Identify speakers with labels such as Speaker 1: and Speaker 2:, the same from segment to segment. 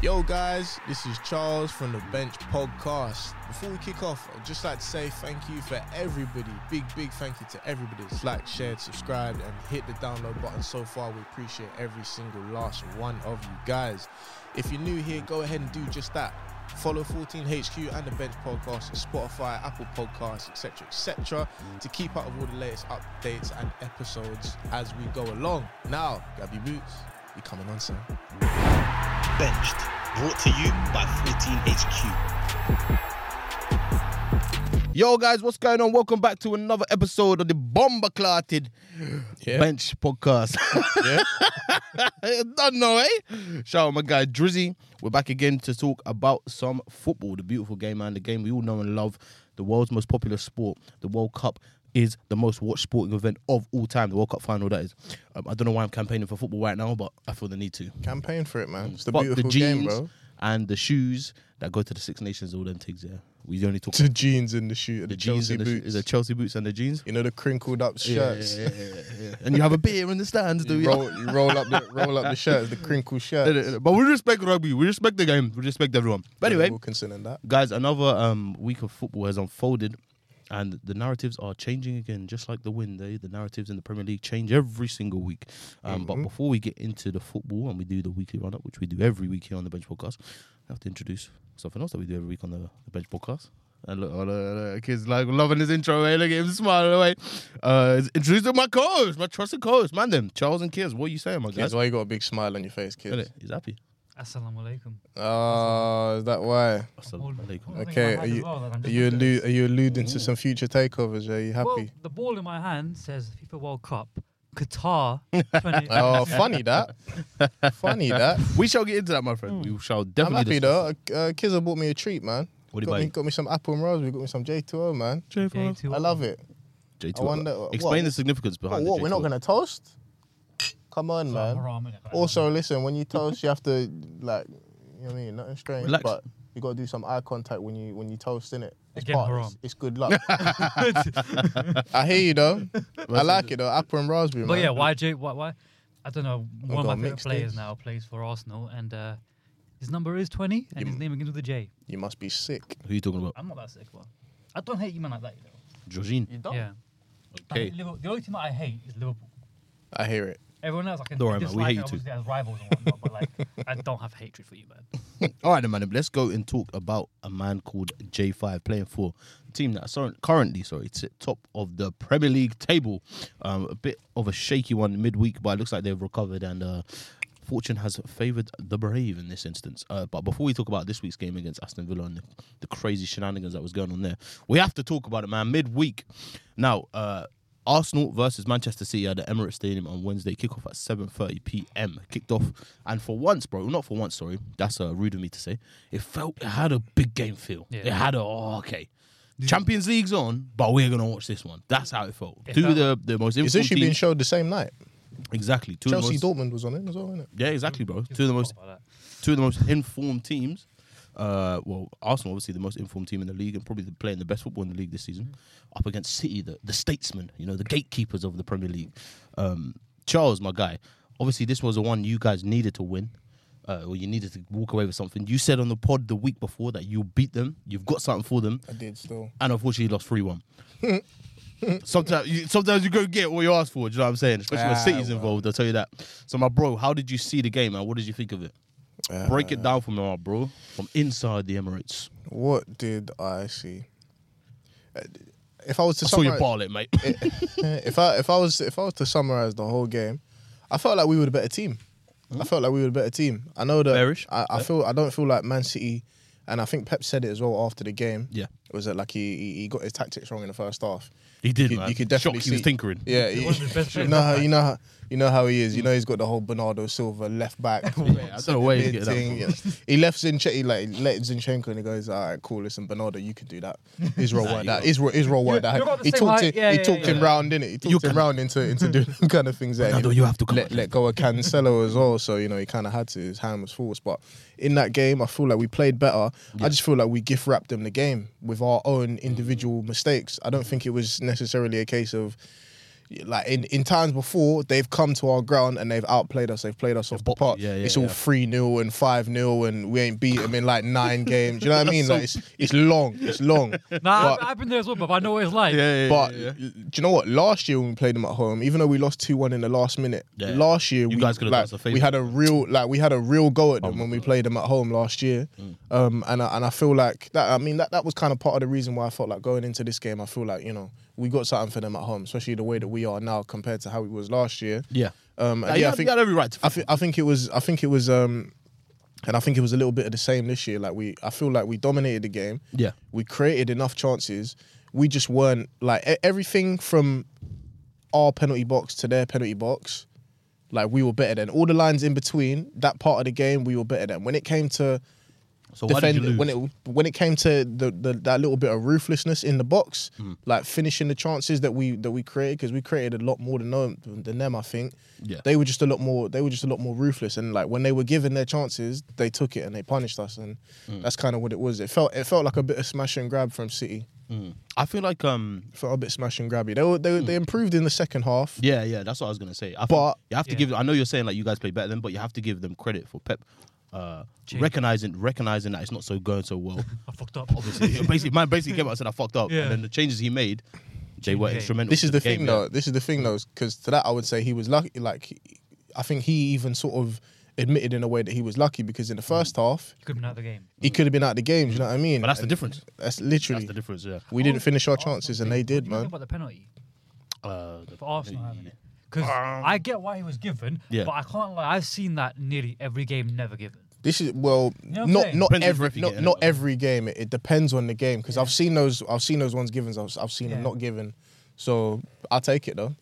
Speaker 1: Yo, guys, this is Charles from the Bench Podcast. Before we kick off, I'd just like to say thank you for everybody. Big, big thank you to everybody that's liked, shared, subscribed, and hit the download button so far. We appreciate every single last one of you guys. If you're new here, go ahead and do just that. Follow 14HQ and the Bench Podcast on Spotify, Apple Podcasts, etc., etc., to keep up with all the latest updates and episodes as we go along. Now, grab your boots, you're coming on, son.
Speaker 2: Benched, brought to you by 14HQ.
Speaker 3: Yo, guys, what's going on? Welcome back to another episode of the Bomber Clarted
Speaker 1: Yeah.
Speaker 3: Bench Podcast.
Speaker 1: Yeah.
Speaker 3: Don't know, eh? Shout out my guy Drizzy. We're back again to talk about some football, the beautiful game, man, the game we all know and love, the world's most popular sport. The World Cup is the most watched sporting event of all time, the World Cup final, that is. Um, I don't know why I'm campaigning for football right now, but I feel the need to.
Speaker 1: Campaign for it, man. It's the
Speaker 3: Fuck
Speaker 1: beautiful
Speaker 3: the
Speaker 1: game,
Speaker 3: jeans
Speaker 1: bro.
Speaker 3: and the shoes that go to the Six Nations, all them things, yeah. We only talk
Speaker 1: The jeans and the shoe, and the,
Speaker 3: the jeans
Speaker 1: Chelsea
Speaker 3: and the,
Speaker 1: boots.
Speaker 3: the Chelsea boots and the jeans.
Speaker 1: you know the crinkled up
Speaker 3: Yeah,
Speaker 1: shirts.
Speaker 3: yeah, yeah, yeah, yeah. and you have a beer in the stands, do
Speaker 1: You,
Speaker 3: you?
Speaker 1: roll, you roll up the roll up the shirts, the crinkled shirts.
Speaker 3: But we respect rugby. We respect the game. We respect everyone. But anyway,
Speaker 1: Wilkinson and that.
Speaker 3: guys, another um, week of football has unfolded, and the narratives are changing again, just like the wind. Eh? The narratives in the Premier League change every single week. Um, But before we get into the football and we do the weekly roundup, which we do every week here on the Bench Podcast, I have to introduce something else that we do every week on the, the Bench Podcast. And look, oh, look, look, look, kids like loving his intro, eh? Look at him smiling away. Uh, introducing my co-host, my trusted co-host, man. Them Charles and Kiers. What are you saying, my guys?
Speaker 1: That's why you got a big smile on your face,
Speaker 3: Innit?
Speaker 1: kid.
Speaker 3: He's happy.
Speaker 4: Assalamu alaikum.
Speaker 1: Oh, is that why?
Speaker 3: Assalamu alaikum.
Speaker 1: Okay, are you are you, allu- are you alluding to some future takeovers? Are you
Speaker 4: Well,
Speaker 1: happy?
Speaker 4: the ball in my hand says FIFA World Cup, Qatar. 20
Speaker 1: oh, funny that. funny that.
Speaker 3: We shall get into that, my friend. We shall
Speaker 1: I'm
Speaker 3: definitely.
Speaker 1: happy
Speaker 3: discuss
Speaker 1: though. Uh, Kizza bought me a treat, man.
Speaker 3: What did
Speaker 1: got
Speaker 3: you
Speaker 1: me,
Speaker 3: buy?
Speaker 1: got me some apple and raspberry. Got me some J2O, man.
Speaker 4: Day two.
Speaker 1: I love it.
Speaker 3: J2.
Speaker 1: I wonder- uh, what-
Speaker 3: Explain the significance behind
Speaker 1: What?
Speaker 3: it.
Speaker 1: what we're not gonna toast? Come on, man.
Speaker 4: Haram, innit?
Speaker 1: Also, listen, when you toast, you have to like, you know what I mean, nothing strange,
Speaker 3: Relax.
Speaker 1: but you gotta do some eye contact when you when you toast in it. It's
Speaker 4: Again,
Speaker 1: part.
Speaker 4: haram.
Speaker 1: It's, it's good luck. I hear you though. I like it though. Apple and raspberry.
Speaker 4: But
Speaker 1: man.
Speaker 4: yeah, why Jay? Why? why I don't know. One
Speaker 1: I've
Speaker 4: of
Speaker 1: got
Speaker 4: my
Speaker 1: a
Speaker 4: favorite
Speaker 1: mixed
Speaker 4: players
Speaker 1: dish.
Speaker 4: now plays for Arsenal, and uh, his number is 20, and his name begins with a J.
Speaker 1: you must be sick.
Speaker 3: Who are you talking about?
Speaker 4: I'm not that sick, but I don't hate you, man, like that. You know?
Speaker 3: Georgine.
Speaker 1: You don't.
Speaker 4: Yeah. I hate
Speaker 3: Okay.
Speaker 4: Liverpool- the only team that I hate is Liverpool.
Speaker 1: I hear it.
Speaker 4: Everyone else, I can
Speaker 3: Don't worry, man, we
Speaker 4: dislike
Speaker 3: hate
Speaker 4: it,
Speaker 3: you too.
Speaker 4: obviously, as rivals and whatnot, but like, I don't have hatred for you, man.
Speaker 3: All right, then, man. Let's go and talk about a man called J5 playing for a team that's so- currently, sorry, sit top of the Premier League table. Um, a bit of a shaky one midweek, but it looks like they've recovered and. Uh, Fortune has favoured the brave in this instance. Uh, but before we talk about this week's game against Aston Villa and the, the crazy shenanigans that was going on there, we have to talk about it, man. Midweek. Now, uh, Arsenal versus Manchester City at the Emirates Stadium on Wednesday. Kickoff at 7:30 p.m. Kicked off, and for once, bro, not for once. Sorry, that's uh, rude of me to say. It felt it had a big game feel.
Speaker 4: Yeah.
Speaker 3: It had a oh, okay. Champions League's on, but we're gonna watch this one. That's how it felt.
Speaker 4: It
Speaker 3: Two
Speaker 4: felt-
Speaker 3: of the the most
Speaker 1: It's
Speaker 3: informed
Speaker 1: literally being
Speaker 3: teams,
Speaker 1: showed the same night.
Speaker 3: exactly. Two of the
Speaker 1: Chelsea
Speaker 3: most,
Speaker 1: Dortmund was on it as well, innit?
Speaker 3: yeah, exactly, bro. Two of the most
Speaker 4: Talk about that.
Speaker 3: two of the most informed teams. Uh, well, Arsenal obviously the most informed team in the league and probably the, playing the best football in the league this season, up against City, the, the statesmen, you know, the gatekeepers of the Premier League. Um, Charles, my guy, obviously this was the one you guys needed to win, uh, or you needed to walk away with something. You said on the pod the week before that you beat them, you've got something for them,
Speaker 1: I did still.
Speaker 3: and unfortunately lost three one. sometimes, you, sometimes you go get what you ask for. Do you know what I'm saying? Especially when
Speaker 1: Ah,
Speaker 3: City's
Speaker 1: well.
Speaker 3: involved. I'll tell you that. So, my bro, how did you see the game, man? What did you think of it? Break
Speaker 1: Ah.
Speaker 3: it down for me, my bro. From inside the Emirates.
Speaker 1: What did I see? Uh, If I was to
Speaker 3: I saw you
Speaker 1: summarize-
Speaker 3: ball it, mate.
Speaker 1: if I if I was if I was to summarize the whole game, I felt like we were the better team. I felt like we were the better team. I know that
Speaker 3: Fairish.
Speaker 1: I, I feel I don't feel like Man City, and I think Pep said it as well after the game.
Speaker 3: Yeah.
Speaker 1: was that like he he- he got his tactics wrong in the first half.
Speaker 3: He did,
Speaker 1: You-
Speaker 3: man.
Speaker 1: you could definitely
Speaker 3: Shocked he was
Speaker 1: see-
Speaker 3: tinkering.
Speaker 1: Yeah,
Speaker 4: one of his best
Speaker 1: he, you
Speaker 4: players,
Speaker 1: know
Speaker 4: left
Speaker 1: how
Speaker 4: back.
Speaker 1: you know how, you know how he is. You know he's got the whole Bernardo Silva left back.
Speaker 3: Yeah, I don't know where he's getting that
Speaker 1: thing,
Speaker 3: from.
Speaker 1: yeah. He left Zinchenko like he let Zinchenko and he goes, all right, cool. Listen, Bernardo, you can do that. Israel
Speaker 3: Nah,
Speaker 1: worked
Speaker 3: you
Speaker 1: that.
Speaker 3: got-
Speaker 1: Israel, Israel worked
Speaker 4: you got
Speaker 1: that.
Speaker 4: the
Speaker 1: He
Speaker 4: same
Speaker 1: talked
Speaker 4: height.
Speaker 1: him.
Speaker 4: Yeah,
Speaker 1: he
Speaker 4: yeah,
Speaker 1: talked him
Speaker 4: yeah.
Speaker 1: round, didn't he? He talked
Speaker 3: You
Speaker 1: him
Speaker 3: can-
Speaker 1: round into into doing the kind of things that.
Speaker 3: Bernardo, you have to come
Speaker 1: let
Speaker 3: on.
Speaker 1: let go of Cancelo as well. So you know he kind of had to. His hand was forced, but in that game, I feel like we played better. I just feel like we gift wrapped them the game with our own individual mistakes. I don't think it was necessarily a case of like in, in times before they've come to our ground and they've outplayed us. They've played us off the park.
Speaker 3: yeah, yeah,
Speaker 1: it's
Speaker 3: yeah.
Speaker 1: all three 0 and five 0 and we ain't beat them in like nine games. You know what I mean? Like it's it's long. It's long.
Speaker 4: Nah,
Speaker 1: But-
Speaker 4: I've, I've been there as well, but I know what it's like.
Speaker 3: yeah,
Speaker 1: But do you know what? Last year when we played them at home, even though we lost two one in the last minute,
Speaker 3: Yeah.
Speaker 1: last year
Speaker 3: You
Speaker 1: we
Speaker 3: guys could've done
Speaker 1: like,
Speaker 3: us a Oh favour.
Speaker 1: we had a real like we had a real go at them when we played them at home last year.
Speaker 3: Mm.
Speaker 1: Um, and I, and I feel like that. I mean that that was kind of part of the reason why I felt like going into this game. I feel like you know we got something for them at home, especially the way that we are now compared to how we was last year.
Speaker 3: yeah.
Speaker 1: Um, and
Speaker 3: Like,
Speaker 1: yeah,
Speaker 3: you,
Speaker 1: I
Speaker 3: had,
Speaker 1: think
Speaker 3: you had every right to.
Speaker 1: I, th- I think it was I think it was um and I think it was a little bit of the same this year. Like we I feel like we dominated the game.
Speaker 3: Yeah.
Speaker 1: We created enough chances. We just weren't like e- everything from our penalty box to their penalty box, like we were better than all the lines in between, that part of the game we were better than. When it came to
Speaker 3: so why did you
Speaker 1: defend
Speaker 3: lose?
Speaker 1: when it when it came to the, the that little bit of ruthlessness in the box,
Speaker 3: Hmm.
Speaker 1: like finishing the chances that we that we created because we created a lot more than them, than them. I think
Speaker 3: Yeah.
Speaker 1: they were just a lot more they were just a lot more ruthless and like when they were given their chances, they took it and they punished us and
Speaker 3: Hmm.
Speaker 1: that's kind of what it was. It felt it felt like a bit of smash and grab from City.
Speaker 3: I feel like um
Speaker 1: It felt a bit smash and grabby. They were, they, they improved in the second half.
Speaker 3: Hmm. Yeah, yeah, that's what I was gonna say. I think
Speaker 1: But-
Speaker 3: you have to
Speaker 4: Yeah.
Speaker 3: give. I know you're saying like you guys play better than, but you have to give them credit for Pep uh,
Speaker 4: Gee.
Speaker 3: recognizing recognizing that it's not so going so well.
Speaker 4: I fucked up.
Speaker 3: Obviously, basically, man basically came out and said I fucked up,
Speaker 4: Yeah.
Speaker 3: and then the changes he made, they were
Speaker 4: the game.
Speaker 3: instrumental.
Speaker 1: This
Speaker 3: to
Speaker 1: is the
Speaker 3: game,
Speaker 1: thing
Speaker 3: yeah.
Speaker 1: though. This is the thing though, because to that I would say he was lucky. Like I think he even sort of admitted in a way that he was lucky because in the first
Speaker 3: Hmm.
Speaker 1: half
Speaker 4: You could have been out of the game.
Speaker 1: he could have been out the games. You know what I mean?
Speaker 3: But that's the
Speaker 1: And
Speaker 3: difference.
Speaker 1: That's literally
Speaker 3: That's the difference. Yeah.
Speaker 1: we didn't finish our chances and they did,
Speaker 4: What do you think
Speaker 1: man.
Speaker 4: About the penalty
Speaker 3: Uh,
Speaker 4: for Arsenal having it, because
Speaker 1: Um,
Speaker 4: I get why he was given,
Speaker 3: Yeah.
Speaker 4: but I can't lie. I've seen that nearly every game, never given.
Speaker 1: This is well,
Speaker 4: know what I'm
Speaker 1: not
Speaker 4: saying?
Speaker 1: not
Speaker 3: Depends if
Speaker 1: every
Speaker 3: Riffy
Speaker 1: not,
Speaker 3: getting
Speaker 1: not
Speaker 3: it.
Speaker 1: every game. It, it depends on the game because I've seen those I've seen those ones given. I've, I've seen them
Speaker 4: Yeah.
Speaker 1: not given. So I take it though.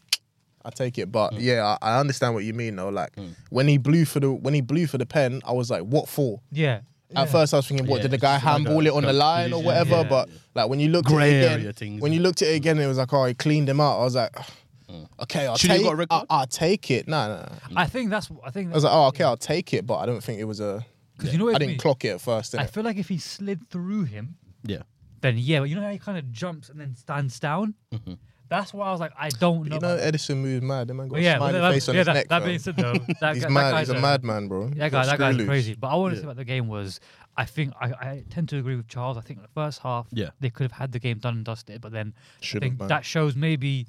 Speaker 1: I take it,
Speaker 3: Mm.
Speaker 1: but yeah, I, I understand what you mean though. Like when he blew for the when he blew for the pen, I was like, what for?
Speaker 4: Yeah.
Speaker 1: At first, I was thinking, what
Speaker 3: Yeah,
Speaker 1: did the
Speaker 3: it's
Speaker 1: guy
Speaker 3: just like a
Speaker 1: handball it on the line or
Speaker 3: collision,
Speaker 1: whatever?
Speaker 4: yeah.
Speaker 1: But like when you looked
Speaker 3: Grey
Speaker 1: at it
Speaker 3: area
Speaker 1: again,
Speaker 3: things,
Speaker 1: when you looked at it again, it was like, oh, he cleaned him out. I was like, okay, I'll
Speaker 3: Shouldn't
Speaker 1: take,
Speaker 3: he have got a red
Speaker 1: I,
Speaker 3: card?
Speaker 1: I'll take it. Nah, nah, nah.
Speaker 4: I think that's. I think.
Speaker 1: I was like, oh, okay, I'll take it, but I don't think it was a.
Speaker 4: Because you know what
Speaker 1: I
Speaker 4: it
Speaker 1: didn't
Speaker 4: is?
Speaker 1: clock it at first.
Speaker 4: I
Speaker 1: Innit?
Speaker 4: feel like if he slid through him,
Speaker 3: yeah.
Speaker 4: then yeah. But you know how he kind of jumps and then stands down. That's why I was like, I don't know.
Speaker 1: you know,
Speaker 4: about that.
Speaker 1: Edison moved mad. That man got
Speaker 4: But yeah,
Speaker 1: a
Speaker 4: but
Speaker 1: smiley
Speaker 4: that,
Speaker 1: face on
Speaker 4: yeah,
Speaker 1: his
Speaker 4: that,
Speaker 1: neck.
Speaker 4: that
Speaker 1: fam.
Speaker 4: being said though, that,
Speaker 1: he's
Speaker 4: guy- that
Speaker 1: mad. he's
Speaker 4: guy's
Speaker 1: a
Speaker 4: a-
Speaker 1: madman, bro.
Speaker 4: That
Speaker 1: He's
Speaker 4: guy,
Speaker 1: got
Speaker 4: that guy's
Speaker 1: screw loose.
Speaker 4: crazy. But I want to say about the game was, I think I, I tend to agree with Charles. I think at the first half,
Speaker 3: Yeah.
Speaker 4: they could have had the game done and dusted, but then I
Speaker 1: Should've,
Speaker 4: think
Speaker 1: man.
Speaker 4: that shows maybe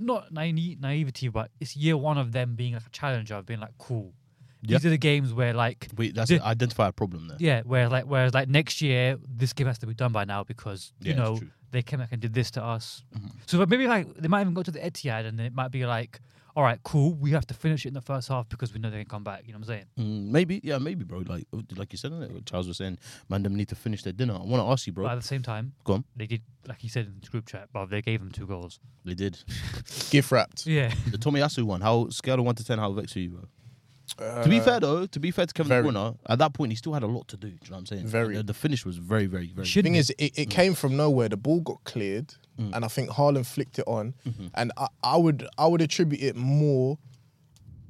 Speaker 4: not naive, naivety, but it's year one of them being like a challenger, of being like cool.
Speaker 3: Yeah.
Speaker 4: These are the games where like
Speaker 3: Wait, that's
Speaker 4: Did-
Speaker 3: identify a problem there.
Speaker 4: yeah, where like whereas like next year this game has to be done by now because
Speaker 3: Yeah,
Speaker 4: you
Speaker 3: it's
Speaker 4: know
Speaker 3: true. Mm-hmm.
Speaker 4: they came back and did this to us. So maybe like they might even go to the Etihad and it might be like, all right, cool, we have to finish it in the first half because we know they can come back. You know what I'm saying?
Speaker 3: Mm, maybe, yeah, maybe, bro. Like, oh, like you said, innit? What Charles was saying, man, them need to finish their dinner. I want to ask you, bro.
Speaker 4: But at the same time,
Speaker 3: Go on.
Speaker 4: they did, like he said in the group chat, but they gave him two goals.
Speaker 3: They did
Speaker 1: gift wrapped.
Speaker 4: Yeah.
Speaker 3: the Tomiyasu one. How scale of one to ten? How vexed are you, bro?
Speaker 1: Uh,
Speaker 3: To be fair though, to be fair to Kevin
Speaker 1: very.
Speaker 3: Warner, at that point he still had a lot to do. Do you know what I'm saying?
Speaker 1: Very.
Speaker 3: The, the finish was very, very, very.
Speaker 4: Should
Speaker 1: thing is, it, it came from nowhere. The ball got cleared, and I think Haaland flicked it on. And I, I would I would attribute it more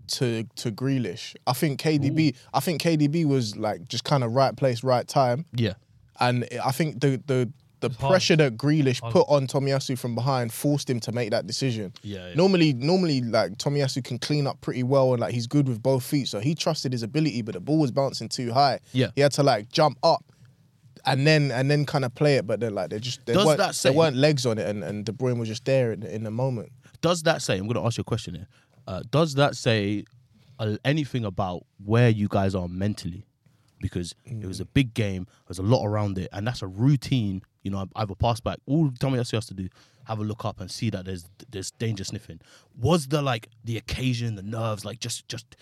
Speaker 1: to to Grealish. I think KDB. I think KDB was like just kind of right place, right time.
Speaker 3: yeah,
Speaker 1: And it- I think the the the
Speaker 4: Haaland.
Speaker 1: pressure that Grealish put on Tomiyasu from behind forced him to make that decision.
Speaker 3: Yeah, yeah.
Speaker 1: Normally, normally like Tomiyasu can clean up pretty well and like he's good with both feet, so he trusted his ability, but the ball was bouncing too high.
Speaker 3: Yeah.
Speaker 1: he had to like jump up. And then and then kind of play it, but they're like they just they
Speaker 3: Does
Speaker 1: weren't,
Speaker 3: that say-
Speaker 1: there weren't legs on it, and, and De Bruyne was just there in, in the moment.
Speaker 3: does that say? I'm going to ask you a question here. Uh, does that say uh, anything about where you guys are mentally? Because it was a big game. There's a lot around it, and that's a routine. You know, either pass back. All Tomiyasu has to do have a look up and see that there's there's danger sniffing. Was the like the occasion, the nerves, like just just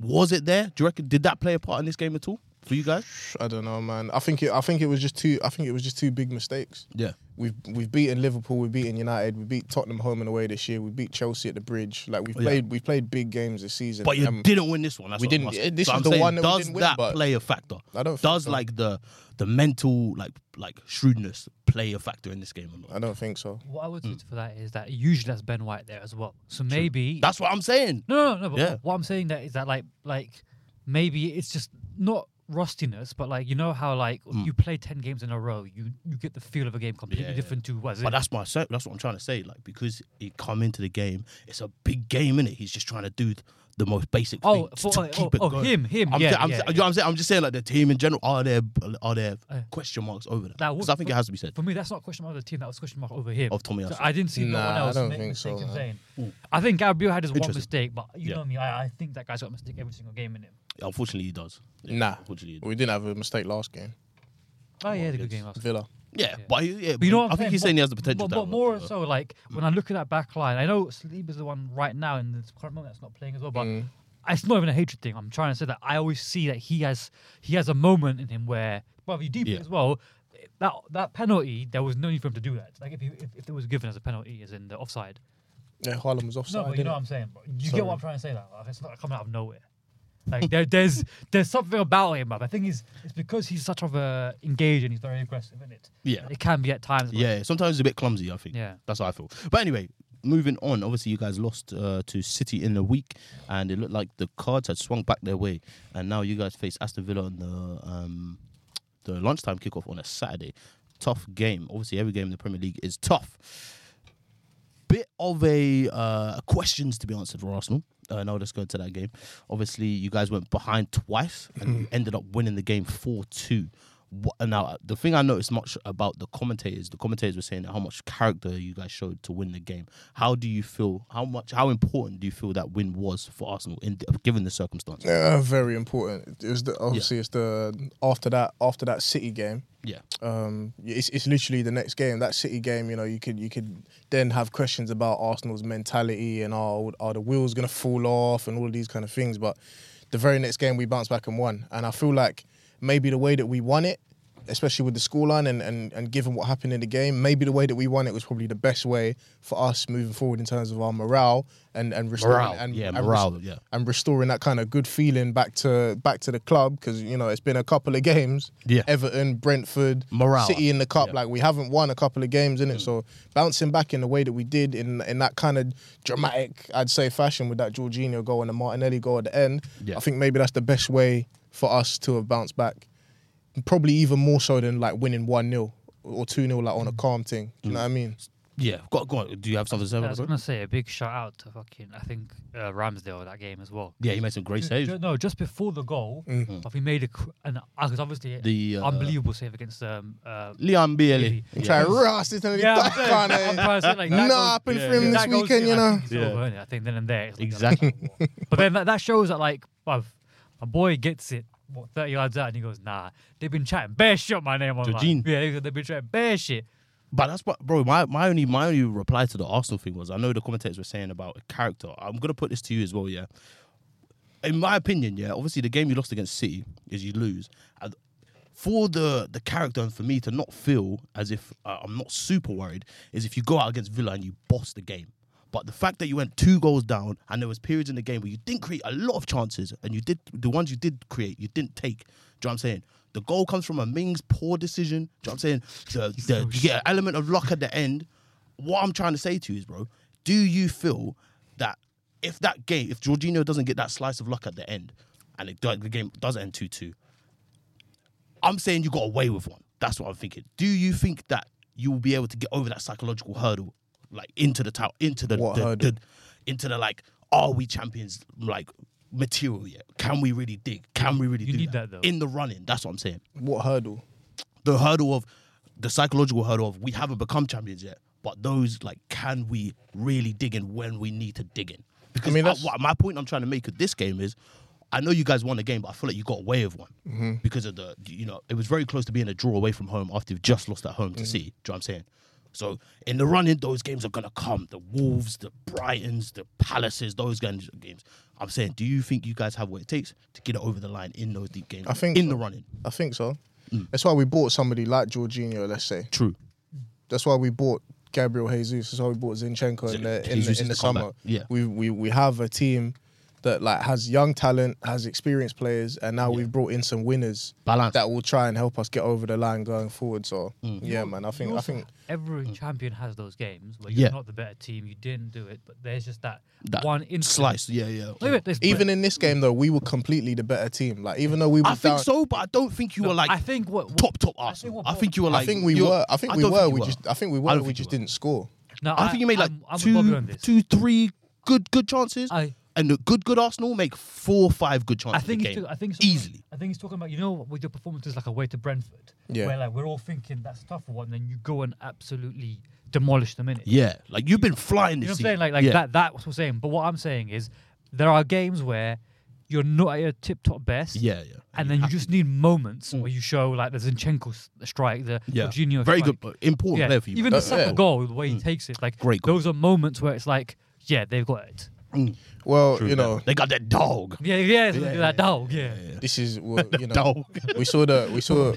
Speaker 3: was it there? Do you reckon? Did that play a part in this game at all for you guys?
Speaker 1: I don't know, man. I think it I think it was just two I think it was just two big mistakes.
Speaker 3: Yeah.
Speaker 1: We've we've beaten Liverpool, we've beaten United, we beat Tottenham home and away this year, we beat Chelsea at the Bridge. Like we've
Speaker 3: Yeah.
Speaker 1: played we've played big games this season.
Speaker 3: But you
Speaker 1: Um,
Speaker 3: didn't win this one. That's
Speaker 1: we
Speaker 3: what
Speaker 1: didn't- eh,
Speaker 3: I'm asking.
Speaker 1: this
Speaker 3: so
Speaker 1: is
Speaker 3: I'm
Speaker 1: the
Speaker 3: saying,
Speaker 1: one that we
Speaker 3: does
Speaker 1: didn't win,
Speaker 3: that
Speaker 1: but-
Speaker 3: play a factor?
Speaker 1: I don't think
Speaker 3: Does
Speaker 1: so.
Speaker 3: like the the mental like like shrewdness play a factor in this game or not?
Speaker 1: I don't think so.
Speaker 4: What I would
Speaker 3: mm.
Speaker 4: say for that is that usually that's Ben White there as well. So maybe
Speaker 3: That's what I'm saying.
Speaker 4: no, no, no. But
Speaker 3: Yeah.
Speaker 4: what I'm saying that is that like, like maybe it's just not rustiness, but like you know how like you play ten games in a row, you you get the feel of a game completely
Speaker 3: Mm. Yeah, yeah.
Speaker 4: different to what's
Speaker 3: But
Speaker 4: in.
Speaker 3: that's my se- that's what I'm trying to say. Like because he come into the game, it's a big game in it. He's just trying to do the most basic
Speaker 4: Oh,
Speaker 3: thing to
Speaker 4: for-
Speaker 3: keep
Speaker 4: oh,
Speaker 3: it
Speaker 4: oh,
Speaker 3: going.
Speaker 4: him, him,
Speaker 3: I'm
Speaker 4: yeah,
Speaker 3: ju- I'm,
Speaker 4: yeah,
Speaker 3: ju- you know what I'm saying I'm just saying like the team in general. Are there are there
Speaker 4: Uh,
Speaker 3: question marks over that?
Speaker 4: that
Speaker 3: Because
Speaker 4: would-
Speaker 3: I think it has to be said.
Speaker 4: For me, that's not a question mark of the team. That was a question mark over him.
Speaker 3: Of Tomiyasu.
Speaker 4: So I didn't see no one
Speaker 1: Nah, I
Speaker 4: else
Speaker 1: don't
Speaker 4: make
Speaker 1: think
Speaker 4: mistakes
Speaker 1: so,
Speaker 4: in
Speaker 1: man.
Speaker 4: saying. I think Gabriel had his one
Speaker 3: Interesting.
Speaker 4: mistake, but you
Speaker 3: Yeah.
Speaker 4: know me, I, I think that guy's got a mistake every single game in him.
Speaker 3: Unfortunately, he does. Yeah,
Speaker 1: Nah,
Speaker 3: Unfortunately, he does.
Speaker 1: we didn't have a mistake last game.
Speaker 4: Oh, yeah, he had a
Speaker 3: yes.
Speaker 4: good game last
Speaker 1: Villa.
Speaker 3: yeah, but he, yeah,
Speaker 4: But you know, what
Speaker 3: I
Speaker 4: I'm
Speaker 3: think
Speaker 4: saying?
Speaker 3: he's
Speaker 4: But-
Speaker 3: saying he has the potential.
Speaker 4: But,
Speaker 3: to
Speaker 4: but
Speaker 3: have a-
Speaker 4: more
Speaker 3: uh,
Speaker 4: so, like when I look at that back line, I know Sleep is the one right now in this current moment that's not playing as well. But
Speaker 1: Mm.
Speaker 4: it's not even a hatred thing. I'm trying to say that I always see that he has he has a moment in him where, well, if you deep
Speaker 3: Yeah.
Speaker 4: it as well, that that penalty there was no need for him to do that. Like if he, if, if it was given as a penalty, as in the offside.
Speaker 1: Yeah, Harlem was offside.
Speaker 4: no, but you
Speaker 1: didn't
Speaker 4: know
Speaker 1: it?
Speaker 4: what I'm saying. bro. You
Speaker 1: Sorry.
Speaker 4: get what I'm trying to say. That like, it's not coming out of nowhere.
Speaker 3: Hmm.
Speaker 4: Like there, there's there's something about him, bruv. I think he's it's because he's such of a engaged and he's very aggressive in it.
Speaker 3: Yeah.
Speaker 4: it can be at times. but-
Speaker 3: Yeah, sometimes it's a bit clumsy. I think.
Speaker 4: Yeah.
Speaker 3: that's how I feel. But anyway, moving on. Obviously, you guys lost uh, to City in the week, and it looked like the cards had swung back their way, and now you guys face Aston Villa on the um, the lunchtime kickoff on a Saturday. Tough game. Obviously, every game in the Premier League is tough. Bit of a uh, questions to be answered for Arsenal. Uh, now let's go into that game. Obviously, you guys went behind twice and you ended up winning the game four two. Now, uh, the thing I noticed much about the commentators, the commentators were saying how much character you guys showed to win the game. How do you feel? How much? How important do you feel that win was for Arsenal, in, uh, given the circumstances?
Speaker 1: Yeah, very important. It was the, obviously it's the after that after that City game.
Speaker 3: Yeah,
Speaker 1: um, it's, it's literally the next game. That City game, you know, you could you could then have questions about Arsenal's mentality and are are the wheels going to fall off and all of these kind of things. But the very next game, we bounced back and won, and I feel like maybe the way that we won it, especially with the scoreline and, and and given what happened in the game, maybe the way that we won it was probably the best way for us moving forward in terms of our morale and and restoring
Speaker 3: morale.
Speaker 1: and
Speaker 3: yeah,
Speaker 1: and res-
Speaker 3: morale. yeah,
Speaker 1: and restoring that kind of good feeling back to back to the club because you know it's been a couple of games.
Speaker 3: Yeah.
Speaker 1: Everton, Brentford,
Speaker 3: Morale.
Speaker 1: City in the cup.
Speaker 3: Yeah. Mm.
Speaker 1: Like we haven't won a couple of games in it, so bouncing back in the way that we did in in that kind of dramatic, I'd say, fashion with that Jorginho goal and the Martinelli goal at the end.
Speaker 3: Yeah.
Speaker 1: I think maybe that's the best way for us to have bounced back. Probably even more so than like winning one 0 or two 0 like on
Speaker 3: Mm.
Speaker 1: a calm thing. Do you know what I mean?
Speaker 3: yeah. Go, go on. Do you have something to say?
Speaker 4: I
Speaker 3: about
Speaker 4: was
Speaker 3: that?
Speaker 4: gonna say a big shout out to fucking I think uh, Ramsdale that game as well.
Speaker 3: Yeah, he made some great
Speaker 4: Ju-
Speaker 3: saves.
Speaker 4: ju- No, just before the goal, but he made a cr- an because obviously
Speaker 3: The, uh,
Speaker 4: unbelievable save against um uh,
Speaker 3: Liam Bailey.
Speaker 4: Yeah.
Speaker 1: Try Ross, it's
Speaker 4: yeah,
Speaker 1: yeah,
Speaker 4: I'm saying, I'm trying to say, like, that
Speaker 1: Nah,
Speaker 4: goes-
Speaker 1: happened
Speaker 3: yeah,
Speaker 1: for him
Speaker 3: yeah.
Speaker 1: this
Speaker 4: that goes
Speaker 1: weekend,
Speaker 4: in,
Speaker 1: you
Speaker 4: I
Speaker 1: know.
Speaker 4: think it's
Speaker 3: Yeah.
Speaker 4: over, innit? I think then and there. it's like,
Speaker 3: Exactly.
Speaker 4: but then that, that shows that like bruv, my boy gets it what, 30 yards out and he goes, nah, they've been chatting bare shit on my name online.
Speaker 3: Jorginho.
Speaker 4: Yeah, they- they've been chatting bare shit.
Speaker 3: But that's what, bro. My, my only my only reply to the Arsenal thing was I know the commentators were saying about character. I'm gonna put this to you as well, yeah. In my opinion, yeah. Obviously, the game you lost against City is you lose. And For the the character and for me to not feel as if uh, I'm not super worried is if you go out against Villa and you boss the game. But the fact that you went two goals down and there was periods in the game where you didn't create a lot of chances and you did the ones you did create, you didn't take. Do you know what I'm saying? The goal comes from a Ming's poor decision. Do you know what I'm saying? The, the, you get an element of luck at the end. What I'm trying to say to you is, bro, do you feel that if that game, if Jorginho doesn't get that slice of luck at the end and it, the game does end 2 2, I'm saying you got away with one. That's what I'm thinking. Do you think that you will be able to get over that psychological hurdle, like into the tower, into the,
Speaker 1: What
Speaker 3: the-
Speaker 1: hurdle?
Speaker 3: the- into the like, are we champions? Like material yet? Can we really dig? Can we really
Speaker 4: You
Speaker 3: do
Speaker 4: need that, though.
Speaker 3: in the running? That's what I'm saying.
Speaker 1: What hurdle?
Speaker 3: The hurdle of the psychological hurdle of we haven't become champions yet, but those like, can we really dig in when we need to dig in? Because
Speaker 1: mean,
Speaker 3: I-
Speaker 1: that's-
Speaker 3: what my point I'm trying to make with this game is, I know you guys won the game, but I feel like you got away with one
Speaker 1: Mm-hmm.
Speaker 3: because of the, you know, it was very close to being a draw away from home after you've just lost at
Speaker 1: Mm.
Speaker 3: home to City. Do you know what I'm saying? So in the running, those games are gonna come. The Wolves, the Brightons, the Palaces, those kinds of games. I'm saying, do you think you guys have what it takes to get it over the line in those deep games?
Speaker 1: I think
Speaker 3: in
Speaker 1: so.
Speaker 3: the running,
Speaker 1: I think so.
Speaker 3: Mm.
Speaker 1: That's why we bought somebody like Jorginho, let's say.
Speaker 3: true.
Speaker 1: That's why we bought Gabriel Jesus. That's why we bought Zinchenko in the, in
Speaker 3: Jesus
Speaker 1: the,
Speaker 3: is
Speaker 1: in the
Speaker 3: the comeback.
Speaker 1: summer.
Speaker 3: Yeah.
Speaker 1: We, we we have a team that like has young talent, has experienced players, and now we've brought in some winners
Speaker 3: Balance. Mm.
Speaker 1: that will try and help us get over the line going forward. So yeah, man, I think
Speaker 4: You
Speaker 1: I
Speaker 4: also-
Speaker 1: think
Speaker 4: every champion has those games where you're
Speaker 3: Yeah.
Speaker 4: not the better team, you didn't do it, but there's just that,
Speaker 3: That
Speaker 4: one instance.
Speaker 3: slice. Yeah, yeah.
Speaker 4: Wait, wait, there's-
Speaker 1: even in this game though, we were completely the better team. Like even though we were
Speaker 3: I
Speaker 1: down,
Speaker 3: think so, but I don't think you were like
Speaker 4: I think what, what
Speaker 3: top top Arsenal.
Speaker 4: what
Speaker 3: I think you were
Speaker 1: I
Speaker 3: like.
Speaker 1: think we
Speaker 3: you're-
Speaker 1: were. I think we
Speaker 3: don't
Speaker 1: were. we just. I think we
Speaker 3: I
Speaker 1: were.
Speaker 3: don't
Speaker 1: We
Speaker 3: think
Speaker 1: just
Speaker 3: you were.
Speaker 1: didn't score.
Speaker 4: No,
Speaker 3: I think you made like
Speaker 4: I'm, I'm with Bobby
Speaker 3: two,
Speaker 4: on this.
Speaker 3: two, three good good chances,
Speaker 4: I-
Speaker 3: and the good good Arsenal make four five good chances.
Speaker 4: I think
Speaker 3: a
Speaker 4: he's
Speaker 3: game.
Speaker 4: talk- I think he's talking-
Speaker 3: easily.
Speaker 4: I think he's talking about you know with your performances like away to Brentford,
Speaker 1: Yeah.
Speaker 4: where like we're all thinking that's a tougher one, then you go and absolutely demolish them in it.
Speaker 3: Yeah, like you've been flying
Speaker 4: You know
Speaker 3: this
Speaker 4: what I'm saying?
Speaker 3: season.
Speaker 4: Like like
Speaker 3: Yeah.
Speaker 4: that that's what I'm saying. But what I'm saying is there are games where you're not at your tip top best.
Speaker 3: Yeah, yeah.
Speaker 4: And then you just need moments where you show like the Zinchenko s- strike, the
Speaker 3: Yeah,
Speaker 4: Jorginho
Speaker 3: very
Speaker 4: strike.
Speaker 3: good, but important
Speaker 4: Yeah.
Speaker 3: player for you.
Speaker 4: Even
Speaker 3: man.
Speaker 4: the
Speaker 1: Uh,
Speaker 4: second
Speaker 1: yeah.
Speaker 4: goal, the way he takes it, like
Speaker 3: Great goal.
Speaker 4: those are moments where it's like, yeah, they've got it.
Speaker 1: Well, you know,
Speaker 3: Mm. they got that dog.
Speaker 4: Yeah, yeah, it's like that dog, yeah.
Speaker 1: this is well, you know.
Speaker 3: Dog.
Speaker 1: we saw the we saw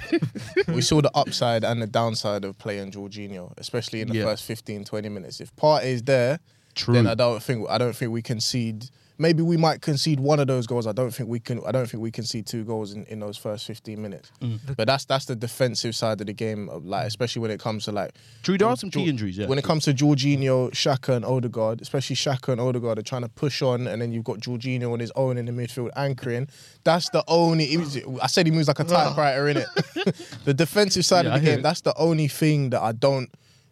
Speaker 1: we saw the upside and the downside of playing Jorginho, especially in the
Speaker 3: Yeah.
Speaker 1: first 15, 20 minutes. If Partey's there,
Speaker 3: True.
Speaker 1: then I don't think I don't think we concede. Maybe we might concede one of those goals. I don't think we can. I don't think we concede two goals in, in those first fifteen minutes.
Speaker 3: Mm.
Speaker 1: But that's that's the defensive side of the game. Of like especially when it comes to like
Speaker 3: True, there are some key
Speaker 1: Jor-
Speaker 3: injuries. Yeah,
Speaker 1: When it comes to Jorginho, Shaka, and Odegaard, especially Shaka and Odegaard are trying to push on, and then you've got Jorginho on his own in the midfield anchoring. That's the only. he was- I said he moves like a typewriter, in it. the defensive side
Speaker 3: Yeah, I
Speaker 1: of the
Speaker 3: hear
Speaker 1: game.
Speaker 3: it.
Speaker 1: That's the only thing that I don't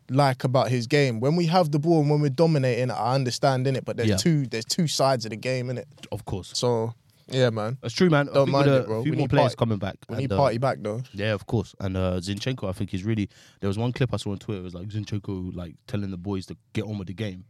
Speaker 1: like about his game. When we have the ball and when we're dominating, I understand in it, but there's
Speaker 3: Yeah.
Speaker 1: two. There's two sides of the game in it.
Speaker 3: of course.
Speaker 1: So yeah, man.
Speaker 3: That's true, man. I
Speaker 1: Don't
Speaker 3: think
Speaker 1: mind
Speaker 3: with
Speaker 1: it, bro.
Speaker 3: A few
Speaker 1: We
Speaker 3: more
Speaker 1: need
Speaker 3: players
Speaker 1: party-
Speaker 3: coming back.
Speaker 1: We
Speaker 3: and,
Speaker 1: need
Speaker 3: uh,
Speaker 1: party back though.
Speaker 3: Yeah, of course. And uh, Zinchenko, I think is really. There was one clip I saw on Twitter. It was like Zinchenko like telling the boys to get on with the game,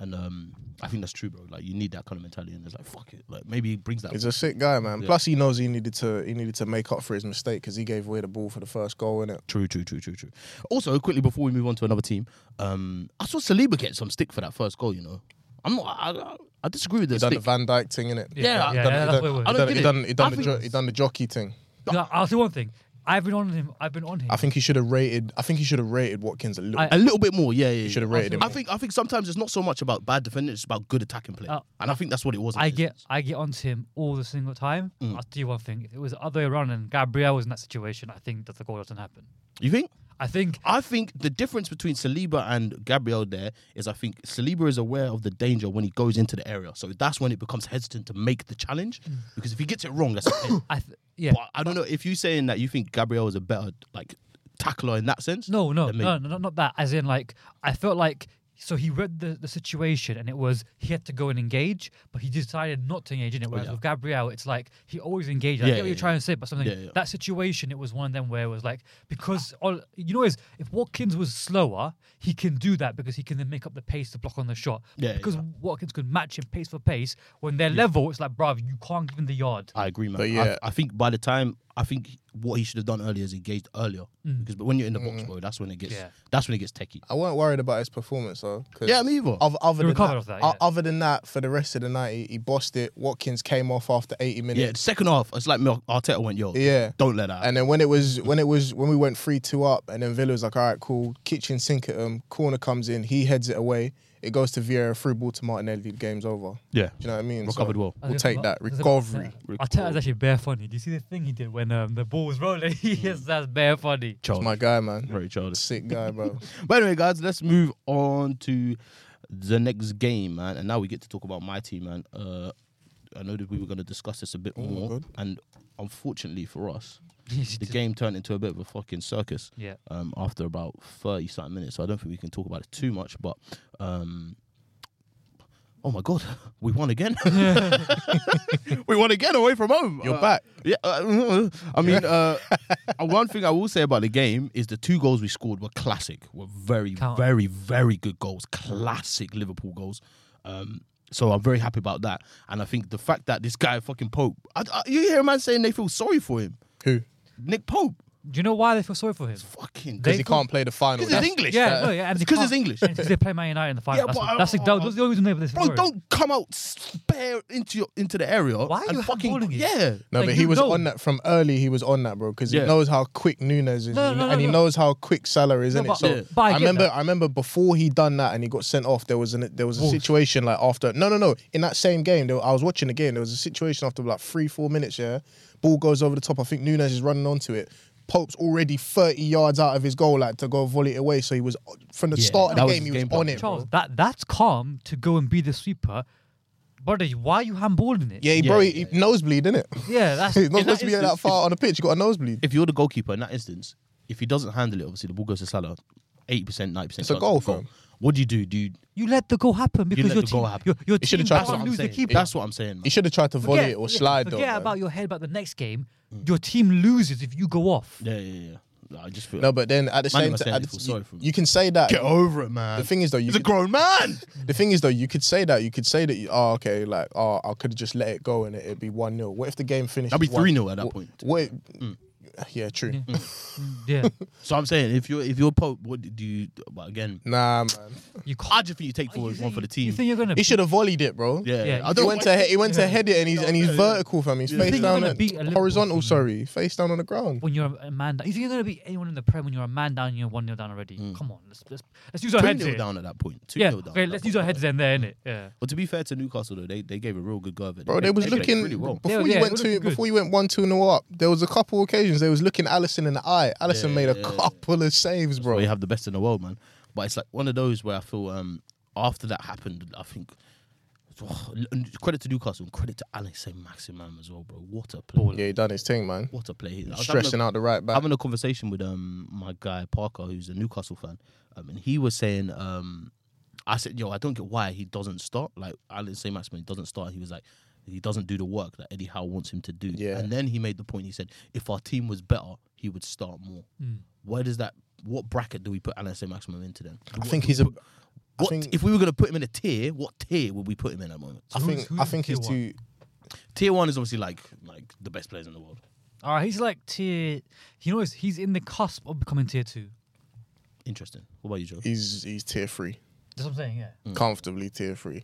Speaker 3: and um, I think that's true, bro. Like you need that kind of mentality. And it's like fuck it. Like maybe he brings that.
Speaker 1: He's a sick guy, man. Plus, he knows he needed to he needed to make up for his mistake because he gave away the ball for the first goal, innit?
Speaker 3: True, true, true, true, true. Also, quickly before we move on to another team, um, I saw Saliba get some stick for that first goal. You know, I'm not. I, I, I disagree with the
Speaker 1: He done the
Speaker 3: stick.
Speaker 1: Van Dyke thing, innit?
Speaker 3: Yeah,
Speaker 4: yeah,
Speaker 3: I-
Speaker 4: yeah,
Speaker 1: done-
Speaker 4: yeah,
Speaker 1: he
Speaker 4: that's
Speaker 1: done-
Speaker 4: where we're.
Speaker 3: I
Speaker 1: He
Speaker 3: don't
Speaker 1: done,
Speaker 3: get
Speaker 1: he
Speaker 3: it.
Speaker 1: done, he done
Speaker 4: I
Speaker 1: the
Speaker 4: think-
Speaker 1: jo- he done the jockey thing.
Speaker 4: No, I'll say one thing. I've been on him. I've been on him.
Speaker 1: I think he should have rated. I think he should have rated Watkins a little.
Speaker 4: I-
Speaker 3: a little bit more, yeah, yeah. yeah.
Speaker 1: should have rated him
Speaker 3: I think I think sometimes it's not so much about bad defending; it's about good attacking play,
Speaker 4: Uh,
Speaker 3: and I think that's what it was. in
Speaker 4: I
Speaker 3: this
Speaker 4: get
Speaker 3: instance.
Speaker 4: I get onto him all the single time. I'll tell you one thing. If it was the other way around and Gabriel was in that situation, I think that the goal doesn't happen.
Speaker 3: You think?
Speaker 4: I think
Speaker 3: I think the difference between Saliba and Gabriel there is I think Saliba is aware of the danger when he goes into the area, so that's when it becomes hesitant to make the challenge
Speaker 4: Mm.
Speaker 3: because if he gets it wrong, that's. a pen.
Speaker 4: I th- yeah.
Speaker 3: but I don't know if you're saying that you think Gabriel is a better like tackler in that sense.
Speaker 4: No, no,
Speaker 3: than me.
Speaker 4: no, no, not that. As in, like, I felt like so he read the, the situation and it was he had to go and engage, but he decided not to engage in it. Whereas
Speaker 3: Oh, yeah.
Speaker 4: with Gabriel, it's like he always engages. I
Speaker 3: Yeah,
Speaker 4: get what
Speaker 3: yeah,
Speaker 4: you're
Speaker 3: yeah.
Speaker 4: trying to say, but something
Speaker 3: Yeah, yeah.
Speaker 4: that situation, it was one of them where it was like because all you know is if Watkins was slower, he can do that because he can then make up the pace to block on the shot.
Speaker 3: Yeah,
Speaker 4: because Watkins could match him pace for pace. When they're level, it's like, bruv, you can't give him the yard.
Speaker 3: I agree, man.
Speaker 1: But yeah.
Speaker 3: I, I think by the time I think what he should have done earlier is engaged earlier because but when you're in the
Speaker 1: Mm.
Speaker 3: box, bro, that's when it gets
Speaker 4: Mm. Yeah.
Speaker 3: that's when it gets techie.
Speaker 1: I weren't worried about his performance though. 'cause
Speaker 3: Yeah, me either.
Speaker 1: Other, other
Speaker 4: He
Speaker 1: than
Speaker 4: recovered
Speaker 1: that,
Speaker 4: off that,
Speaker 1: o-
Speaker 4: yeah.
Speaker 1: other than that, for the rest of the night, he, he bossed it. Watkins came off after 80
Speaker 3: Yeah, the
Speaker 1: minutes.
Speaker 3: second half, it's like Mil- Arteta went, yo,
Speaker 1: Yeah.
Speaker 3: don't let that.
Speaker 1: And then when it was when it was when we went three two up, and then Villa was like, all right, cool. Kitchen sink at him. Corner comes in. He heads it away. It goes to Vieira. Through ball to Martinelli. The game's over.
Speaker 3: yeah,
Speaker 1: Do you know what I mean?
Speaker 3: Recovered well.
Speaker 1: We'll
Speaker 4: There's a
Speaker 1: take
Speaker 4: lot-
Speaker 1: that
Speaker 4: there's a-
Speaker 1: recovery.
Speaker 4: yeah. Arteta's actually bare funny. Do you see the thing he did when um, the ball was rolling?
Speaker 1: Mm.
Speaker 4: yes, that's bare funny.
Speaker 3: Charles,
Speaker 1: My guy, man.
Speaker 3: very childish.
Speaker 1: Sick guy, bro.
Speaker 3: But anyway, guys, let's move on to the next game, man. And now we get to talk about my team, man. Uh, I know that we were going to discuss this a bit more,
Speaker 1: God.
Speaker 3: and unfortunately for us,
Speaker 4: Yes,
Speaker 3: the
Speaker 4: it-
Speaker 3: game turned into a bit of a fucking circus.
Speaker 4: Yeah.
Speaker 3: Um, after about thirty something minutes, so I don't think we can talk about it too much. But um, oh my god, we won again. we won again away from home.
Speaker 1: You're
Speaker 3: Uh,
Speaker 1: back.
Speaker 3: Yeah. uh, I mean, uh, one thing I will say about the game is the two goals we scored were classic. Were very,
Speaker 4: Count.
Speaker 3: very, very good goals. Classic Liverpool goals. Um, so I'm very happy about that, and I think the fact that this guy fucking Pope, I, I, you hear a man saying they feel sorry for him.
Speaker 1: Who?
Speaker 3: Nick Pope.
Speaker 4: Do you know why they feel sorry for him?
Speaker 3: Fucking.
Speaker 1: because
Speaker 4: They
Speaker 1: he
Speaker 4: thought-
Speaker 1: can't play the final.
Speaker 3: 'Cause it's
Speaker 1: That's-
Speaker 3: English.
Speaker 4: Yeah,
Speaker 1: that-
Speaker 4: no, yeah, and
Speaker 3: It's
Speaker 4: they
Speaker 3: 'cause it's
Speaker 4: can't-
Speaker 3: English.
Speaker 4: and it's 'cause they play Man United in the final.
Speaker 3: Yeah,
Speaker 4: that's,
Speaker 3: but-
Speaker 4: what- that's,
Speaker 1: uh,
Speaker 4: the- that was the only reason they were this.
Speaker 3: Bro, don't come out spare into your into the area.
Speaker 4: Why are
Speaker 3: and
Speaker 4: you
Speaker 3: fucking
Speaker 4: handballing it?
Speaker 3: yeah?
Speaker 1: No,
Speaker 4: Like,
Speaker 1: but he
Speaker 4: you
Speaker 1: was
Speaker 4: know.
Speaker 1: on that from early. He was on that, bro, because
Speaker 3: Yeah.
Speaker 1: he knows how quick Nunes is,
Speaker 4: No,
Speaker 1: and he-
Speaker 4: no, no,
Speaker 1: and he
Speaker 4: no.
Speaker 1: knows how quick Salah is,
Speaker 4: No,
Speaker 1: innit?
Speaker 4: but-
Speaker 1: So
Speaker 4: Yeah. but I get
Speaker 1: remember,
Speaker 4: that.
Speaker 1: I remember before he done that and he got sent off. There was an there was a
Speaker 4: Wolves.
Speaker 1: situation like after no, no, no. In that same game, there, I was watching the game. There was a situation after like three, four minutes. Yeah, ball goes over the top. I think Nunes is running onto it. Pope's already thirty yards out of his goal, like to go volley it away. So he was from the
Speaker 4: Yeah.
Speaker 1: start of
Speaker 3: That
Speaker 1: the
Speaker 3: was
Speaker 1: game.
Speaker 3: his
Speaker 1: He
Speaker 3: game
Speaker 1: was
Speaker 3: plan.
Speaker 1: on it. bro.
Speaker 4: Charles, that that's calm to go and be the sweeper. Brother, why are you handballing it?
Speaker 1: Yeah, he-
Speaker 3: Yeah,
Speaker 1: bro,
Speaker 3: yeah,
Speaker 1: he, he nosebleed, innit?
Speaker 4: yeah that's
Speaker 1: He's not
Speaker 3: In that
Speaker 1: supposed to be that
Speaker 3: instance-
Speaker 1: far on the pitch. He got a nosebleed.
Speaker 3: If you're the goalkeeper in that instance, if he doesn't handle it, obviously the ball goes to Salah. Eight percent, ninety percent.
Speaker 1: It's a goal, fam.
Speaker 3: What do you do? Do you,
Speaker 4: you let the goal happen because
Speaker 3: let
Speaker 4: your
Speaker 3: the
Speaker 4: team,
Speaker 3: goal happen.
Speaker 4: your, your
Speaker 1: You should've
Speaker 4: team
Speaker 1: tried
Speaker 3: that's
Speaker 1: to
Speaker 4: can't
Speaker 3: what I'm
Speaker 4: lose the
Speaker 3: saying.
Speaker 4: keeper.
Speaker 3: That's what I'm saying. man.
Speaker 1: He should have tried to volley
Speaker 4: Forget-
Speaker 1: it or
Speaker 4: yeah,
Speaker 1: slide though.
Speaker 4: Forget
Speaker 1: man.
Speaker 4: about your head about the next game.
Speaker 3: Mm.
Speaker 4: Your team loses if you go off.
Speaker 3: Yeah, yeah, yeah. No, I just feel
Speaker 1: No, but then at the
Speaker 3: Man,
Speaker 1: same
Speaker 3: I said
Speaker 1: time,
Speaker 3: I feel sorry for him.
Speaker 1: you can say that.
Speaker 3: get over it, man.
Speaker 1: The thing is though, you
Speaker 3: he's a
Speaker 1: could,
Speaker 3: grown man.
Speaker 1: the thing is though, you could say that. You could say that. You, oh, okay, like oh, I could have just let it go and it, would be one 0 What if the game finished?
Speaker 3: That'd be 3-0 at that point. Hmm.
Speaker 1: What? if- Yeah, true.
Speaker 4: Yeah,
Speaker 3: So I'm saying, if you're if you're Pope, what do you? But again,
Speaker 1: Nah, man,
Speaker 4: you can't.
Speaker 3: I just think you take forward
Speaker 4: you
Speaker 3: one
Speaker 4: think-
Speaker 3: for the
Speaker 4: You
Speaker 3: team.
Speaker 4: think you're gonna?
Speaker 1: he should have volleyed it, bro.
Speaker 3: yeah,
Speaker 4: Yeah,
Speaker 3: I
Speaker 1: He
Speaker 3: don't.
Speaker 1: went to he went to head it and he's and he's vertical fam. He's face
Speaker 4: think
Speaker 1: down
Speaker 4: you're gonna
Speaker 1: and-
Speaker 4: beat a Liverpool
Speaker 1: horizontal.
Speaker 4: team?
Speaker 1: Sorry, face down on the ground.
Speaker 4: when you're a man down. You think you're gonna beat anyone in the Prem when you're a man down? and You're one 0 down already. Come on, let's let's let's use our
Speaker 3: Mm. Two
Speaker 4: heads
Speaker 3: nil
Speaker 4: here.
Speaker 3: down at that point. Two
Speaker 4: Yeah,
Speaker 3: nil down.
Speaker 4: okay,
Speaker 3: at that
Speaker 4: let's
Speaker 3: point.
Speaker 4: use our heads then. There, innit? Yeah.
Speaker 3: But to be fair to Newcastle though, they, they gave a real good go of it.
Speaker 1: Bro, they was
Speaker 3: played
Speaker 1: looking
Speaker 3: really well.
Speaker 1: before
Speaker 4: Yeah,
Speaker 1: you
Speaker 4: yeah,
Speaker 1: went
Speaker 4: it
Speaker 1: two
Speaker 4: looked good.
Speaker 1: before you went one two nil up. There was a couple occasions they was looking Allison in the eye. Allison
Speaker 3: Yeah,
Speaker 1: made a
Speaker 3: yeah, yeah.
Speaker 1: couple of saves, bro.
Speaker 3: Bro, you have the best in the world, man. But it's like one of those where I feel um, after that happened, I think. and credit to Newcastle and credit to Alex Saint Maximum as well, bro. What a play!
Speaker 1: Yeah, he done his thing, man.
Speaker 3: What a play! he is. I was having a-
Speaker 1: Stressing out the right back.
Speaker 3: having a conversation with um my guy Parker, who's a Newcastle fan, um, and he was saying um I said, yo, I don't get why he doesn't start. Like I didn't say Maxman doesn't start. He was like, he doesn't do the work that Eddie Howe wants him to do.
Speaker 1: Yeah.
Speaker 3: And then he made the point. He said, if our team was better, he would start more. Where does that? What bracket do we put Alan Say Maximum into then?
Speaker 1: I think he's a. I
Speaker 3: What
Speaker 1: think,
Speaker 3: if we were going to put him in a tier? What tier would we put him in at the moment?
Speaker 1: I think
Speaker 4: who's
Speaker 1: I
Speaker 4: in
Speaker 1: think
Speaker 4: tier
Speaker 1: he's too.
Speaker 3: Tier one is obviously like like the best players in the world.
Speaker 4: All right, he's like tier. You know, he's- he's in the cusp of becoming tier two.
Speaker 3: Interesting. What about you, Joe?
Speaker 1: He's he's tier three,
Speaker 4: That's what I'm saying. Yeah.
Speaker 3: Mm,
Speaker 1: comfortably tier three.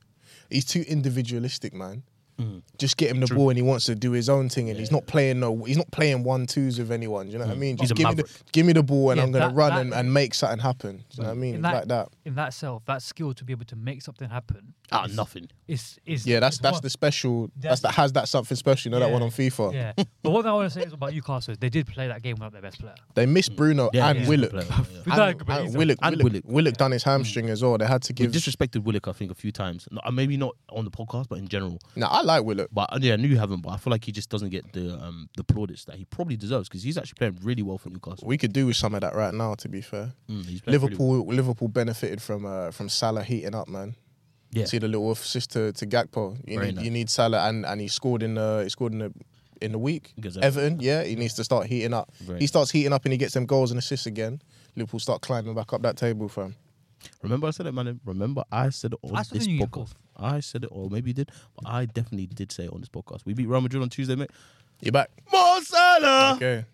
Speaker 1: He's too individualistic, man.
Speaker 3: Mm.
Speaker 1: Just get him the ball and he wants to do his own thing, and he's not playing no. He's not playing one twos with anyone. Do you know what I mean?
Speaker 3: Mm. He's
Speaker 1: Just
Speaker 3: a
Speaker 1: give me the
Speaker 3: maverick.
Speaker 1: give me the ball and
Speaker 4: Yeah,
Speaker 1: I'm gonna
Speaker 4: that-
Speaker 1: run
Speaker 4: that-
Speaker 1: and, and make something happen. Do you know what I mean? like that.
Speaker 4: in that self, that skill to be able to make something happen
Speaker 3: Ah, nothing.
Speaker 4: is is
Speaker 1: Yeah, that's
Speaker 4: is
Speaker 1: that's
Speaker 4: what-
Speaker 1: the special. That's that has that something special. You know that
Speaker 4: Yeah.
Speaker 1: one on FIFA.
Speaker 4: yeah. but what I want to say is about Newcastle is they did play that game without their best player.
Speaker 1: They miss Bruno
Speaker 3: Yeah,
Speaker 1: and
Speaker 3: he's a
Speaker 1: Willock.
Speaker 3: player,
Speaker 1: And,
Speaker 3: yeah.
Speaker 4: We don't agree,
Speaker 1: and
Speaker 4: so-
Speaker 1: Willock,
Speaker 3: And
Speaker 1: Willock,
Speaker 3: Willock. Mm.
Speaker 1: Willock done his hamstring as well. They had to
Speaker 3: We
Speaker 1: give.
Speaker 3: disrespected Willick, I think, a few times. No, uh, maybe not on the podcast, but in general.
Speaker 1: Now I like Willock.
Speaker 3: But uh, yeah, I knew you haven't. But I feel like he just doesn't get the um, the plaudits that he probably deserves because he's actually playing really well for Newcastle.
Speaker 1: We could do with some of that right now. To be fair,
Speaker 3: Mm, he's playing really well.
Speaker 1: Liverpool Liverpool benefited from uh, from Salah heating up, man.
Speaker 3: yeah,
Speaker 1: See the little assist to, to Gakpo. You
Speaker 3: Very
Speaker 1: need
Speaker 3: nice.
Speaker 1: you need Salah, and, and he scored in the he scored in the in the week.
Speaker 3: Against
Speaker 1: Everton, yeah, he needs to start heating up.
Speaker 3: Very
Speaker 1: he
Speaker 3: nice.
Speaker 1: starts heating up and he gets them goals and assists again. Liverpool start climbing back up that table, fam.
Speaker 3: remember I said it, man. Remember I said it on
Speaker 4: I still
Speaker 3: this
Speaker 4: think you
Speaker 3: podcast. I said it, or maybe you did, but I definitely did say it on this podcast. We beat Real Madrid on Tuesday, mate.
Speaker 1: You back?
Speaker 3: Mo Salah
Speaker 1: Okay.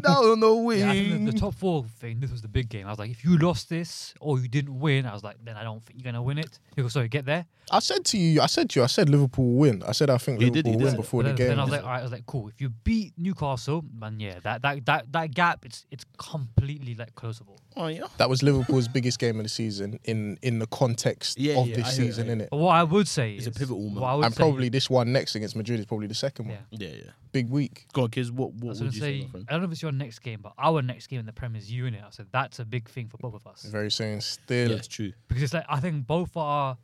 Speaker 3: down the wing.
Speaker 4: Yeah, I think the, the top four thing. This was the big game. I was like, if you lost this or you didn't win, I was like, then I don't think you're gonna win it. You go, sorry, get there.
Speaker 1: I said to you, I said to you, I said Liverpool will win. I said I think
Speaker 3: You did,
Speaker 1: Liverpool will
Speaker 3: you did
Speaker 1: win
Speaker 3: say that.
Speaker 1: before the
Speaker 4: then,
Speaker 1: game.
Speaker 4: then I was like, all right, I was like, cool. If you beat Newcastle, man, yeah, that that that that gap, it's it's completely like closable.
Speaker 3: oh yeah.
Speaker 1: That was Liverpool's biggest game of the season in in the context
Speaker 3: Yeah,
Speaker 1: of
Speaker 3: yeah,
Speaker 1: this
Speaker 3: I hear-
Speaker 1: season,
Speaker 3: I
Speaker 1: innit?
Speaker 4: But what I would say
Speaker 3: It's
Speaker 4: is
Speaker 3: a pivotal moment.
Speaker 4: What I would
Speaker 1: And
Speaker 4: say
Speaker 1: probably this one next against Madrid is probably the second one.
Speaker 4: Yeah.
Speaker 3: Yeah, yeah.
Speaker 1: Big week.
Speaker 3: Go on, kids. What,
Speaker 4: I
Speaker 3: what
Speaker 4: was
Speaker 3: would
Speaker 4: gonna
Speaker 3: you say,
Speaker 4: say,
Speaker 3: my friend?
Speaker 4: I don't know if it's your next game, but our next game in the Prem is you in it. I said that's a big thing for both of us
Speaker 1: Very soon. Still
Speaker 3: Yeah, it's true.
Speaker 4: because it's like I think both our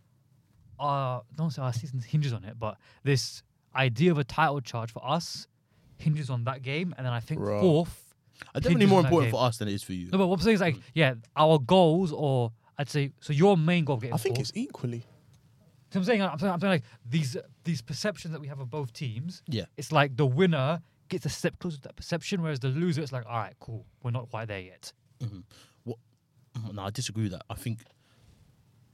Speaker 4: our don't say our season hinges on it, but this idea of a title charge for us hinges on that game, and then I think
Speaker 1: Right.
Speaker 4: fourth.
Speaker 3: Uh, Definitely
Speaker 4: hinges
Speaker 3: more
Speaker 4: on that
Speaker 3: important
Speaker 4: game.
Speaker 3: for us than it is for you.
Speaker 4: No, but what I'm saying is
Speaker 1: Mm.
Speaker 4: like, yeah, our goals or I'd say so your main goal of getting
Speaker 1: I think
Speaker 4: fourth.
Speaker 1: it's equally.
Speaker 4: So I'm saying I'm saying, I'm saying like these these perceptions that we have of both teams.
Speaker 3: Yeah.
Speaker 4: It's like the winner gets a step closer to that perception, whereas the loser it's like, all right, cool, we're not quite there yet.
Speaker 3: What? No, I disagree with that. I think.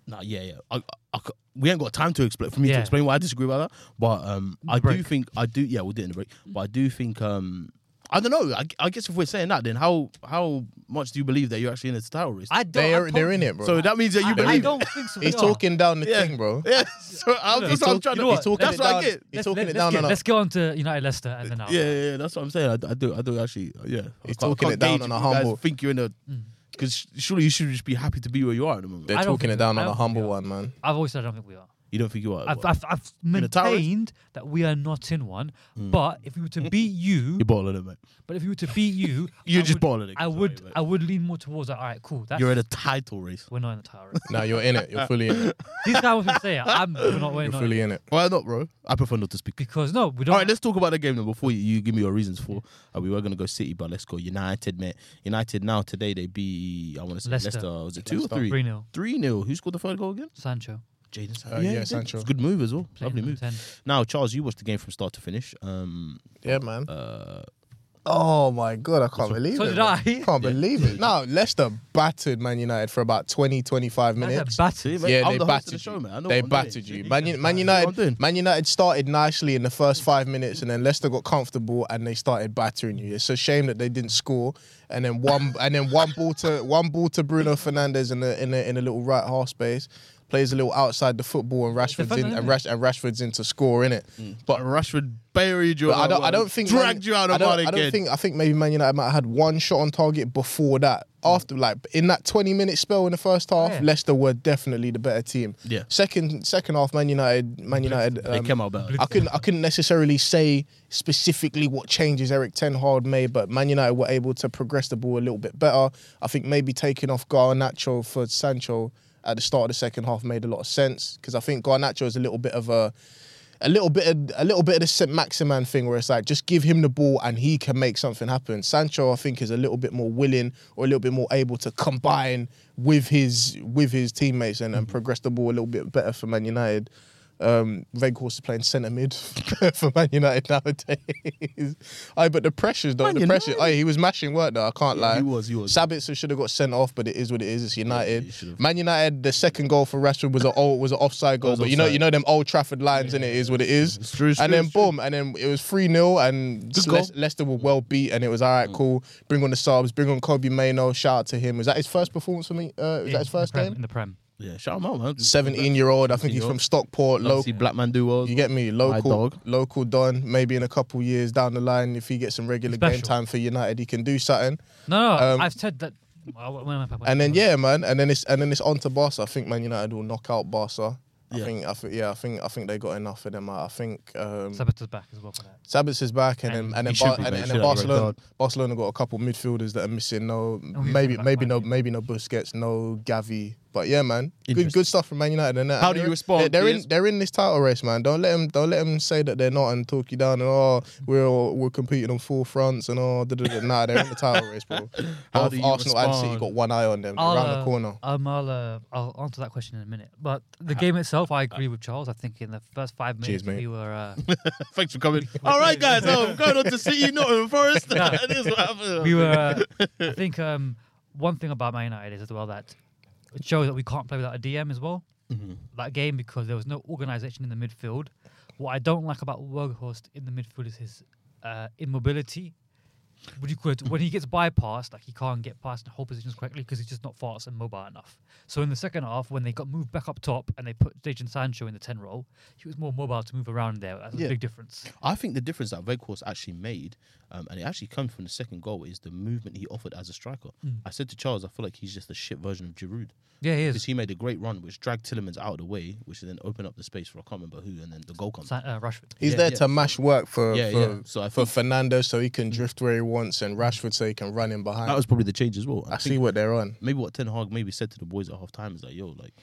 Speaker 3: Nah, yeah, yeah. I, I- I c- we ain't got time to explain for me to
Speaker 4: Yeah.
Speaker 3: explain why I disagree about that. But um, I do
Speaker 4: Break.
Speaker 1: Mm.
Speaker 3: think I do. Yeah, we'll do it in the break. But I do think um, I don't know. I, I guess if we're saying that, then how how much do you believe that you're actually in the title race?
Speaker 4: I don't.
Speaker 1: They're
Speaker 4: I
Speaker 1: they're
Speaker 4: don't-
Speaker 1: in it, bro.
Speaker 3: so that means that you
Speaker 4: I,
Speaker 3: believe.
Speaker 4: I
Speaker 3: it.
Speaker 4: don't think so.
Speaker 1: he's
Speaker 4: we are.
Speaker 1: talking down the
Speaker 3: Yeah.
Speaker 1: thing, bro.
Speaker 3: Yeah. So I'm,
Speaker 4: Look,
Speaker 3: that's what I'm trying to.
Speaker 4: you know
Speaker 1: He's
Speaker 4: what?
Speaker 1: talking
Speaker 3: That's
Speaker 1: it
Speaker 3: what I
Speaker 1: down.
Speaker 3: get.
Speaker 1: He's
Speaker 4: Let's-
Speaker 1: talking
Speaker 4: let-
Speaker 1: it
Speaker 4: let's
Speaker 1: down.
Speaker 4: get-
Speaker 1: on a-
Speaker 4: Let's go on to United Leicester and then I'll-
Speaker 3: Yeah, yeah, yeah, that's what I'm saying. I, I do, I do actually. Uh,
Speaker 1: He's
Speaker 3: yeah, I can't-
Speaker 1: talking
Speaker 3: I can't
Speaker 1: it down
Speaker 3: gauge
Speaker 1: on
Speaker 3: if
Speaker 1: a
Speaker 3: you guys
Speaker 1: humble.
Speaker 3: Think you're in a
Speaker 4: Mm.
Speaker 3: because surely you should just be happy to be where you are at the moment.
Speaker 1: They're
Speaker 4: I don't
Speaker 1: talking it
Speaker 4: think
Speaker 1: down
Speaker 4: we- I
Speaker 1: on a
Speaker 4: don't
Speaker 1: humble
Speaker 4: think we
Speaker 1: one, man.
Speaker 4: I've always said I don't think we are.
Speaker 3: You don't think you are.
Speaker 4: I've,
Speaker 3: what?
Speaker 4: I've, I've
Speaker 3: a terrorist?
Speaker 4: maintained that we are not in one.
Speaker 3: Hmm.
Speaker 4: But if we were to beat you,
Speaker 3: You're balling it, mate.
Speaker 4: but if we were to beat you,
Speaker 3: You're
Speaker 4: I
Speaker 3: just
Speaker 4: would-
Speaker 3: balling it,
Speaker 4: I
Speaker 3: sorry,
Speaker 4: would,
Speaker 3: mate.
Speaker 4: I would lean more towards that. All right, cool. That's
Speaker 3: You're in a title race.
Speaker 4: we're not in the tower.
Speaker 1: No, you're in it. You're fully in it.
Speaker 4: These guys want me to say it. I'm we're not. We're
Speaker 1: You're
Speaker 4: not
Speaker 1: fully in it.
Speaker 3: Why not, bro? I prefer not to speak.
Speaker 4: because no, we don't.
Speaker 3: All right, let's talk about the game then before you, you give me your reasons for. Uh, we were going to go City, but let's go United, mate. United now today they beat, I want to say
Speaker 4: Leicester.
Speaker 3: Leicester. Was it two
Speaker 1: Leicester.
Speaker 3: or three?
Speaker 4: 3 0.
Speaker 3: 3 nil. Who scored the third goal again?
Speaker 4: Sancho.
Speaker 3: Jaden Sancho.
Speaker 1: Uh, yeah,
Speaker 3: he did.
Speaker 1: Sancho.
Speaker 3: It's a good move as well.
Speaker 4: playing
Speaker 3: Lovely
Speaker 4: number
Speaker 3: move.
Speaker 4: 10.
Speaker 3: Now, Charles, you watched the game from start to finish. Um,
Speaker 1: Yeah, man.
Speaker 3: uh,
Speaker 1: Oh my god, I can't believe
Speaker 4: So
Speaker 1: it.
Speaker 4: did
Speaker 1: man.
Speaker 4: I.
Speaker 1: Can't believe it. No, Leicester battered Man United for about 20, 25 minutes.
Speaker 4: That's a battered.
Speaker 3: mate.
Speaker 1: yeah,
Speaker 3: I'm
Speaker 1: they
Speaker 3: the host of
Speaker 1: battered
Speaker 3: the show,
Speaker 1: you.
Speaker 3: man. I
Speaker 1: They
Speaker 3: know what I'm doing.
Speaker 1: battered you.
Speaker 3: You
Speaker 1: Man,
Speaker 3: guys
Speaker 1: U- Man
Speaker 3: know what I'm doing.
Speaker 1: United. Man United started nicely in the first five minutes, and then Leicester got comfortable, and they started battering you. It's a shame that they didn't score, and then one, and then one ball to one ball to Bruno Fernandez in the in the, in the little right half space. Plays a little outside the football, and Rashford's in, and, Rash, and Rashford's in to score in it.
Speaker 3: But Rashford buried you.
Speaker 1: But I
Speaker 3: out of
Speaker 1: don't. I
Speaker 3: one,
Speaker 1: don't think
Speaker 3: dragged
Speaker 1: Man-
Speaker 3: you out of
Speaker 1: I don't,
Speaker 3: one
Speaker 1: I
Speaker 3: again.
Speaker 1: don't think. I think maybe Man United might have had one shot on target before that. After like in that twenty minute spell in the first half,
Speaker 4: Yeah.
Speaker 1: Leicester were definitely the better team.
Speaker 3: Yeah.
Speaker 1: Second second half, Man United. Man United.
Speaker 3: they
Speaker 1: um,
Speaker 3: came out better.
Speaker 1: I couldn't. I couldn't necessarily say specifically what changes Eric Ten Hag made, but Man United were able to progress the ball a little bit better. I think maybe taking off Garnacho for Sancho at the start of the second half made a lot of sense because I think Garnacho is a little bit of a. A little bit, of, a little bit of the Saint Maximan thing, where it's like just give him the ball and he can make something happen. Sancho, I think, is a little bit more willing or a little bit more able to combine with his with his teammates and, and progress the ball a little bit better for Man United. Um, Veghorst is playing centre mid for Man United nowadays. Aye, but the pressures though,
Speaker 3: Man
Speaker 1: the pressure.
Speaker 3: United?
Speaker 1: Aye, he was mashing work though. I can't
Speaker 3: Yeah,
Speaker 1: lie.
Speaker 3: he was, he was.
Speaker 1: Sabitzer should have got sent off, but it is what it is. It's United.
Speaker 3: he should've.
Speaker 1: Man United. The second goal for Rashford was a old, was an offside goal,
Speaker 3: was
Speaker 1: but you know
Speaker 3: offside.
Speaker 1: you know them old Trafford lines, and it is what it is.
Speaker 3: It's true, it's
Speaker 1: and
Speaker 3: true,
Speaker 1: then
Speaker 3: it's true.
Speaker 1: boom, and then it was three 0 and
Speaker 3: Good
Speaker 1: Le-
Speaker 3: goal. Mm.
Speaker 1: Leicester were well beat, and it was all right, cool. Bring on the subs, bring on Kobe Mano. Shout out to him. Was that his first performance for me? Uh, was that his first
Speaker 4: Prem,
Speaker 1: game?
Speaker 4: in the Prem.
Speaker 3: Yeah, shout him out, man.
Speaker 1: 17 year old, I think he's
Speaker 3: 17-year-old.
Speaker 1: from Stockport,
Speaker 3: Love to
Speaker 1: local.
Speaker 3: see black man do well.
Speaker 1: You get me, local,
Speaker 3: dog.
Speaker 1: local Don. Maybe in a couple years down the line, if he gets some regular game
Speaker 4: Special.
Speaker 1: time for United, he can do something.
Speaker 4: No, no,
Speaker 1: Um,
Speaker 4: I've said that. I- when I- when I-
Speaker 1: And then yeah, man. And then it's and then it's on to Barca. I think Man United will knock out Barca. I
Speaker 3: Yeah.
Speaker 1: think I think yeah, I think I think they got enough for them. I think um,
Speaker 4: Sabater's back as well for that.
Speaker 1: Sabitz is back, and then
Speaker 4: And
Speaker 1: and then,
Speaker 3: he should
Speaker 1: Bar-
Speaker 3: be,
Speaker 1: and,
Speaker 3: mate.
Speaker 1: and
Speaker 3: Should
Speaker 1: then
Speaker 3: have a red
Speaker 1: Barcelona.
Speaker 3: card. Oh,
Speaker 1: Barcelona got a couple midfielders that are missing. No,
Speaker 4: we can
Speaker 1: maybe
Speaker 4: come back
Speaker 1: maybe
Speaker 4: to
Speaker 1: no
Speaker 4: that.
Speaker 1: maybe no Busquets, no Gavi. But yeah, man, good
Speaker 3: Interesting.
Speaker 1: good stuff from Man United. And
Speaker 3: How do you respond?
Speaker 1: They're,
Speaker 3: Yes.
Speaker 1: in they're in this title race, man. Don't let them don't let them say that they're not and talk you down and oh we're all, we're competing on four fronts and oh da, da, da. nah they're in the title race, bro.
Speaker 3: How
Speaker 1: Both
Speaker 3: do you
Speaker 1: Arsenal and City
Speaker 3: respond?
Speaker 1: got one eye on them. They're
Speaker 4: I'll,
Speaker 1: around the
Speaker 4: uh,
Speaker 1: corner.
Speaker 4: Um, I'll, uh, I'll answer that question in a minute. But the game itself, I agree with Charles. I think in the first five minutes
Speaker 1: Cheers, mate.
Speaker 4: we were. Uh,
Speaker 3: Thanks for coming. All right, guys, no, I'm going on to City, Nottingham Forest. That is what happened.
Speaker 4: we were. Uh, I think um, one thing about Man United is as well that it shows that we can't play without a DM as well. That game because there was no organisation in the midfield. What I don't like about Weghorst in the midfield is his uh, immobility. Would you call it when he gets bypassed, like he can't get past and hold positions correctly because he's just not fast and mobile enough. So in the second half, when they got moved back up top and they put Dejan Sancho in the ten role, he was more mobile to move around there. That's
Speaker 3: Yeah.
Speaker 4: a big difference.
Speaker 3: I think the difference that Veghorst actually made, um, and it actually comes from the second goal, is the movement he offered as a striker. I said to Charles, I feel like he's just a shit version of Giroud.
Speaker 4: Yeah, he
Speaker 3: Because
Speaker 4: is.
Speaker 3: he made a great run, which dragged Tillemans out of the way, which then opened up the space for I can't remember who, and then the goal comes.
Speaker 4: Sa- uh, Rashford.
Speaker 1: He's
Speaker 3: Yeah,
Speaker 1: there
Speaker 3: yeah.
Speaker 1: to mash work for
Speaker 3: Yeah,
Speaker 1: for,
Speaker 3: yeah. So I
Speaker 1: for
Speaker 3: think-
Speaker 1: Fernando so he can drift where he wants and Rashford so he can run in behind.
Speaker 3: That was probably the change as well.
Speaker 1: I
Speaker 3: I
Speaker 1: see
Speaker 3: think
Speaker 1: what they're on.
Speaker 3: maybe what Ten Hag maybe said to the boys at half time is like, "Yo, like,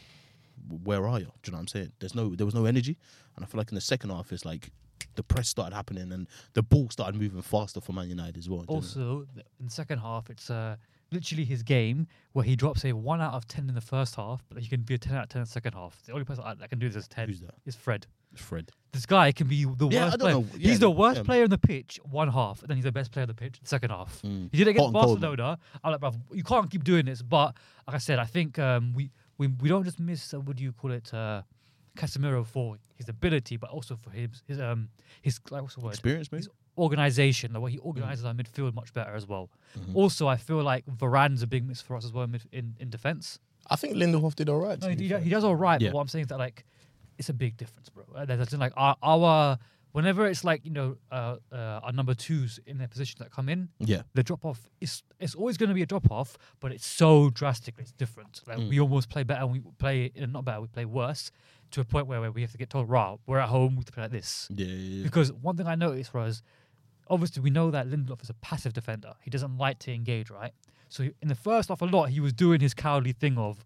Speaker 3: w- where are you?" Do you know what I'm saying? There's no, there was no energy, and I feel like in the second half, it's like the press started happening and the ball started moving faster for Man United as well. do you know?
Speaker 4: Also, th- in the second half, it's uh, literally his game where he drops a one out of ten in the first half, but he can be a ten out of ten in the second half. The only person I- that can do this is ten.
Speaker 3: Who's that?
Speaker 4: Is Fred.
Speaker 3: Fred.
Speaker 4: This guy can be the
Speaker 3: Yeah, I
Speaker 4: worst
Speaker 3: don't
Speaker 4: player.
Speaker 3: know. Yeah,
Speaker 4: he's the
Speaker 3: yeah.
Speaker 4: worst player on the pitch one half, and then he's the best player on the pitch second half. He
Speaker 3: Mm. Hot
Speaker 4: did it against
Speaker 3: and cold, man.
Speaker 4: Barcelona. I'm like, bruv, you can't keep doing this. But like I said, I think um, we, we we don't just miss uh, what do you call it, uh, Casemiro for his ability, but also for his his um his like, what's the word?
Speaker 3: Experience, maybe?
Speaker 4: His organisation, the way he organises our midfield much better as well. Also, I feel like Varane's a big miss for us as well in, midf- in, in defence.
Speaker 1: I think Lindelhof did all right. to
Speaker 4: No, he,
Speaker 1: be
Speaker 4: he-
Speaker 1: fair.
Speaker 4: he does all right,
Speaker 3: Yeah.
Speaker 4: but what I'm saying is that like it's a big difference, bro. Uh, There's there's like our, our whenever it's like you know uh, uh, our number twos in their position that come in,
Speaker 3: Yeah.
Speaker 4: the drop off is it's always going to be a drop off, but it's so drastic, it's different. Like we almost play better, and we play uh, not better, we play worse to a point where, where we have to get told, "Rah, we're at home, we have to play like this."
Speaker 3: Yeah, yeah, yeah.
Speaker 4: Because one thing I noticed was, obviously, we know that Lindelof is a passive defender. He doesn't like to engage, right? So he- in the first half, a lot he was doing his cowardly thing of,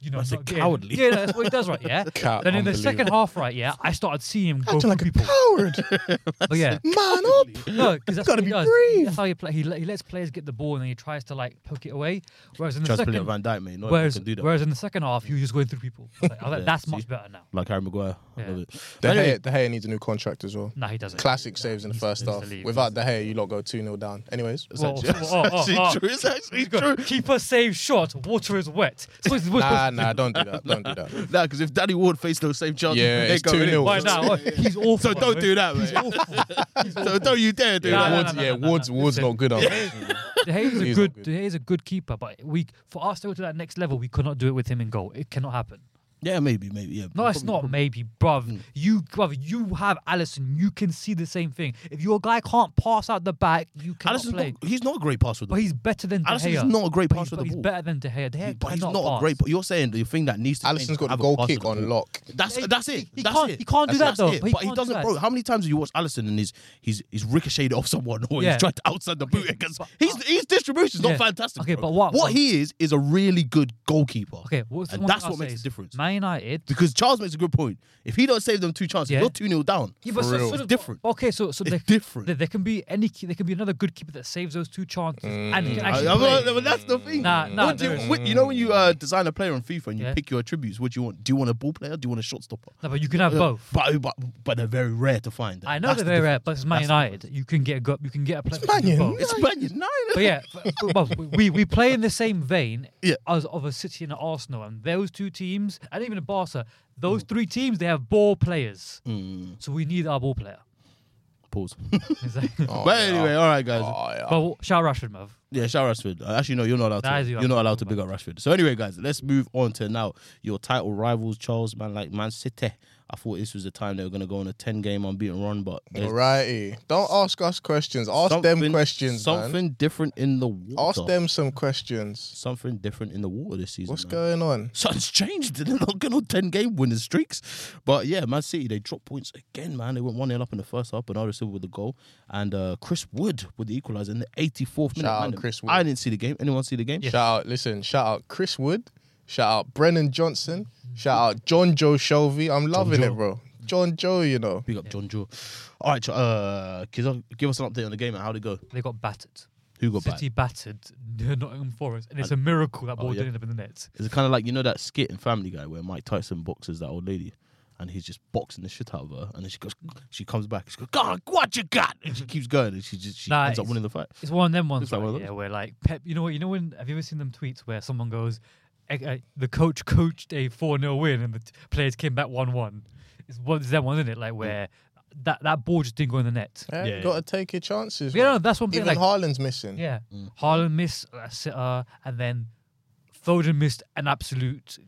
Speaker 4: you know,
Speaker 3: I said
Speaker 4: not getting-
Speaker 3: cowardly.
Speaker 4: Yeah, no, that's what he does, right? Yeah.
Speaker 1: Cow-
Speaker 4: then in the second half, right? Yeah, I started seeing him go
Speaker 1: Acting
Speaker 4: through
Speaker 1: like a
Speaker 4: people.
Speaker 1: coward.
Speaker 4: But yeah,
Speaker 1: Man up.
Speaker 4: no, because that's
Speaker 1: Gotta
Speaker 4: what he
Speaker 1: be
Speaker 4: does.
Speaker 1: brave.
Speaker 4: That's how he play. He, let, he lets players get the ball and then he tries to like poke it away. Whereas in the
Speaker 3: Tries to play like
Speaker 4: second,
Speaker 3: Van Dyke, mate. No, one
Speaker 4: whereas,
Speaker 3: can do that.
Speaker 4: whereas in the second half, he was just going through people. I was like, I was like,
Speaker 3: Yeah,
Speaker 4: that's
Speaker 3: see?
Speaker 4: much better now.
Speaker 3: like Harry Maguire. I
Speaker 4: Yeah.
Speaker 3: love it.
Speaker 1: De
Speaker 3: Anyway,
Speaker 1: Gea, De Gea needs a new contract as well.
Speaker 4: Nah, he doesn't.
Speaker 1: Classic saves in the first
Speaker 4: needs to
Speaker 1: half.
Speaker 4: leave.
Speaker 1: Without De Gea, you lot go 2 0 down. Anyways,
Speaker 3: it's
Speaker 4: Well,
Speaker 3: actually-
Speaker 4: oh, oh,
Speaker 3: it's
Speaker 4: oh,
Speaker 3: actually true. It's actually
Speaker 4: He's got,
Speaker 3: true.
Speaker 4: Keeper save shot. Water is wet. So it's-
Speaker 1: nah, nah, don't do that. Don't do that.
Speaker 3: Nah, because if Danny Ward faced those same chances,
Speaker 1: Yeah,
Speaker 3: they
Speaker 1: it's
Speaker 3: go
Speaker 1: 2-0.
Speaker 3: in.
Speaker 4: Why now? He's awful.
Speaker 3: So
Speaker 4: by
Speaker 3: don't
Speaker 4: the way.
Speaker 3: do that, mate. So don't you dare do
Speaker 1: Yeah,
Speaker 4: Nah,
Speaker 3: that.
Speaker 4: nah,
Speaker 1: Woods,
Speaker 4: nah,
Speaker 1: yeah,
Speaker 4: nah, nah,
Speaker 1: Woods,
Speaker 4: nah.
Speaker 1: Woods not good. at
Speaker 4: De Gea is a
Speaker 1: He's
Speaker 4: good.
Speaker 1: not good.
Speaker 4: De Gea is a good keeper, but we for us to go to that next level, we could not do it with him in goal. It cannot happen.
Speaker 3: Yeah, maybe, maybe. Yeah.
Speaker 4: No, it's not. Maybe, bruv. You, bruv, you have Allison. You can see the same thing. If your guy can't pass out the back, you cannot
Speaker 3: Alisson's
Speaker 4: play.
Speaker 3: not, he's not a great passer with the
Speaker 4: but he's better than De
Speaker 3: Alisson is
Speaker 4: Gea.
Speaker 3: not a great
Speaker 4: But
Speaker 3: passer of
Speaker 4: he's-
Speaker 3: the
Speaker 4: but He's
Speaker 3: ball.
Speaker 4: better than De Gea. De Gea
Speaker 3: But he's
Speaker 4: cannot
Speaker 3: not a
Speaker 4: pass.
Speaker 3: great. You're saying the thing that needs to.
Speaker 1: Alisson's
Speaker 3: change
Speaker 1: got the
Speaker 3: have a
Speaker 1: goal
Speaker 3: passer
Speaker 1: kick
Speaker 3: of the
Speaker 1: on
Speaker 3: ball.
Speaker 1: lock.
Speaker 3: That's
Speaker 4: Yeah, he-
Speaker 3: that's it.
Speaker 4: he
Speaker 3: that's
Speaker 4: can't-
Speaker 3: it.
Speaker 4: he can't do
Speaker 3: That's
Speaker 4: that, though.
Speaker 3: it.
Speaker 4: He
Speaker 3: But he
Speaker 4: can't do
Speaker 3: doesn't,
Speaker 4: that.
Speaker 3: bro. How many times have you watched Allison and he's he's he's ricocheted off someone or
Speaker 4: Yeah.
Speaker 3: he's tried to outside the boot against? His his distribution's
Speaker 4: Yeah.
Speaker 3: not fantastic.
Speaker 4: Okay,
Speaker 3: bro.
Speaker 4: but what-
Speaker 3: what
Speaker 4: what-
Speaker 3: he is is a really good goalkeeper.
Speaker 4: Okay, what's the
Speaker 3: and
Speaker 4: one
Speaker 3: that's
Speaker 4: thing
Speaker 3: what
Speaker 4: I'll say
Speaker 3: makes
Speaker 4: is
Speaker 3: the difference.
Speaker 4: Man United.
Speaker 3: Because Charles makes a good point. If he don't save them two chances,
Speaker 4: Yeah.
Speaker 3: you're two 0 down.
Speaker 4: Yeah,
Speaker 1: For
Speaker 4: but so-
Speaker 1: real.
Speaker 4: so
Speaker 1: It's
Speaker 4: does-
Speaker 3: different.
Speaker 4: Okay, so so
Speaker 3: It's
Speaker 4: there,
Speaker 3: different.
Speaker 4: There, there can be any. key- There can be another good keeper that saves those two chances and can
Speaker 3: Mm. I-
Speaker 4: actually
Speaker 3: I'm
Speaker 4: play.
Speaker 3: not- but that's the thing.
Speaker 4: Nah, nah,
Speaker 3: What do
Speaker 4: there
Speaker 3: you,
Speaker 4: is-
Speaker 3: what- you know when you uh, design a player on FIFA and you
Speaker 4: Yeah.
Speaker 3: pick your attributes, what do you want? Do you want a ball player? Do you want a shot stopper?
Speaker 4: No, but you can have both.
Speaker 3: But, but but they're very rare to find.
Speaker 4: I know
Speaker 3: That's
Speaker 4: they're
Speaker 3: the
Speaker 4: very rare,
Speaker 3: difference.
Speaker 4: but it's Man
Speaker 3: That's the
Speaker 4: United. You can get a go- you can get a player.
Speaker 1: Man
Speaker 4: who can do
Speaker 1: United.
Speaker 4: both.
Speaker 3: It's Man United.
Speaker 4: But yeah, but- but we we play in the same vein
Speaker 3: Yeah.
Speaker 4: as of a City and Arsenal, and those two teams, and even Barca, those
Speaker 3: Mm.
Speaker 4: three teams, they have ball players. So we need our ball player.
Speaker 3: Pause.
Speaker 4: It's like-
Speaker 1: Oh,
Speaker 3: but
Speaker 1: yeah.
Speaker 3: anyway, all right, guys.
Speaker 1: Oh, yeah.
Speaker 4: uh, But shout Rashford, Mav.
Speaker 3: Yeah, shout out Rashford. Uh, actually, no, you're not allowed
Speaker 4: Nah,
Speaker 3: to.
Speaker 4: you
Speaker 3: You're
Speaker 4: are.
Speaker 3: not allowed to big up Rashford. So anyway, guys, let's move on to now your title rivals, Charles. Man, like Man City. I thought this was the time they were going to go on a ten-game unbeaten run, but there's
Speaker 1: Alrighty. Don't ask us questions. Ask them
Speaker 3: something-
Speaker 1: questions,
Speaker 3: Something
Speaker 1: man.
Speaker 3: different in the water.
Speaker 1: Ask them some questions.
Speaker 3: Something different in the water this season.
Speaker 1: What's
Speaker 3: man.
Speaker 1: going on?
Speaker 3: Something's changed. They're not going on 10 game winning streaks. But yeah, Man City, they dropped points again, man. They went 1 0 up in the first half. Bernardo Silva with the goal. And uh, Chris Wood with the equaliser in the 84th minute.
Speaker 1: Shout out
Speaker 3: Man,
Speaker 1: Chris Wood.
Speaker 3: I didn't see the game. Anyone see the game?
Speaker 1: Shout out, listen, shout out Chris Wood. Shout out Brennan Johnson. Shout out John Joe Shelby. I'm loving
Speaker 3: Joe.
Speaker 1: it, bro. John Joe, you know.
Speaker 3: Big up John Joe. All right, Ch- uh, give us- give us an update on the game and how they go.
Speaker 4: They got battered.
Speaker 3: Who got back?
Speaker 4: City battered Nottingham Forest, and it's a miracle that ball
Speaker 3: yeah.
Speaker 4: didn't end up in the net.
Speaker 3: It's kind of like, you know, that skit in Family Guy where Mike Tyson boxes that old lady. And he's just boxing the shit out of her, and then she goes. She comes back. She goes, "God, what you got?" And she keeps going, and she just she
Speaker 4: Nah,
Speaker 3: ends up
Speaker 4: it's-
Speaker 3: winning the fight.
Speaker 4: It's one of them ones,
Speaker 3: It's like
Speaker 4: right,
Speaker 3: one of
Speaker 4: yeah,
Speaker 3: those.
Speaker 4: where like Pep. You know what? You know when have you ever seen them tweets where someone goes, eh, eh, "The coach coached a four 0 win and the t- players came back one one." It's one of them one, isn't it? Like where that that ball just didn't go in the net.
Speaker 1: Yeah,
Speaker 3: Yeah,
Speaker 1: gotta take your chances.
Speaker 4: Yeah,
Speaker 1: man.
Speaker 4: no, that's one thing.
Speaker 1: Even Mm.
Speaker 4: Like,
Speaker 1: Haaland's missing.
Speaker 4: yeah, Haaland missed a sitter, and then Foden missed an absolute.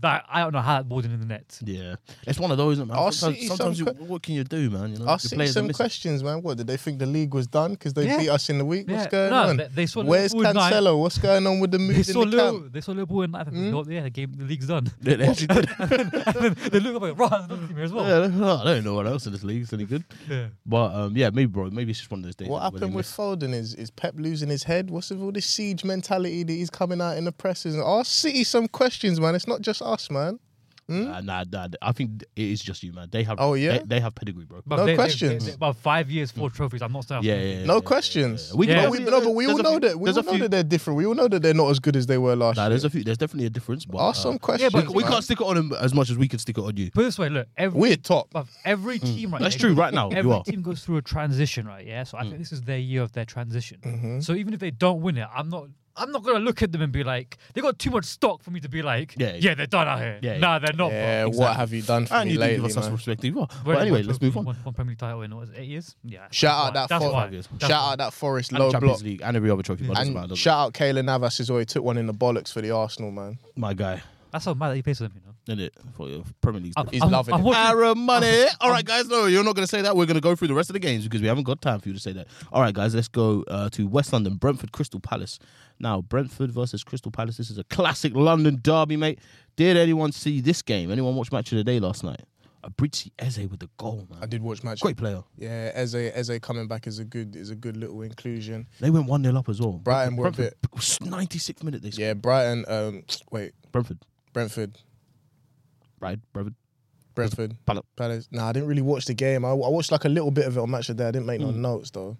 Speaker 4: That I don't know how that ball didn't in the net.
Speaker 3: Yeah, it's one of those, man.
Speaker 1: I'll see
Speaker 3: sometimes, sometimes
Speaker 1: some
Speaker 3: you, what can you do, man? You know,
Speaker 1: I
Speaker 3: your
Speaker 1: see
Speaker 3: players are
Speaker 1: some
Speaker 3: missing.
Speaker 1: questions, man. What did they think the league was done because they
Speaker 4: Yeah.
Speaker 1: beat us in the week? What's
Speaker 4: Yeah.
Speaker 1: going
Speaker 4: No,
Speaker 1: on?
Speaker 4: they- they saw
Speaker 1: Where's
Speaker 4: Liverpool nine-
Speaker 1: Cancelo? What's going on with the mood
Speaker 4: They
Speaker 1: in
Speaker 4: saw
Speaker 1: the
Speaker 4: Liverpool.
Speaker 1: camp? Hmm?
Speaker 4: They saw Liverpool and I think, you know what, yeah, the game, the league's done.
Speaker 3: They- they actually did.
Speaker 4: and then they look up and go, right, there's another team here as well.
Speaker 3: Yeah, I don't know what else in this league is any good.
Speaker 4: Yeah.
Speaker 3: But um, yeah, maybe, bro. Maybe it's just one of those days.
Speaker 1: What
Speaker 3: where they
Speaker 1: happened with
Speaker 3: miss.
Speaker 1: Foden? Is is Pep losing his head? What's with all this siege mentality that he's coming out in the presses? Ask City some questions, man. It's not just us, man.
Speaker 3: Nah, nah, nah, I think it is just you, man. They have.
Speaker 1: Hmm? Oh, yeah?
Speaker 3: they, they have pedigree, bro.
Speaker 4: But
Speaker 1: No
Speaker 4: they- they-
Speaker 1: questions.
Speaker 4: they- About five years, four trophies. I'm not saying.
Speaker 3: Mm. yeah, yeah, yeah,
Speaker 1: No
Speaker 3: yeah.
Speaker 1: questions.
Speaker 3: We-
Speaker 4: Yeah.
Speaker 1: But we, no, but we
Speaker 3: There's
Speaker 1: all
Speaker 3: a
Speaker 1: know
Speaker 3: few-
Speaker 1: that we
Speaker 3: there's
Speaker 1: all
Speaker 3: a
Speaker 1: know
Speaker 3: few-
Speaker 1: that they're different. We all know that they're not as good as they were last
Speaker 3: Nah,
Speaker 1: year.
Speaker 3: there's a few. There's definitely a difference. But
Speaker 1: Ask some
Speaker 3: uh,
Speaker 1: questions.
Speaker 4: but
Speaker 3: we
Speaker 1: man.
Speaker 3: can't stick it on him as much as we can stick it on you.
Speaker 4: Put it this way, look, every
Speaker 1: We're top.
Speaker 4: bruv, every team right.
Speaker 3: Mm. That's
Speaker 4: yeah,
Speaker 3: true, right now, you
Speaker 4: every
Speaker 3: are. Mm.
Speaker 4: team
Speaker 3: Mm-hmm.
Speaker 4: goes through a transition, right? Yeah. So I think this is their year of their transition. So even if they don't win it, I'm not I'm not gonna look at them and be like, they got too much stock for me to be like,
Speaker 3: Yeah,
Speaker 4: yeah,
Speaker 3: yeah.
Speaker 4: they're done out here.
Speaker 3: Yeah, yeah.
Speaker 4: nah, they're not.
Speaker 1: yeah,
Speaker 4: bro.
Speaker 3: Exactly.
Speaker 1: what have you done for
Speaker 3: And
Speaker 1: me
Speaker 3: you did give
Speaker 1: lately,
Speaker 3: us some
Speaker 1: man?
Speaker 3: perspective. as well.
Speaker 4: We're
Speaker 3: But anyway,
Speaker 4: one-
Speaker 3: let's move on.
Speaker 4: One, one Premier League title in what was it, eight years? Yeah.
Speaker 1: Shout out
Speaker 4: that's
Speaker 1: that
Speaker 4: why- That's
Speaker 1: for-
Speaker 4: why.
Speaker 3: Shout
Speaker 4: That's
Speaker 1: Shout
Speaker 4: why.
Speaker 1: out that Forest
Speaker 3: And
Speaker 1: low block.
Speaker 3: Champions League and every other trophy. but it doesn't matter,
Speaker 1: And
Speaker 3: does it?
Speaker 1: shout out Kaylor Navas as well. He took one in the bollocks for the Arsenal, man.
Speaker 3: my guy.
Speaker 4: That's how mad that he pays for them, you know.
Speaker 3: In it for the Premier League.
Speaker 4: I'm-
Speaker 1: He's
Speaker 4: I'm-
Speaker 1: loving
Speaker 4: I'm
Speaker 1: it.
Speaker 4: watching-
Speaker 3: Arab money. All right, guys. No, you're not going to say that. We're going to go through the rest of the games because we haven't got time for you to say that. All right, guys. Let's go uh, to West London, Brentford, Crystal Palace. Now, Brentford versus Crystal Palace. This is a classic London derby, mate. Did anyone see this game? Anyone watch Match of the Day last night? Abritsi Eze with the goal,
Speaker 1: I
Speaker 3: man.
Speaker 1: did watch match.
Speaker 3: Great player.
Speaker 1: Yeah, Eze Eze coming back is a good is a good little inclusion.
Speaker 3: They went 1 0 up as well.
Speaker 1: Brighton were a
Speaker 3: Brentford, 96th minute, they scored.
Speaker 1: Yeah, Brighton. Um, wait,
Speaker 3: Brentford.
Speaker 1: Brentford.
Speaker 3: Right, Brentford.
Speaker 1: Brentford.
Speaker 3: Palace.
Speaker 1: Palace. Nah, I didn't really watch the game. I, I watched like a little bit of it on match of the day. I didn't make no notes though.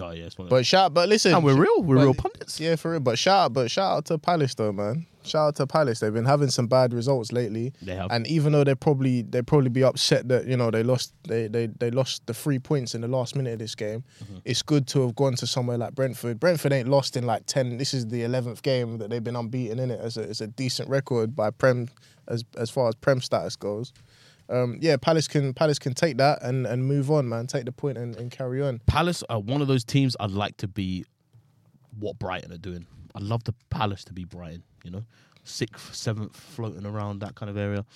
Speaker 3: Oh, yeah, it's one
Speaker 1: Hmm.
Speaker 3: of them.
Speaker 1: But shout, but listen,
Speaker 3: And we're real. We're
Speaker 1: but-
Speaker 3: real pundits.
Speaker 1: Yeah, for real. But shout, but shout out to Palace though, man. Shout out to Palace. They've been having some bad results lately.
Speaker 3: They have.
Speaker 1: And even though they probably they probably be upset that you know they lost they they, they lost the three points in the last minute of this game, it's good to have gone to somewhere like Brentford. Brentford ain't lost in like ten. This is the eleventh game that they've been unbeaten in it. As a, it's a decent record by Prem as as far as Prem status goes. Um, yeah, Palace can Palace can take that and, and move on, man. Take the point and, and carry on.
Speaker 3: Palace are one of those teams I'd like to be what Brighton are doing. I'd love the Palace to be Brighton, you know, sixth, seventh, floating around that kind of area.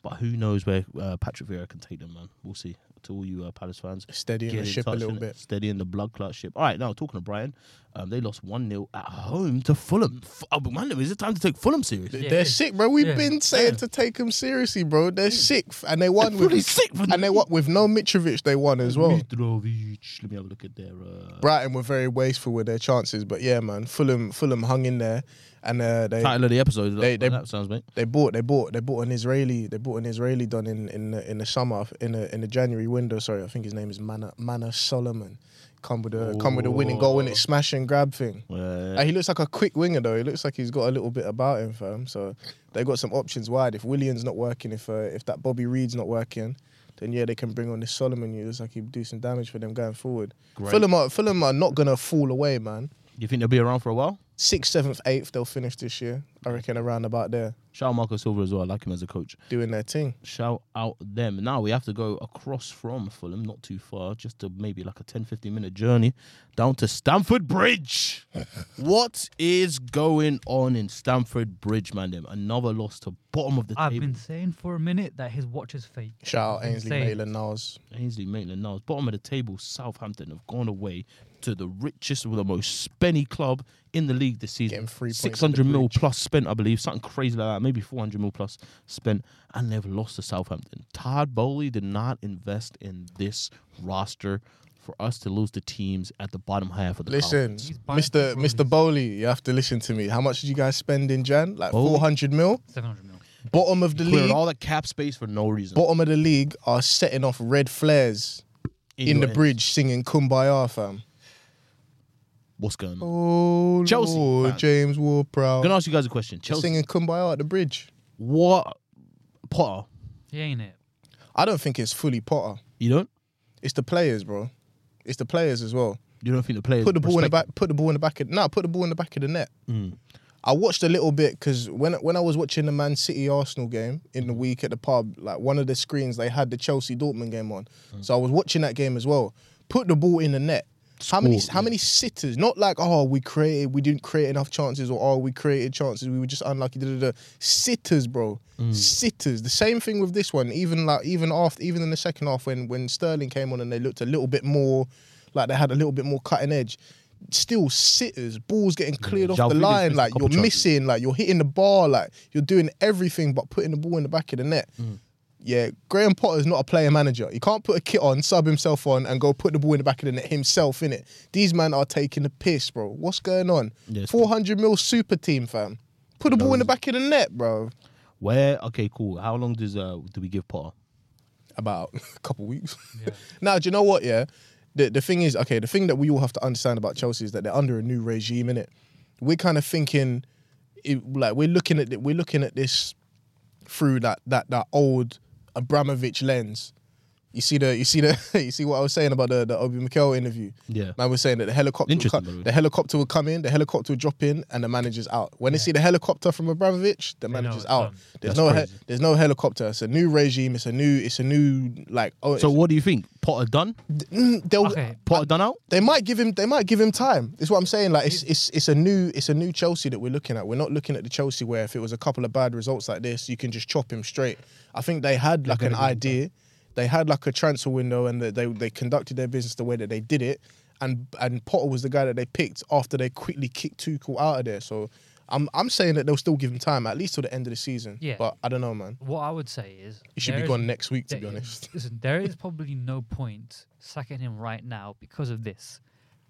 Speaker 3: But who knows where uh, Patrick Vieira can take them, man? We'll see. To all you uh, Palace fans,
Speaker 1: Steadying the ship a little
Speaker 3: innit?
Speaker 1: bit.
Speaker 3: Steadying the blood clot ship. All right, now talking to Brighton, um, they lost 1 0 at home to Fulham. F- oh, but man, is it time to take Fulham serious?
Speaker 4: Yeah,
Speaker 1: They're
Speaker 4: it is.
Speaker 1: sick, bro. We've
Speaker 4: Yeah.
Speaker 1: been saying to take them seriously, bro. They're sick, f- and they won
Speaker 3: They're
Speaker 1: with
Speaker 3: really sick, man.
Speaker 1: and they won with no Mitrovic. They won as well.
Speaker 3: Mitrovic. Let me have a look at their. Uh,
Speaker 1: Brighton were very wasteful with their chances, but yeah, man, Fulham Fulham hung in there, and uh, they
Speaker 3: title of the episode.
Speaker 1: They- they-
Speaker 3: that sounds, mate.
Speaker 1: they bought they bought they bought an Israeli they bought an Israeli done in in the, in the summer in the in the January window. Sorry, I think his name is Mana Mana Solomon. Come with a come with a winning goal and it smash and grab thing.
Speaker 3: Uh,
Speaker 1: Uh, he looks like a quick winger though. He looks like he's got a little bit about him, fam. So they got some options wide. If William's not working, if uh, if that Bobby Reed's not working, then yeah, they can bring on this Solomon. He looks like he'd do some damage for them going forward.
Speaker 3: Great.
Speaker 1: Fulham are Fulham are not gonna fall away, man.
Speaker 3: you think they'll be around for a while?
Speaker 1: Sixth, seventh, eighth, they'll finish this year. I reckon around about there,
Speaker 3: Shout out Marco Silva as well. I like him as a coach.
Speaker 1: doing their thing.
Speaker 3: Shout out them. Now we have to go across from Fulham, not too far, just to maybe like a 10 15 minute journey down to Stamford Bridge. what is going on in Stamford Bridge, man? Them another loss to bottom of the
Speaker 4: I've
Speaker 3: table.
Speaker 4: been saying for a minute that his watch is fake.
Speaker 1: Shout out Ainsley
Speaker 4: Insane.
Speaker 1: Maitland Niles.
Speaker 3: Ainsley Maitland Niles, bottom of the table. Southampton have gone away to the richest or the most spenny club in the league this season.
Speaker 1: Getting three points at the
Speaker 3: 600 mil
Speaker 1: bridge.
Speaker 3: plus spent, I believe, something crazy like that, maybe 400 mil plus spent, and they've lost to Southampton. Todd Bowley did not invest in this roster for us to lose the teams at the bottom half of the column.
Speaker 1: Listen,
Speaker 4: Oh, He's buying
Speaker 1: Mr.
Speaker 4: people,
Speaker 1: Mr. Bowley, you have to listen to me. How much did you guys spend in Jan? Like
Speaker 3: Oh.
Speaker 1: 400 mil?
Speaker 4: 700 mil.
Speaker 1: Bottom of the
Speaker 3: cleared
Speaker 1: league.
Speaker 3: all that cap space for no reason.
Speaker 1: Bottom of the league are setting off red flares. in
Speaker 3: your
Speaker 1: the
Speaker 3: end.
Speaker 1: bridge singing Kumbaya, fam.
Speaker 3: what's going on?
Speaker 1: Oh,
Speaker 3: Chelsea
Speaker 1: Lord,
Speaker 3: fans.
Speaker 1: James
Speaker 3: I'm
Speaker 1: Ward-Prowse.
Speaker 3: gonna ask you guys a question. Chelsea,
Speaker 1: singing Kumbaya at the bridge.
Speaker 3: what Potter?
Speaker 4: He ain't it.
Speaker 1: I don't think it's fully Potter.
Speaker 3: You don't?
Speaker 1: It's the players, bro. It's the players as well.
Speaker 3: You don't think the players
Speaker 1: Put the ball in the
Speaker 3: respect-
Speaker 1: back. Put the ball in the back of. No, put the ball in the back of the net. I watched a little bit because when when I was watching the Man City Arsenal game in the week at the pub, like one of the screens they had the Chelsea Dortmund game on, so I was watching that game as well. Put the ball in the net. How many
Speaker 3: Score,
Speaker 1: how
Speaker 3: yeah.
Speaker 1: many sitters? Not like oh we created we didn't create enough chances or oh we created chances we were just unlucky. Da, da, da. Sitters, bro, sitters. The same thing with this one. Even like even after even in the second half when when Sterling came on and they looked a little bit more like they had a little bit more cutting edge. Still sitters, balls getting cleared
Speaker 3: João
Speaker 1: off the
Speaker 3: Felix
Speaker 1: line.
Speaker 3: missed a
Speaker 1: Like
Speaker 3: couple
Speaker 1: you're
Speaker 3: chances.
Speaker 1: missing, like you're hitting the bar, like you're doing everything but putting the ball in the back of the net.
Speaker 3: Mm.
Speaker 1: Yeah, Graham Potter's not a player manager. He can't put a kit on, sub himself on, and go put the ball in the back of the net himself. In it, these men are taking the piss, bro. What's going on?
Speaker 3: Yes.
Speaker 1: Four hundred mil super team, fam. Put the ball in the back of the net, bro.
Speaker 3: Where? Okay, cool. How long does uh do we give Potter?
Speaker 1: about a couple weeks. now, do you know what? Yeah, the the thing is, okay, the thing that we all have to understand about Chelsea is that they're under a new regime. In it, we're kind of thinking, it, like we're looking at th- we're looking at this through that that that old Abramovich lens. You see the you see the you see what I was saying about the, the Obi Mikel interview.
Speaker 3: Yeah.
Speaker 1: Man was saying that the helicopter would
Speaker 3: Interesting,
Speaker 1: co-
Speaker 3: by the way.
Speaker 1: the helicopter would come in, the helicopter would drop in, and the manager's out. When they see the helicopter from Abramovich, the
Speaker 4: know
Speaker 1: manager's
Speaker 4: it's
Speaker 1: out.
Speaker 4: done.
Speaker 1: There's
Speaker 3: That's
Speaker 1: no he-
Speaker 3: crazy.
Speaker 1: there's no helicopter. It's a new regime. It's a new it's a new like oh.
Speaker 3: So
Speaker 1: it's-
Speaker 3: what do you think? Potter done?
Speaker 1: mm,
Speaker 3: Oh,
Speaker 1: they'll-
Speaker 4: Okay.
Speaker 3: Potter done out?
Speaker 1: They might give him. They might give him time. Is what I'm saying. Like it's it's it's a new it's a new Chelsea that we're looking at. We're not looking at the Chelsea where if it was a couple of bad results like this, you can just chop him straight. I think they had like an idea. They had like a transfer window, and they, they they conducted their business the way that they did it. And and Potter was the guy that they picked after they quickly kicked Tuchel out of there. So I'm I'm saying that they'll still give him time at least till the end of the season.
Speaker 4: Yeah.
Speaker 1: But I don't know, man.
Speaker 4: What I would say is
Speaker 1: He should
Speaker 4: there
Speaker 1: be
Speaker 4: is-
Speaker 1: gone next week, to be
Speaker 4: there-
Speaker 1: honest.
Speaker 4: Listen, there is probably no point sacking him right now because of this.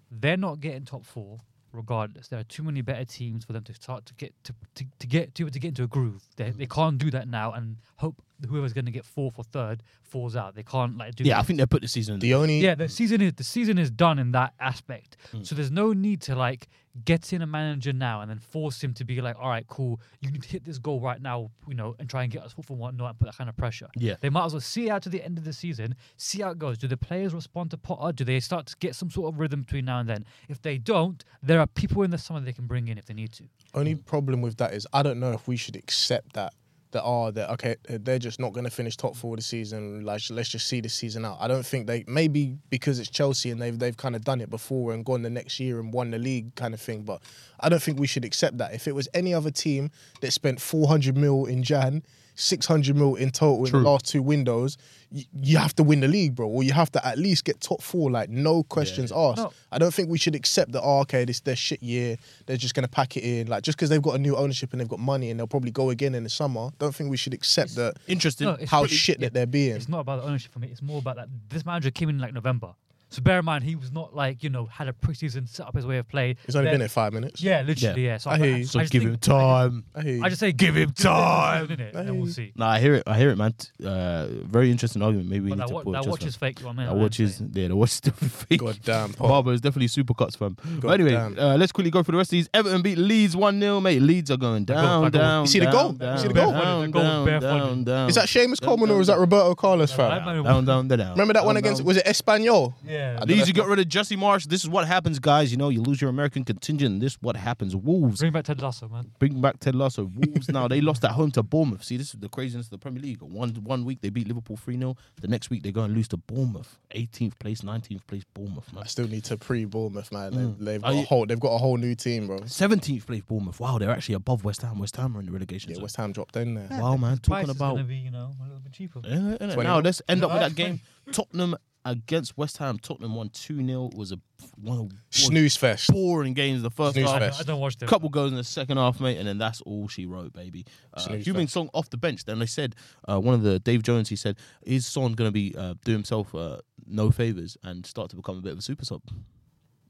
Speaker 4: They're not getting top four, regardless. There are too many better teams for them to start to get to to, to get to, to get into a groove. They,
Speaker 1: Mm.
Speaker 4: they can't do that now and hope whoever's going to get fourth or third falls out. They can't like do.
Speaker 3: Yeah,
Speaker 4: that.
Speaker 3: I think they put the season.
Speaker 1: The only
Speaker 4: Yeah, the season is the season is done in that aspect.
Speaker 1: Mm.
Speaker 4: So there's no need to like get in a manager now and then force him to be like, all right, cool, you need to hit this goal right now, you know, and try and get us fourth and whatnot and put that kind of pressure.
Speaker 3: Yeah.
Speaker 4: They might as well see it out to the end of the season, see how it goes. Do the players respond to Potter? Do they start to get some sort of rhythm between now and then? If they don't, there are people in the summer they can bring in if they need to.
Speaker 1: Only problem with that is I don't know if we should accept that that are that okay they're just not going to finish top four this season. Like let's just see the season out. I don't think they maybe because it's Chelsea and they've they've kind of done it before and gone the next year and won the league kind of thing. But I don't think we should accept that. If it was any other team that spent four hundred mil in Jan. 600 mil in total in
Speaker 3: True.
Speaker 1: the last two windows, you, you have to win the league, bro, or you have to at least get top four, like no questions asked.
Speaker 4: No.
Speaker 1: I don't think we should accept that. Oh, okay, this their shit year. They're just gonna pack it in. Like just because they've got a new ownership and they've got money and they'll probably go again in the summer. Don't think we should accept that
Speaker 3: Interesting.
Speaker 4: No, it's
Speaker 1: how
Speaker 4: pretty-
Speaker 1: shit
Speaker 4: yeah.
Speaker 1: that they're being.
Speaker 4: It's not about the ownership for me. It's more about that this manager came in like November. So bear in mind he was not like, you know, had a preseason set up his way of play.
Speaker 1: He's only
Speaker 4: Then-
Speaker 1: been there five minutes.
Speaker 4: Yeah, literally. Yeah. So
Speaker 1: I
Speaker 4: I,
Speaker 1: hear you.
Speaker 4: I,
Speaker 3: so
Speaker 4: just
Speaker 3: give
Speaker 4: think-
Speaker 3: him time.
Speaker 1: I hear you.
Speaker 4: I just say
Speaker 3: Give him time.
Speaker 4: in it, and we'll see.
Speaker 3: Nah, I hear it. I hear it, man. T- Uh, very interesting argument. Maybe we
Speaker 4: But
Speaker 3: need
Speaker 4: that,
Speaker 3: to
Speaker 4: wa-
Speaker 3: put
Speaker 4: that
Speaker 3: just
Speaker 4: watch
Speaker 3: one.
Speaker 4: is fake. You know what I mean?
Speaker 3: That
Speaker 4: I'm
Speaker 3: watch is
Speaker 4: saying.
Speaker 3: yeah, the watch is definitely fake.
Speaker 1: Goddamn, Pop.
Speaker 3: Barber is definitely supercuts, fam. But anyway,
Speaker 1: Goddamn.
Speaker 3: uh, let's quickly go for the rest of these. Everton beat Leeds one 0 mate. Leeds are going
Speaker 4: goal,
Speaker 3: down,
Speaker 4: that goal.
Speaker 3: down.
Speaker 1: You see the
Speaker 3: down,
Speaker 1: goal?
Speaker 3: Down,
Speaker 1: You see the
Speaker 3: down,
Speaker 1: goal?
Speaker 3: Down,
Speaker 4: That goal was
Speaker 3: down,
Speaker 4: barefoot.
Speaker 3: down, down.
Speaker 1: Is that Seamus
Speaker 3: Down,
Speaker 1: Coleman or
Speaker 3: down,
Speaker 1: is that Roberto Carlos
Speaker 4: I
Speaker 1: fan?
Speaker 4: don't know.
Speaker 3: down, down, down, down?
Speaker 1: Remember that one
Speaker 3: Down,
Speaker 1: against
Speaker 3: down.
Speaker 1: was it Espanyol?
Speaker 4: Yeah.
Speaker 1: don't know
Speaker 3: Leeds, you
Speaker 1: if
Speaker 3: got rid of Jesse Marsh. This is what happens, guys. You know, you lose your American contingent. This is what happens. Wolves
Speaker 4: Bring back Ted Lasso, man.
Speaker 3: bring back Ted Lasso. Wolves now they lost at home to Bournemouth. See, this is the craziness of the Premier League. One one week they beat Liverpool 3 0 The next week they go and lose to Bournemouth. 18th place, 19th place, Bournemouth. Man.
Speaker 1: I still need to pre Bournemouth, man.
Speaker 4: Mm.
Speaker 1: They've, they've
Speaker 3: Are
Speaker 4: Oh,
Speaker 1: got a
Speaker 3: you-
Speaker 1: whole they've got a whole new team, bro.
Speaker 3: 17th place, Bournemouth. Wow, they're actually above West Ham. West Ham are in the relegation.
Speaker 1: Yeah,
Speaker 3: zone.
Speaker 1: West Ham dropped in there.
Speaker 3: wow, man. Talking
Speaker 4: Price is
Speaker 3: about
Speaker 4: gonna be, you know, a little bit cheaper.
Speaker 3: Yeah, innit? Now
Speaker 1: 21.
Speaker 3: let's end up with that game. Tottenham against West Ham. Tottenham won 2 0. was a one of one of
Speaker 1: Snooze fest.
Speaker 3: the boring games the first
Speaker 1: Snooze
Speaker 3: half.
Speaker 4: I,
Speaker 1: fest.
Speaker 4: don't, I don't watch them.
Speaker 3: Couple goes in the second half, mate, and then that's all she wrote, baby. Uh,
Speaker 1: Snooze
Speaker 3: Human Song off the bench. Then they said, uh, one of the Dave Jones, he said, is Son going to be uh, do himself uh, no favors and start to become a bit of a super sub?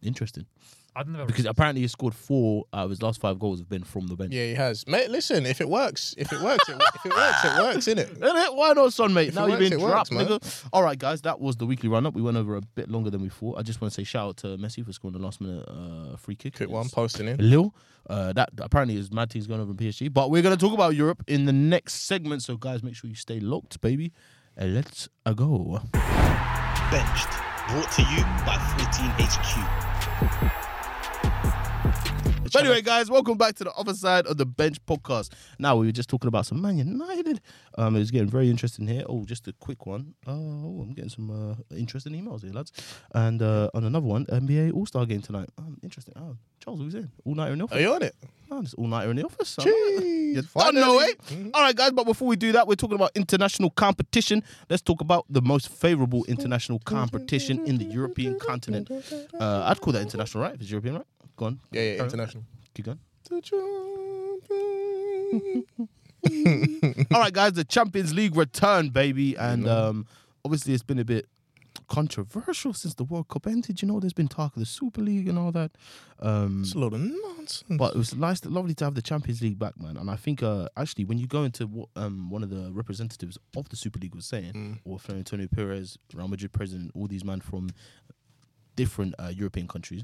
Speaker 3: Interesting,
Speaker 4: I've never
Speaker 3: because apparently he scored four out of his last five goals have been from the bench.
Speaker 1: Yeah, he has. Mate, listen, if it works, if it works, it, if it works, it works, innit?
Speaker 3: Innit? Why not, son, mate?
Speaker 1: If
Speaker 3: now
Speaker 1: it
Speaker 3: you've
Speaker 1: works,
Speaker 3: been
Speaker 1: it works,
Speaker 3: dropped, nigga. All right, guys, that was the weekly run up. We went over a bit longer than we thought. I just want to say shout out to Messi for scoring the last minute uh, free kick.
Speaker 1: Quick one,
Speaker 3: It's-
Speaker 1: posting in.
Speaker 3: Lil, uh, that apparently is mad things going over in PSG, but we're gonna talk about Europe in the next segment. So guys, make sure you stay locked, baby. And let's uh, go.
Speaker 2: Benched. Brought to you by 14HQ.
Speaker 3: But anyway, guys, welcome back to the other side of the bench podcast. Now we were just talking about some Man United. Um, it was getting very interesting here. Oh, just a quick one. Oh, I'm getting some uh, interesting emails here, lads. And uh, on another one, NBA All Star game tonight. Um, interesting. Oh, Charles, who's in? All nighter in the office.
Speaker 1: Are you on it?
Speaker 3: Man, it's all nighter in the office. son.
Speaker 1: Jeez,
Speaker 3: You don't know,
Speaker 1: finally.
Speaker 3: eh? All right, guys. But before we do that, we're talking about international competition. Let's talk about the most favorable international competition in the European continent. Uh, I'd call that international, right? If it's European, right? Go on.
Speaker 1: Yeah, yeah,
Speaker 3: Carry on.
Speaker 1: international.
Speaker 3: Keep going.
Speaker 1: The trumpet.
Speaker 3: All right, guys, the Champions League return, baby, and um, obviously it's been a bit controversial since the World Cup ended. You know, there's been talk of the Super League and all that, um,
Speaker 1: It's a lot of nonsense.
Speaker 3: but it was nice, lovely to have the Champions League back, man. And I think uh, actually, when you go into what um, one of the representatives of the Super League was saying, or Florentino Perez, Real Madrid president, all these men from different uh, European countries.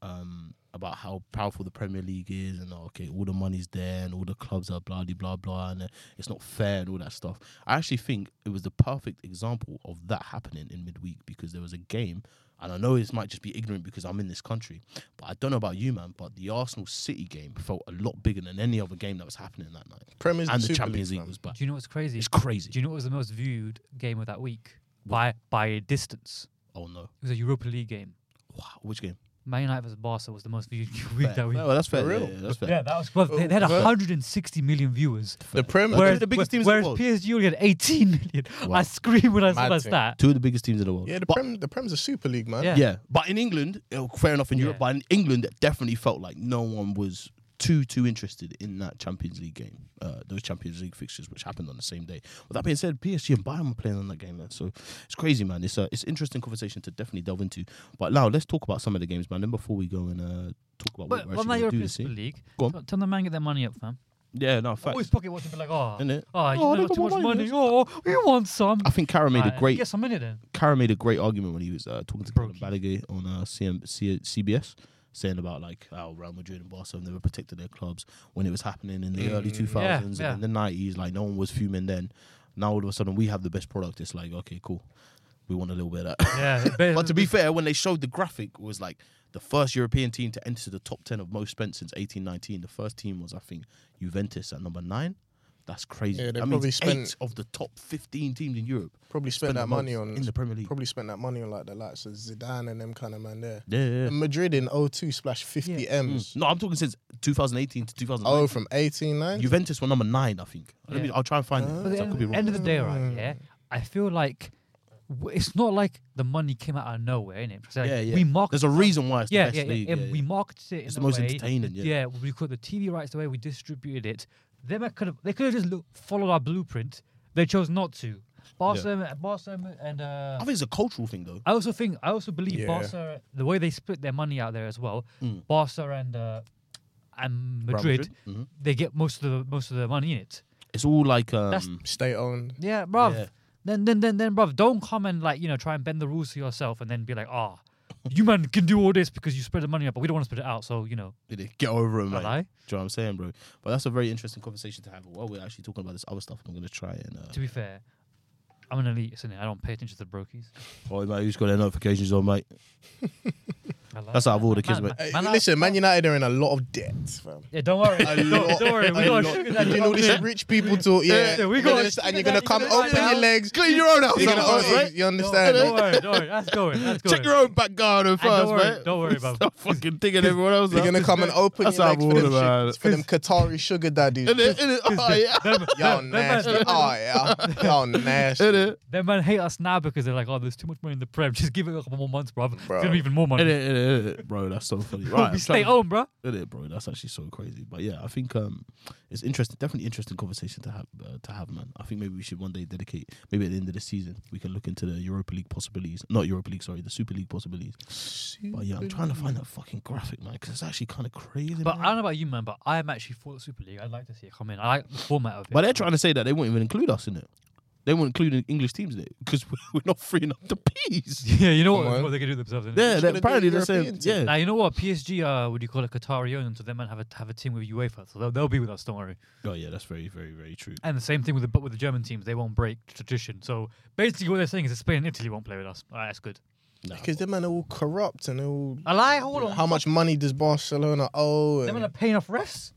Speaker 3: um, about how powerful the Premier League is and oh, okay, all the money's there and all the clubs are blah de blah blah and uh, it's not fair and all that stuff. I actually think it was the perfect example of that happening in midweek because there was a game, and I know this might just be ignorant because I'm in this country, but I don't know about you, man. But the Arsenal City game felt a lot bigger than any other game that was happening that night,
Speaker 1: Premier's
Speaker 3: and
Speaker 1: the
Speaker 3: the
Speaker 1: Super
Speaker 3: Champions League
Speaker 1: fam.
Speaker 3: was back.
Speaker 4: Do you know what's crazy?
Speaker 3: It's crazy.
Speaker 4: Do you know what was the most viewed game of that week by by a distance?
Speaker 3: oh no!
Speaker 4: It was a Europa League game.
Speaker 3: Wow, which game?
Speaker 4: Man United versus Barca was the most viewed week that week.
Speaker 3: Well, that's fair.
Speaker 1: For real?
Speaker 3: Yeah, yeah, that's fair.
Speaker 4: Yeah, that was. Well, they, they had
Speaker 1: Oh, well-
Speaker 4: 160 million viewers.
Speaker 1: The Premier.
Speaker 3: Where-
Speaker 4: Whereas,
Speaker 3: the biggest teams in the
Speaker 4: whereas
Speaker 3: world.
Speaker 4: PSG only had 18 million.
Speaker 3: Wow.
Speaker 4: I screamed when I saw
Speaker 1: Mad
Speaker 4: that
Speaker 1: thing.
Speaker 4: stat.
Speaker 3: Two of the biggest teams in the world.
Speaker 1: yeah, the,
Speaker 3: But-
Speaker 1: prem, the Prem's a Super League, man.
Speaker 4: Yeah.
Speaker 3: Yeah, but in England, eh, fair enough in Europe,
Speaker 4: Yeah.
Speaker 3: but in England, it definitely felt like no one was too too interested in that Champions League game, uh, those Champions League fixtures, which happened on the same day. With that being said, PSG and Bayern were playing on that game, man. So it's crazy, man. It's a it's interesting conversation to definitely delve into. But now let's talk about some of the games, man. Then before we go and uh, talk about
Speaker 4: But
Speaker 3: what we're
Speaker 4: on that
Speaker 3: actually going to do
Speaker 4: European
Speaker 3: this
Speaker 4: Super
Speaker 3: year.
Speaker 4: League,
Speaker 3: Go on.
Speaker 4: tell- tell the man get their money up, fam.
Speaker 3: Yeah, no
Speaker 4: Always
Speaker 3: facts.
Speaker 4: pocket watching, be like, oh,
Speaker 3: Innit?
Speaker 4: oh, you
Speaker 3: Oh,
Speaker 4: never
Speaker 3: they got
Speaker 4: too
Speaker 3: more
Speaker 4: much
Speaker 3: money
Speaker 4: money.
Speaker 3: than
Speaker 4: Oh, we want some. Ah,
Speaker 3: I think Kara made a great
Speaker 4: Yes, I'm in it then.
Speaker 3: Kara made a great argument when he was uh, talking to Colin
Speaker 4: Brokey.
Speaker 3: Balogun on uh, CM, C- CBS, saying about like how Real Madrid and Barca have never protected their clubs when it was happening in the early 2000s and
Speaker 4: yeah.
Speaker 3: in the 90s. Like no one was fuming then. Now all of a sudden we have the best product. It's like okay, cool. We want a little bit of that.
Speaker 4: Yeah,
Speaker 3: but to be fair, when they showed the graphic, it was like the first European team to enter the top ten of most spent since 1819. The first team was I think Juventus at number nine. That's crazy.
Speaker 1: Yeah, they
Speaker 3: that
Speaker 1: probably
Speaker 3: means eight
Speaker 1: spent-
Speaker 3: of the top 15 teams in Europe
Speaker 1: Probably spent
Speaker 3: the
Speaker 1: that money
Speaker 3: most
Speaker 1: on.
Speaker 3: in the Premier League.
Speaker 1: Probably spent that money on like the likes of Zidane and them kind of man there.
Speaker 3: Yeah, yeah, Mm. yeah.
Speaker 1: And Madrid in 02 splashed 50 M's.
Speaker 3: No, I'm talking since 2018 to 2019.
Speaker 1: Oh, from 18, 9?
Speaker 3: Juventus were number nine, I think. Let me,
Speaker 4: Yeah.
Speaker 3: I'll try and find
Speaker 1: Oh.
Speaker 3: it.
Speaker 4: But
Speaker 3: I
Speaker 4: at
Speaker 3: could be
Speaker 4: the
Speaker 3: wrong.
Speaker 4: end of the day, right? Yeah, I feel like w- it's not like the money came out of nowhere, innit? 'Cause, Like,
Speaker 3: yeah, yeah.
Speaker 4: We marked.
Speaker 3: There's a reason why it's
Speaker 4: yeah,
Speaker 3: the best
Speaker 4: yeah, yeah,
Speaker 3: league.
Speaker 4: and
Speaker 3: yeah, yeah.
Speaker 4: we marketed it.
Speaker 3: It's
Speaker 4: in
Speaker 3: the
Speaker 4: a
Speaker 3: most
Speaker 4: way,
Speaker 3: entertaining, yeah.
Speaker 4: we caught the TV rights the way we distributed it. They could have. They could have just look, followed our blueprint. They chose not to. Barcelona, Barcelona, and uh,
Speaker 3: I think it's a cultural thing, though.
Speaker 4: I also think I also believe
Speaker 1: Yeah.
Speaker 4: Barca the way they split their money out there as well.
Speaker 1: Mm.
Speaker 4: Barca and uh, and
Speaker 3: Real
Speaker 4: Madrid,
Speaker 3: Madrid, mhm.
Speaker 4: they get most of the most of the money in it.
Speaker 3: It's all like
Speaker 4: That's-
Speaker 3: um,
Speaker 1: State owned.
Speaker 4: Yeah, bruv.
Speaker 3: Yeah.
Speaker 4: Then then then then bruv, don't come and like, you know, try and bend the rules to yourself and then be like, ah, you man can do all this because you spread the money out, but we don't want to spread it out, so you know.
Speaker 3: Did it? Get over him,
Speaker 4: Hello?
Speaker 3: mate. Do you know what I'm saying, bro? But that's a very interesting conversation to have. While we're actually talking about this other stuff, I'm going to try and. Uh,
Speaker 4: To be fair, I'm an elite, isn't it? I don't pay attention to the brokies.
Speaker 3: oh, mate, who's got their notifications on, mate? That's out of all the kids, mate.
Speaker 1: Hey,
Speaker 4: Man, I-
Speaker 1: listen, Man United are in a lot of debt, fam.
Speaker 4: Yeah, don't worry.
Speaker 1: A
Speaker 4: don't,
Speaker 1: lot,
Speaker 4: don't worry,
Speaker 1: a
Speaker 4: we got
Speaker 1: lot.
Speaker 4: sugar daddy.
Speaker 1: You know this rich people talk, yeah.
Speaker 4: yeah, we
Speaker 1: You're
Speaker 4: got
Speaker 1: gonna-
Speaker 4: a sugar
Speaker 1: and you're gonna
Speaker 4: daddy,
Speaker 1: come
Speaker 4: you're gonna
Speaker 1: open
Speaker 4: find
Speaker 1: your
Speaker 4: out.
Speaker 1: legs.
Speaker 3: Clean your own
Speaker 1: You're gonna
Speaker 4: Don't
Speaker 1: open-
Speaker 4: worry.
Speaker 1: You understand?
Speaker 4: Don't worry, don't worry. That's going. That's going.
Speaker 3: Check your own back garden
Speaker 4: And
Speaker 3: first,
Speaker 4: don't worry,
Speaker 3: mate.
Speaker 4: don't worry, bruv.
Speaker 3: Stop fucking digging everyone else.
Speaker 1: You're
Speaker 3: up.
Speaker 1: gonna come and open
Speaker 3: That's
Speaker 1: your
Speaker 3: how
Speaker 1: legs
Speaker 3: I'm
Speaker 1: for them,
Speaker 3: all about
Speaker 1: shit-
Speaker 3: it.
Speaker 1: for them Qatari sugar daddies.
Speaker 3: Innit? Innit? Oh, yeah.
Speaker 4: Them-
Speaker 1: Y'all
Speaker 4: them- them man's-
Speaker 1: nasty. Oh yeah. Y'all nasty.
Speaker 3: Innit?
Speaker 4: Them man hate us now because they're like, oh, there's too much money in the prem. Just give it a couple more months, bruv. It's
Speaker 1: Bro.
Speaker 4: gonna be even more money.
Speaker 3: Innit? Innit? Innit? Bro, that's so funny. Right,
Speaker 4: we
Speaker 3: I'm
Speaker 4: stay
Speaker 3: trying-
Speaker 4: on, bruh.
Speaker 3: Isn't it, bro? That's actually so crazy. But yeah, I think um, it's interesting. Definitely interesting conversation to have uh, to have, man. I think maybe we should one day dedicate. Maybe at the end of the season, we can look into the Europa League possibilities. Not Europa League, sorry, the Super League possibilities. But yeah, I'm trying to find that fucking graphic, man, because it's actually kind of crazy.
Speaker 4: But I
Speaker 3: man.
Speaker 4: don't know about you, man, but I am actually for the Super League. I'd like to see it come in. I like the format of it.
Speaker 3: but they're trying to say that they won't even include us in it. They won't include in- English teams in it because we're not freeing up the peas.
Speaker 4: yeah, you know
Speaker 1: Come
Speaker 4: what,
Speaker 1: on.
Speaker 4: what they can do themselves. innit?
Speaker 3: Yeah,
Speaker 1: gonna
Speaker 3: they-
Speaker 1: do
Speaker 3: apparently they're saying
Speaker 1: European
Speaker 3: yeah.
Speaker 4: Now you know what PSG uh what do you call it Qatari own so they might have a have a team with UEFA so they'll, they'll be with us don't worry
Speaker 3: Oh yeah, that's very very very true.
Speaker 4: and the same thing with the but with the German teams they won't break tradition so basically what they're saying is that Spain and Italy won't play with us Alright, that's good
Speaker 3: Nah,
Speaker 1: Because them man are all corrupt and they're all.
Speaker 4: I lie hold on
Speaker 1: How much money does Barcelona owe?
Speaker 4: they're gonna
Speaker 1: And
Speaker 4: pay enough refs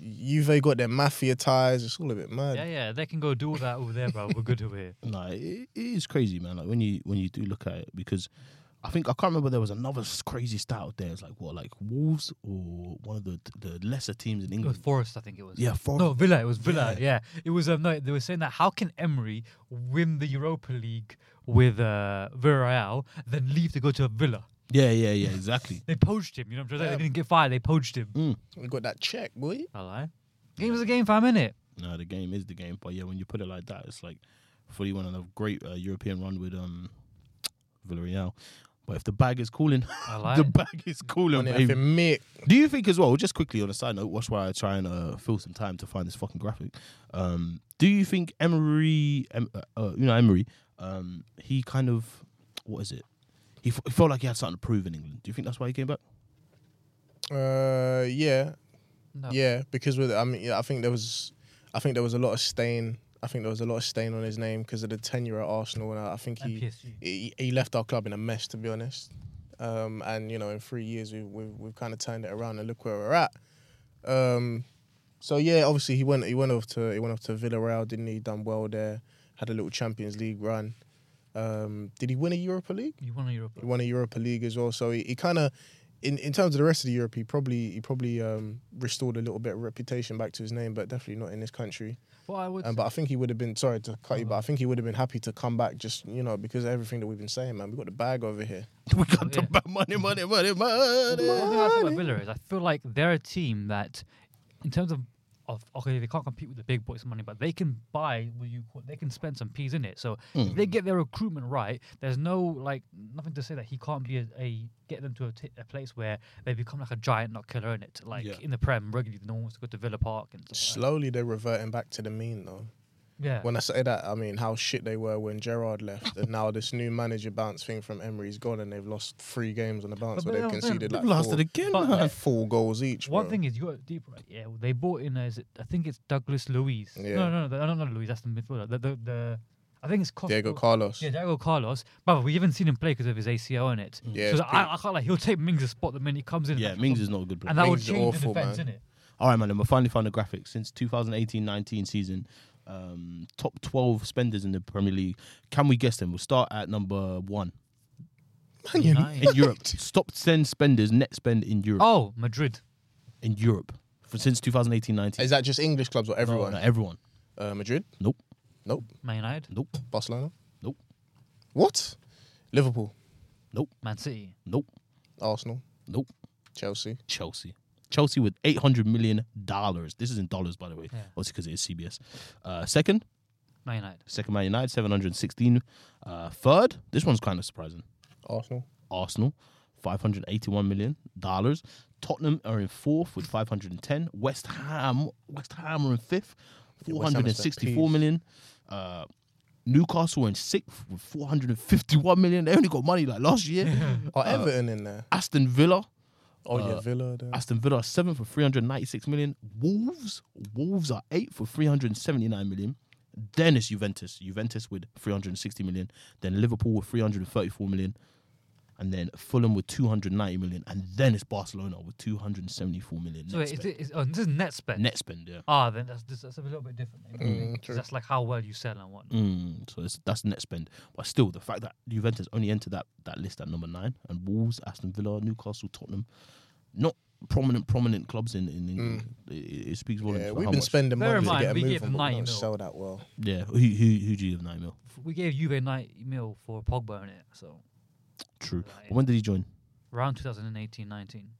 Speaker 1: Juve got their mafia ties. It's all a bit mad.
Speaker 4: yeah yeah they can go do all that over there bro we're good over here
Speaker 3: No, it, it is crazy, man. Like when you when you do look at it, because I think I can't remember there was another s- crazy stat out there. It's like what, like Wolves or one of the the lesser teams in
Speaker 4: it was
Speaker 3: England.
Speaker 4: Forest I think it was
Speaker 3: Yeah, Forest.
Speaker 4: Oh, no Villa it was Villa yeah, it was um no they were saying that how can Emery win the Europa League with uh Villarreal then leave to go to Villa
Speaker 3: Yeah, yeah, yeah, exactly.
Speaker 4: they poached him you know what I'm trying to say they didn't get fired they poached him
Speaker 1: We got that check, boy.
Speaker 4: I lie game was a game fam innit
Speaker 3: no, the game is the game, but yeah, when you put it like that, it's like fully went on a great uh, European run with um Villarreal. But if the bag is calling,
Speaker 4: I like
Speaker 3: the
Speaker 4: it.
Speaker 3: bag is
Speaker 1: And
Speaker 3: calling. baby.
Speaker 1: if Mick,
Speaker 3: Do you think as well? Just quickly on a side note, watch why I try and uh, fill some time to find this fucking graphic. Um, do you think Emery, em, uh, uh, you know Emery, um, he kind of what is it? He, f- he felt like he had something to prove in England. Do you think that's why he came back?
Speaker 1: Uh, yeah,
Speaker 4: No.
Speaker 1: yeah. Because with I mean, yeah, I think there was, I think there was a lot of stain. I think there was a lot of stain on his name because of the tenure at Arsenal, and I, I think
Speaker 4: And
Speaker 1: he,
Speaker 4: PSG.
Speaker 1: he he left our club in a mess, to be honest. Um, and you know, in three years, we, we we've kind of turned it around and look where we're at. Um, so yeah, obviously he went he went off to he went off to Villarreal, didn't he? Done well there, had a little Champions League run. Um, did he win a Europa League?
Speaker 4: You won a Europa.
Speaker 1: He won a Europa League as well. So he, he kind of, in, in terms of the rest of the Europe, he probably he probably um, restored a little bit of reputation back to his name, but definitely not in this country.
Speaker 4: Well, I would.
Speaker 1: Um, but I think he would have been sorry to cut you, but I think he would have been happy to come back just you know because of everything that we've been saying, man. We got the bag over here.
Speaker 3: we got to
Speaker 4: Yeah.
Speaker 3: buy money, money, money,
Speaker 4: Well,
Speaker 3: money.
Speaker 4: the thing I think about Villa is I feel like they're a team that, in terms of, of okay, they can't compete with the big boys for money, but they can buy. What you call- they can spend some peas in it. So if
Speaker 1: Hmm.
Speaker 4: they get their recruitment right, there's no like nothing to say that he can't be a, a get them to a, t- a place where they become like a giant not killer in it. Like
Speaker 3: Yeah.
Speaker 4: in the Prem, regularly no one wants to go to Villa Park and stuff. Like
Speaker 1: Slowly they're reverting back to the mean though.
Speaker 4: that. Yeah.
Speaker 1: When I say that, I mean how shit they were when Gerard left, and now this new manager bounce thing from Emery's gone, and they've lost three games on the bounce, where
Speaker 4: But they
Speaker 1: they've
Speaker 4: don't-
Speaker 1: conceded
Speaker 3: They've
Speaker 1: like
Speaker 3: lost
Speaker 1: four,
Speaker 3: it again,
Speaker 4: But-
Speaker 3: man.
Speaker 1: four goals each.
Speaker 4: One
Speaker 1: bro.
Speaker 4: thing is, you got deep right. Yeah, well, they bought in as I think it's Douglas Luiz.
Speaker 1: Yeah.
Speaker 4: No, no, no, no, not Luiz. That's the midfielder. The, the, the I think it's Costa.
Speaker 1: Diego Carlos.
Speaker 4: Yeah, Diego Carlos. Brother, we haven't seen him play because of his ACL in it.
Speaker 1: Yeah,
Speaker 4: so
Speaker 1: it's
Speaker 4: I, I can't like he'll take Mings' spot the minute he comes in.
Speaker 3: Yeah, Mings is not a good player.
Speaker 4: and that would
Speaker 1: Mings is
Speaker 4: change
Speaker 1: awful,
Speaker 4: the defense,
Speaker 1: man.
Speaker 4: innit?
Speaker 3: All right, man. And we finally found the graphic. Since 2018-19 season, um, top 12 spenders in the Premier League. Can we guess them? We'll start at number one
Speaker 4: Nice.
Speaker 3: in Europe. Top 10 spenders, net spend in Europe.
Speaker 4: Oh, Madrid.
Speaker 3: In Europe. For, since 2018-19.
Speaker 1: Is that just English clubs or everyone?
Speaker 3: No, everyone.
Speaker 1: Uh, Madrid?
Speaker 3: Nope.
Speaker 1: Nope.
Speaker 4: Man United.
Speaker 3: Nope.
Speaker 1: Barcelona?
Speaker 3: Nope.
Speaker 1: What? Liverpool?
Speaker 4: Man City.
Speaker 3: Nope.
Speaker 1: Arsenal?
Speaker 3: Nope.
Speaker 1: Chelsea?
Speaker 3: Chelsea. Chelsea with eight hundred million dollars. This is in dollars, by the way,
Speaker 4: Yeah.
Speaker 3: obviously because it is CBS. Uh, second,
Speaker 4: Man United.
Speaker 3: second Man United, seven hundred sixteen. Uh, third, this one's kind of surprising.
Speaker 1: Arsenal?
Speaker 3: Arsenal, five hundred eighty-one million dollars. Tottenham are in fourth with five hundred and ten. West Ham, West Ham are in fifth,
Speaker 1: Yeah,
Speaker 3: four
Speaker 1: West Ham
Speaker 3: hundred
Speaker 1: is
Speaker 3: and
Speaker 1: that piece.
Speaker 3: sixty-four million. Uh, Newcastle are in sixth with four hundred and fifty-one million. They only got money like last year.
Speaker 1: Are Everton in there?
Speaker 3: Aston Villa.
Speaker 1: Oh, yeah,
Speaker 3: uh,
Speaker 1: Villa. There.
Speaker 3: Aston Villa are seventh for 396 million. Wolves, Wolves are eighth for 379 million. Then it's Juventus, Juventus with 360 million. Then Liverpool with 334 million. And then Fulham with 290 million. And then it's Barcelona with 274 million. net,
Speaker 4: So wait, is
Speaker 3: spend.
Speaker 4: it, is, oh, this is net spend.
Speaker 3: net spend, yeah.
Speaker 4: Ah, then that's, that's, that's a little bit different. maybe,
Speaker 1: Mm,
Speaker 4: because
Speaker 1: true.
Speaker 4: that's like how well you sell and whatnot.
Speaker 3: Mm, so it's, that's net spend. But still, the fact that Juventus only entered that, that list at number nine, and Wolves, Aston Villa, Newcastle, Tottenham, not prominent, prominent clubs in, in England. It, it speaks volumes.
Speaker 1: Mm. yeah,
Speaker 3: for
Speaker 1: we've
Speaker 3: how
Speaker 1: been
Speaker 3: much-
Speaker 1: spending money
Speaker 4: Bear in
Speaker 1: to
Speaker 4: mind,
Speaker 1: get a
Speaker 4: we
Speaker 1: move
Speaker 4: gave
Speaker 1: on,
Speaker 4: them
Speaker 1: but we
Speaker 4: 90
Speaker 1: don't
Speaker 4: mil.
Speaker 1: sell that well.
Speaker 3: Yeah, who who who do you give nine mil?
Speaker 4: We gave Juve 90 mil for Pogba in it. So
Speaker 3: True.
Speaker 4: Right.
Speaker 3: When did he join?
Speaker 4: around 2018 19.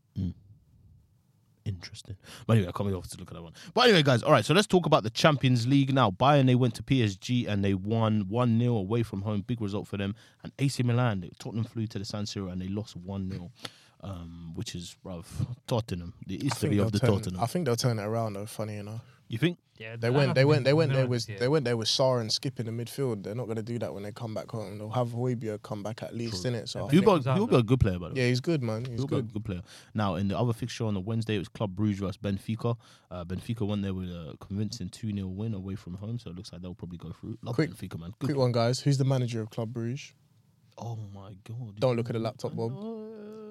Speaker 3: Interesting. But anyway, I can't be off to look at that one. But anyway, guys, all right, so let's talk about the Champions League now. Bayern, they went to PSG and they won 1 0 away from home. Big result for them. And AC Milan, they, Tottenham flew to the San Siro and they lost 1 0, um, which is, bruv, Tottenham, the
Speaker 1: I think,
Speaker 3: history
Speaker 1: they'll
Speaker 3: of the
Speaker 1: turn,
Speaker 3: Tottenham.
Speaker 1: I think they'll turn it around, though, funny enough.
Speaker 3: you think?
Speaker 4: Yeah,
Speaker 1: They went, they went, they went there with, they went there with Saar and Skip in the midfield. They're not going to do that when they come back home. They'll have Hoybier come back at least, in it. So I think-
Speaker 3: Hugo,
Speaker 4: he's out
Speaker 3: Hugo, a good player, by the way.
Speaker 1: yeah, he's good, man. He's
Speaker 3: He's got a
Speaker 1: good.
Speaker 3: good player. Now, in the other fixture on the Wednesday, it was Club Brugge versus Benfica. Uh, Benfica won there with a convincing 2 0 win away from home, so it looks like they'll probably go through. Love
Speaker 1: Quick-
Speaker 3: Benfica, man. Good
Speaker 1: Quick one, guys. Who's the manager of Club Brugge?
Speaker 3: Oh my god!
Speaker 1: Don't look at the laptop, Bob.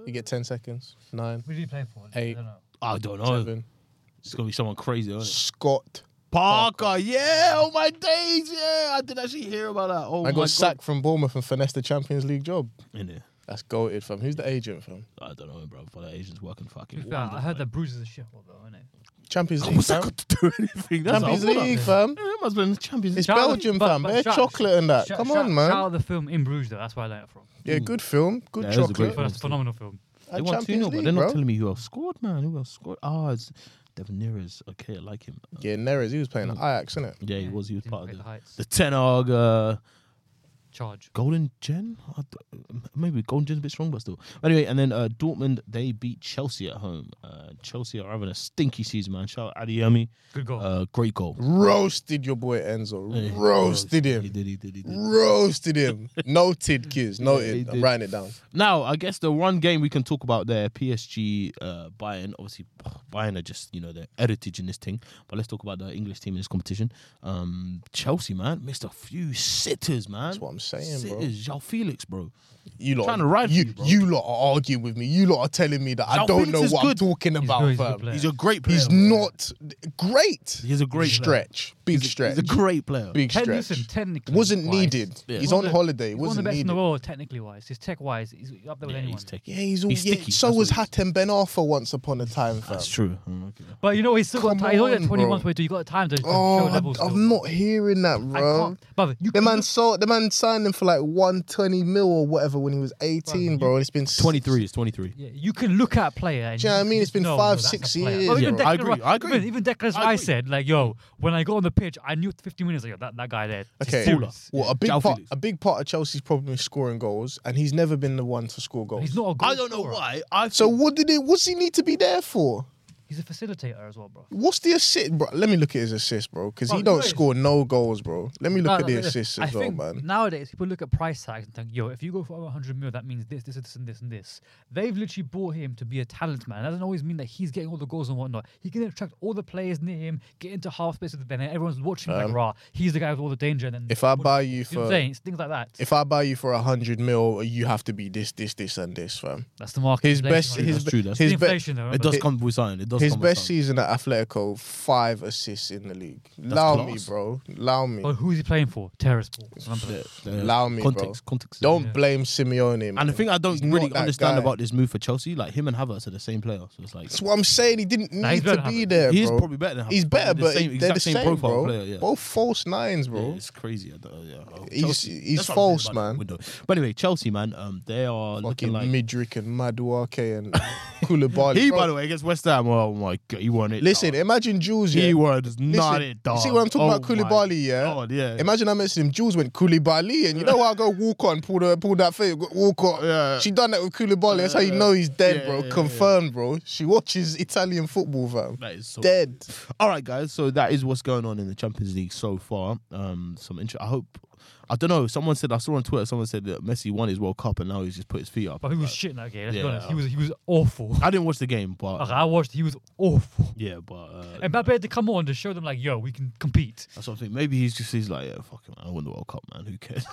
Speaker 1: You get ten seconds. Nine,
Speaker 4: Who did he play for?
Speaker 1: Eight.
Speaker 4: I don't
Speaker 3: I don't
Speaker 4: know.
Speaker 3: know.
Speaker 1: seven.
Speaker 3: Oh, It's gonna be someone crazy, isn't it?
Speaker 1: Scott.
Speaker 3: Parker, yeah. Oh my days, yeah. I did actually hear about that. Oh
Speaker 1: I
Speaker 3: my
Speaker 1: got
Speaker 3: god.
Speaker 1: sacked from Bournemouth and finessed the Champions League job.
Speaker 3: in it.
Speaker 1: That's goated from. Who's the agent from?
Speaker 3: I don't know, bro. But that Asian's working
Speaker 4: To be
Speaker 3: fucking.
Speaker 4: fair, I
Speaker 3: wonders,
Speaker 4: heard
Speaker 3: mate.
Speaker 4: that Bruce is a shithole, though, isn't it?
Speaker 1: Champions League.
Speaker 3: Oh, What's that
Speaker 1: fam.
Speaker 3: got to do with anything? That's
Speaker 1: Champions
Speaker 3: a whole lot.
Speaker 1: League, fam.
Speaker 3: Yeah, it must have been the Champions League.
Speaker 1: It's Belgium,
Speaker 4: but-
Speaker 1: fam.
Speaker 4: but
Speaker 1: Bare
Speaker 4: shout-
Speaker 1: chocolate and that.
Speaker 4: shout-
Speaker 1: Come
Speaker 4: shout-
Speaker 1: on, man.
Speaker 4: Shout out the film in Bruges, though. That's where I learned it from.
Speaker 1: Yeah, good film. Good
Speaker 3: Hmm. Yeah, it was a
Speaker 1: chocolate.
Speaker 3: great film.
Speaker 4: But that's a phenomenal film.
Speaker 1: And
Speaker 3: They won 2 0,
Speaker 1: Champions
Speaker 3: but
Speaker 1: League,
Speaker 3: they're not
Speaker 1: bro.
Speaker 3: telling me who else scored, man. Who else scored? Ah, it's Devin Neres. Okay, I like him. Hmm.
Speaker 1: Yeah, Neres. He was playing at Ajax, innit?
Speaker 3: Yeah, he was. He was
Speaker 4: Didn't
Speaker 3: part
Speaker 4: play
Speaker 3: of
Speaker 4: the
Speaker 3: the,
Speaker 4: heights.
Speaker 3: the Ten Hag, uh,
Speaker 4: charge.
Speaker 3: Golden Gen? I d- Maybe Golden Gen's a bit strong, but still. Anyway, and then uh, Dortmund, they beat Chelsea at home. Uh, Chelsea are having a stinky season, man. Shout out Adiyemi.
Speaker 4: Good goal.
Speaker 3: Uh, great goal.
Speaker 1: Roasted your boy Enzo.
Speaker 3: Hey,
Speaker 1: roasted
Speaker 3: He
Speaker 1: him.
Speaker 3: did, he did, he did.
Speaker 1: Roasted him. Noted, kids.
Speaker 3: he
Speaker 1: Noted. I'm
Speaker 3: did.
Speaker 1: writing it down.
Speaker 3: Now, I guess the one game we can talk about there, PSG, uh, Bayern. Obviously, Bayern are just you know their heritage in this thing. But let's talk about the English team in this competition. Um, Chelsea, man, missed a few sitters, man.
Speaker 1: That's what I'm saying, bro.
Speaker 3: sitters, Joao Felix, bro.
Speaker 1: You lot,
Speaker 3: Trying to ride
Speaker 1: you,
Speaker 3: for you, bro.
Speaker 1: you lot are arguing with me. You lot are telling me that I
Speaker 3: Joao
Speaker 1: don't
Speaker 3: Felix
Speaker 1: know
Speaker 3: is
Speaker 1: what
Speaker 3: good.
Speaker 1: I'm talking
Speaker 4: He's
Speaker 1: about,
Speaker 4: good, he's a
Speaker 1: fam.
Speaker 4: good player.
Speaker 3: He's a great player.
Speaker 1: He's
Speaker 3: bro.
Speaker 1: not great.
Speaker 3: He's a great player.
Speaker 1: stretch. Big stretch.
Speaker 3: He's a great player.
Speaker 1: big
Speaker 4: Ten,
Speaker 1: stretch.
Speaker 4: listen, technically
Speaker 1: wasn't
Speaker 4: wise,
Speaker 1: needed.
Speaker 3: Yeah.
Speaker 1: He's
Speaker 4: one
Speaker 1: on
Speaker 4: of the-
Speaker 1: holiday.
Speaker 4: He's one of the
Speaker 1: wasn't
Speaker 4: best in
Speaker 1: needed.
Speaker 4: the world, technically wise. He's tech wise. He's up there with
Speaker 3: Yeah,
Speaker 4: anyone.
Speaker 3: he's taking.
Speaker 1: Yeah, he's all.
Speaker 3: He's
Speaker 1: yeah,
Speaker 3: sticky,
Speaker 1: so
Speaker 3: that's
Speaker 1: was
Speaker 3: what
Speaker 1: Hatem Ben Arfa once upon a time, fam.
Speaker 3: That's true. Mm, okay.
Speaker 4: but you know he's still got
Speaker 1: Come
Speaker 4: time. He's only at
Speaker 1: on, bro.
Speaker 4: 21, 22. You got time to to
Speaker 1: Oh,
Speaker 4: show levels.
Speaker 1: I,
Speaker 4: still.
Speaker 1: am not hearing that,
Speaker 4: I
Speaker 1: bro.
Speaker 4: can't, brother. You
Speaker 1: The
Speaker 4: can
Speaker 1: man sold. The man signed him for like 120 mil or whatever when he was 18, bro. It's been six-
Speaker 3: 23 is 23.
Speaker 4: Yeah, you can look at a player. And
Speaker 1: Do you know what I mean?
Speaker 4: just
Speaker 1: It's been
Speaker 4: know,
Speaker 1: five,
Speaker 4: that's
Speaker 1: six
Speaker 4: a player.
Speaker 1: years,
Speaker 4: Well, even
Speaker 3: bro. I
Speaker 4: Declan
Speaker 3: agree,
Speaker 4: Ri-
Speaker 3: I agree.
Speaker 4: Even, even Declan
Speaker 3: I
Speaker 4: Rice
Speaker 3: agree.
Speaker 4: said, like, yo, when I got on the pitch, I knew 15 minutes ago that, that guy there. he's
Speaker 1: Okay.
Speaker 4: serious.
Speaker 1: Well, a big
Speaker 3: Joao
Speaker 1: part,
Speaker 3: Felix.
Speaker 1: a big part of Chelsea's problem is scoring goals, and he's never been the one to score goals.
Speaker 4: He's not a goal
Speaker 3: I don't know
Speaker 4: scorer.
Speaker 3: why. I
Speaker 1: So
Speaker 3: think-
Speaker 1: what did it? What's he need to be there for?
Speaker 4: He's a facilitator as well, bro.
Speaker 1: What's the assist, bro? Let me look at his assist, bro, because
Speaker 4: Bro,
Speaker 1: he
Speaker 4: you know
Speaker 1: don't
Speaker 4: his-
Speaker 1: score no goals, bro. Let me look
Speaker 4: No,
Speaker 1: at
Speaker 4: no,
Speaker 1: the
Speaker 4: no.
Speaker 1: assists
Speaker 4: I
Speaker 1: as well,
Speaker 4: think
Speaker 1: man.
Speaker 4: Nowadays, people look at price tags and think, yo, if you go for over 100 mil, that means this, this, this, and this, and this. They've literally bought him to be a talent man. That doesn't always mean that he's getting all the goals and whatnot. He can attract all the players near him, get into half space with them, and everyone's watching like, rah, he's the guy with all the danger. And then
Speaker 1: If I buy you
Speaker 4: you know what I'm
Speaker 1: for,
Speaker 4: saying? It's things like that.
Speaker 1: if I buy you for a hundred mil, you have to be this, this, this, and this, fam.
Speaker 4: that's the market.
Speaker 1: His
Speaker 4: inflation,
Speaker 1: best,
Speaker 4: right?
Speaker 1: his
Speaker 3: That's
Speaker 1: be-
Speaker 3: true, that's
Speaker 1: his
Speaker 4: It's
Speaker 1: be-
Speaker 4: inflation, though.
Speaker 3: it
Speaker 4: remember?
Speaker 3: does come with something. It does
Speaker 1: his
Speaker 3: come with
Speaker 1: best
Speaker 3: something.
Speaker 1: season at Atletico, five assists in the league. Allow me,
Speaker 3: class.
Speaker 1: bro. Allow me.
Speaker 4: But who's he playing for? Terrace ball. Remember that.
Speaker 1: Allow me, bro.
Speaker 3: context, Context.
Speaker 1: Don't
Speaker 4: Yeah.
Speaker 1: blame Simeone. Man.
Speaker 3: And the thing I don't
Speaker 1: He's
Speaker 3: really
Speaker 1: not that
Speaker 3: understand
Speaker 1: guy.
Speaker 3: about this move for Chelsea, like him and Havertz are the same player. So it's like
Speaker 1: That's what I'm saying. He didn't
Speaker 4: Nah,
Speaker 1: need
Speaker 4: he's better
Speaker 1: to
Speaker 4: than
Speaker 1: be
Speaker 4: Havertz.
Speaker 1: there,
Speaker 3: he's
Speaker 1: bro.
Speaker 3: probably better than Havertz.
Speaker 1: He's better,
Speaker 3: the
Speaker 1: but
Speaker 3: same-
Speaker 1: they're
Speaker 3: exact
Speaker 1: the
Speaker 3: same
Speaker 1: same,
Speaker 3: profile
Speaker 1: bro.
Speaker 3: player, yeah.
Speaker 1: Both false nines, bro.
Speaker 3: Yeah, it's crazy. I don't, yeah. Oh,
Speaker 1: He's-
Speaker 3: Chelsea-
Speaker 1: he's
Speaker 3: that's what I'm
Speaker 1: false,
Speaker 3: saying about
Speaker 1: man.
Speaker 3: the window. But anyway, Chelsea, man, um, they are
Speaker 1: Fucking
Speaker 3: looking like
Speaker 1: Midrick and Maduake and Koulibaly.
Speaker 3: he.
Speaker 1: bro.
Speaker 3: By the way, against West Ham. Oh my god, he won it.
Speaker 1: Listen,
Speaker 3: dog.
Speaker 1: imagine Jules.
Speaker 3: he
Speaker 1: yeah.
Speaker 3: won it. Not
Speaker 1: Listen,
Speaker 3: it, dog.
Speaker 1: You see what I'm talking
Speaker 3: Oh
Speaker 1: about,
Speaker 3: my
Speaker 1: Koulibaly, yeah?
Speaker 3: God, yeah.
Speaker 1: Imagine I messaged him, Jules went Koulibaly, and you know how I go walk on, pull, the, pull that thing, walk on.
Speaker 3: Yeah.
Speaker 1: She done that with Koulibaly. That's how you know he's dead,
Speaker 3: Yeah,
Speaker 1: bro.
Speaker 3: yeah, yeah.
Speaker 1: Confirmed, bro. She watches Italian football, fam.
Speaker 3: that is so
Speaker 1: Dead.
Speaker 3: All right, guys. So that is what's going on in the Champions League so far. Um, some intro. I hope. I don't know. Someone said I saw on Twitter. Someone said that Messi won his World Cup and now he's just put his feet up.
Speaker 4: But he was shit in that game. Let's
Speaker 3: Yeah.
Speaker 4: be honest. He was he was awful.
Speaker 3: I didn't watch the game, but
Speaker 4: Okay, I watched. He was awful.
Speaker 3: yeah, but uh,
Speaker 4: And Mbappe had to come on to show them like, yo, we can compete.
Speaker 3: that's what I think. Maybe he's just he's like, yeah, fuck it, man. I won the World Cup, man. Who cares?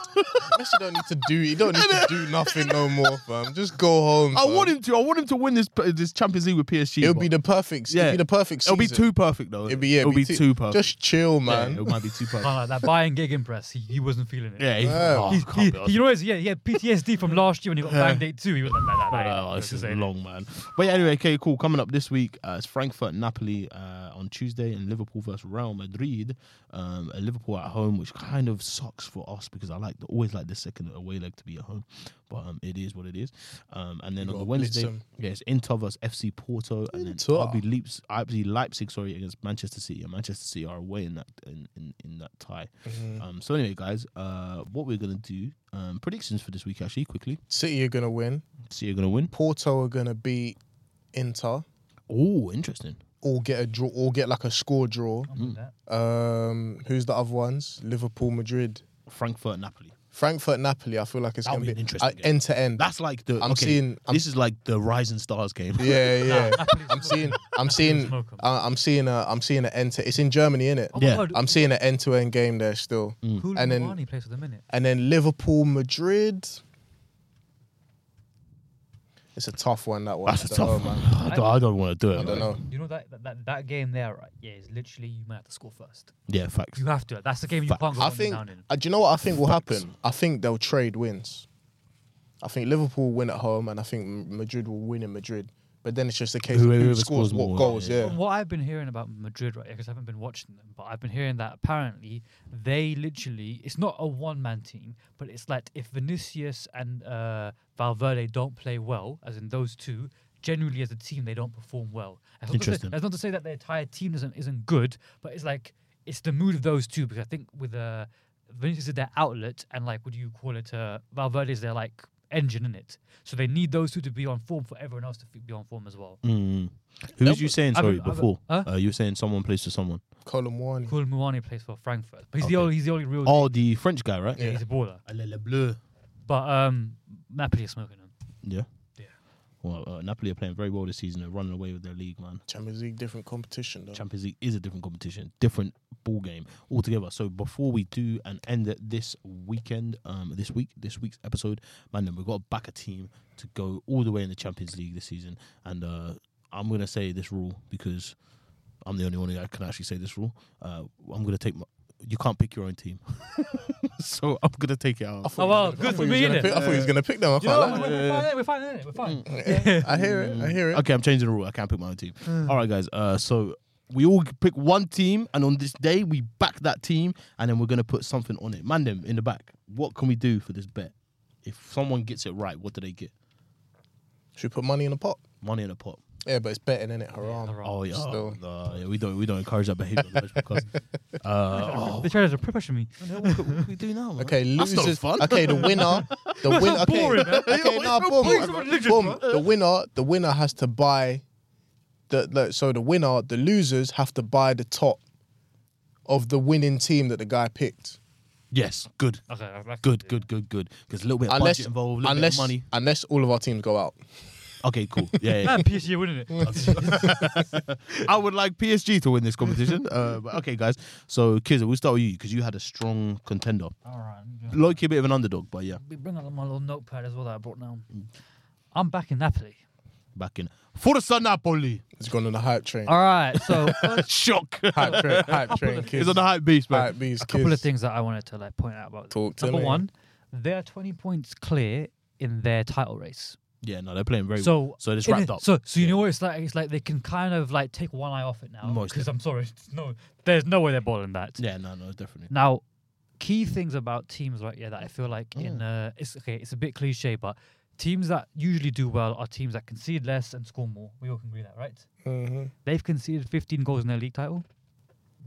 Speaker 1: Messi don't need to do. He don't need to do nothing no more, fam. Just go home.
Speaker 3: I
Speaker 1: fam.
Speaker 3: want him to. I want him to win this this Champions League with PSG.
Speaker 1: It'll
Speaker 3: but
Speaker 1: be the perfect.
Speaker 3: Yeah.
Speaker 1: It'll be the perfect.
Speaker 3: It'll be
Speaker 1: season.
Speaker 3: too perfect though.
Speaker 1: It'll be yeah.
Speaker 3: It'll be, too perfect.
Speaker 1: Just chill,
Speaker 3: yeah,
Speaker 1: man.
Speaker 3: it might be too perfect.
Speaker 4: Kinda like that Bayern Gig press, he, he wasn't feeling it.
Speaker 3: yeah, he,
Speaker 1: Yeah.
Speaker 3: oh, I
Speaker 4: He's-
Speaker 3: can't
Speaker 4: he,
Speaker 3: be
Speaker 4: he, knows, yeah, he had PTSD from last year when he got banged eight two. He was like, nah, nah, nah, nah,
Speaker 3: Oh,
Speaker 4: nah,
Speaker 3: this
Speaker 4: this
Speaker 3: is
Speaker 4: ain't it.
Speaker 3: long, man. But yeah, anyway, okay, cool. Coming up this week uh, is Frankfurt Napoli uh, on Tuesday and Liverpool versus Real Madrid. Um, and Liverpool at home, which kind of sucks for us because I like always like the second away leg to be at home, but um, it is what it is. Um, and then on the
Speaker 1: gotta
Speaker 3: Wednesday,
Speaker 1: blitz 'em.
Speaker 3: yeah, it's Inter versus FC Porto, and then
Speaker 1: Inter.
Speaker 3: RB Leipzig, RB Leipzig, sorry, against Manchester City. And Manchester City are away in that in, in, in that tie.
Speaker 1: Mm-hmm.
Speaker 3: Um, so anyway, guys, uh, what we're gonna do um, predictions for this week actually quickly.
Speaker 1: City are gonna win.
Speaker 3: City are gonna win.
Speaker 1: Porto are gonna beat Inter.
Speaker 3: Oh, interesting.
Speaker 1: Or get a draw. Or get like a score draw.
Speaker 4: I'm with that.
Speaker 1: Um, who's the other ones? Liverpool, Madrid,
Speaker 3: Frankfurt, Napoli.
Speaker 1: Frankfurt, Napoli. I feel like it's
Speaker 3: That'll
Speaker 1: gonna
Speaker 3: be
Speaker 1: be,
Speaker 3: an interesting game.
Speaker 1: end to end.
Speaker 3: That's like the.
Speaker 1: I'm
Speaker 3: okay,
Speaker 1: seeing- I'm-
Speaker 3: this is like the rising stars game.
Speaker 1: Yeah, yeah.
Speaker 4: Napoli's
Speaker 1: I'm seeing. I'm
Speaker 4: Please
Speaker 1: seeing.
Speaker 4: smoke 'em.
Speaker 1: Uh, I'm seeing a. I'm seeing an end to. It's in Germany, innit?
Speaker 4: Oh my
Speaker 3: Yeah.
Speaker 4: God,
Speaker 1: I'm seeing an end to end game there still.
Speaker 3: Mm.
Speaker 4: Koulibaly
Speaker 1: and then-
Speaker 4: plays for the minute.
Speaker 1: And then Liverpool, Madrid. It's a tough one. That one.
Speaker 3: That's a
Speaker 1: I don't
Speaker 3: tough
Speaker 1: know,
Speaker 3: one. I don't, I don't want to do it.
Speaker 1: I don't know.
Speaker 4: You know that, that- that that game there, right? Yeah, is literally you might have to score first.
Speaker 3: Yeah, facts.
Speaker 4: You have to. That's the game you
Speaker 3: Fact.
Speaker 4: can't go
Speaker 1: I
Speaker 4: one
Speaker 1: think.
Speaker 4: down in.
Speaker 1: Uh, do you know what I think will
Speaker 3: Facts.
Speaker 1: happen? I think they'll trade wins. I think Liverpool will win at home, and I think M- Madrid will win in Madrid. But then it's just a case of
Speaker 3: Whoever
Speaker 1: who
Speaker 3: scores
Speaker 1: scores, what
Speaker 3: more,
Speaker 1: goals.
Speaker 3: yeah.
Speaker 1: Yeah.
Speaker 4: From what I've been hearing about Madrid, right? Because I haven't been watching them, but I've been hearing that apparently they literally it's not a one man team, but it's like if Vinicius and uh, Valverde don't play well, as in those two, generally as a team they don't perform well. That's not to say-
Speaker 3: Interesting.
Speaker 4: that's not to say that the entire team isn't isn't good, but it's like it's the mood of those two because I think with uh, Vinicius is their outlet, and like, what do you call it? Uh, Valverde is their like engine in it. So they need those two to be on form for everyone else to f- be on form as well.
Speaker 3: Mm. Who was you saying?
Speaker 4: Hmm. I've-
Speaker 3: Sorry,
Speaker 4: I've-
Speaker 3: before
Speaker 4: huh?
Speaker 3: uh, you were saying someone plays to someone.
Speaker 1: Colomwani.
Speaker 4: Kool Muani plays for Frankfurt, but he's the
Speaker 3: Okay.
Speaker 4: only he's the only real.
Speaker 3: Oh, the French guy, right?
Speaker 4: yeah, he's a baller.
Speaker 3: Alele Bleu.
Speaker 4: But um, Napoli are smoking him.
Speaker 3: Yeah.
Speaker 4: Yeah.
Speaker 3: Well, uh, Napoli are playing very well this season. They're running away with their league, man.
Speaker 1: Champions League, different competition though.
Speaker 3: Champions League is a different competition, different ball game altogether. So before we do and end it this weekend, um, this week, this week's episode, man, then we've got to back a team to go all the way in the Champions League this season. And uh, I'm gonna say this rule because I'm the only one who can actually say this rule. Uh, I'm gonna take my. You can't pick your own team, so I'm gonna take it out.
Speaker 4: Oh well, good for
Speaker 1: I thought
Speaker 4: me
Speaker 1: he was
Speaker 4: then.
Speaker 1: gonna pick- I thought he was gonna pick them. I
Speaker 4: You know,
Speaker 1: can't lie.
Speaker 4: we're, we're fine, innit? we're fine, innit? we're fine.
Speaker 1: Mm. I hear it. I hear it.
Speaker 3: Mm. Okay, I'm changing the rule. I can't pick my own team. All right, guys. Uh, so we all pick one team, and on this day we back that team, and then we're gonna put something on it. Mandem in the back. What can we do for this bet? If someone gets it right, what do they get?
Speaker 1: Should we put money in the pot?
Speaker 3: Money in a pot.
Speaker 1: Yeah, but it's betting in it. Haram.
Speaker 4: haram.
Speaker 3: Oh yeah.
Speaker 1: Still.
Speaker 3: Uh, yeah, we don't we don't encourage that behavior on the bench because uh, oh,
Speaker 4: They tried to pressure me.
Speaker 3: what can we do now? Man?
Speaker 1: Okay,
Speaker 3: That's
Speaker 1: losers.
Speaker 3: not fun.
Speaker 1: Okay, the winner. The winner.
Speaker 4: so
Speaker 1: Okay,
Speaker 4: boring, man.
Speaker 1: okay,
Speaker 3: It's
Speaker 1: nah,
Speaker 3: so
Speaker 1: boom,
Speaker 3: boring,
Speaker 1: uh,
Speaker 3: so
Speaker 4: religious,
Speaker 1: boom. The winner. The winner has to buy. The, the so the winner. The losers have to buy the top of the winning team that the guy picked.
Speaker 3: Yes, good,
Speaker 4: Okay, I like
Speaker 3: good,
Speaker 4: it.
Speaker 3: good, good, good. Because a little bit of
Speaker 1: Unless
Speaker 3: budget involved, a little
Speaker 1: unless
Speaker 3: bit of money.
Speaker 1: unless all of our teams go out.
Speaker 3: Okay, cool. Yeah, yeah, yeah.
Speaker 4: Man, PSG winning it.
Speaker 3: I would like PSG to win this competition. Uh, but okay, guys. So, Kizza, we'll start with you because you had a strong contender.
Speaker 4: All right.
Speaker 3: Low key, a bit of an underdog, but yeah,
Speaker 4: We bring out my little notepad as well that I brought down. I'm back in Napoli.
Speaker 3: back in. Forza Napoli.
Speaker 1: It's gone on the hype train.
Speaker 4: All right, so first
Speaker 3: Shock.
Speaker 1: Hype train. Hype train.
Speaker 3: He's
Speaker 1: Kids.
Speaker 3: on the hype beast, man.
Speaker 1: Hype bees.
Speaker 4: a couple of
Speaker 1: Kids.
Speaker 4: things that I wanted to like point out about.
Speaker 1: Talk to
Speaker 4: Number
Speaker 1: me.
Speaker 4: one, they're 20 points clear in their title race.
Speaker 3: Yeah, no, they're playing very well.
Speaker 4: So
Speaker 3: So, this
Speaker 4: in
Speaker 3: wrapped
Speaker 4: it-
Speaker 3: up.
Speaker 4: So so you
Speaker 3: Yeah.
Speaker 4: know what it's like? It's like they can kind of like take one eye off it now.
Speaker 3: Most
Speaker 4: Because I'm sorry, it's no, there's no way they're balling that.
Speaker 3: Yeah, no, no, definitely.
Speaker 4: Now, key things about teams right here that I feel like in
Speaker 3: Mm.
Speaker 4: uh, it's okay, it's a bit cliche, but teams that usually do well are teams that concede less and score more. We all can agree that, right?
Speaker 1: Mhm.
Speaker 4: They've conceded 15 goals in their league title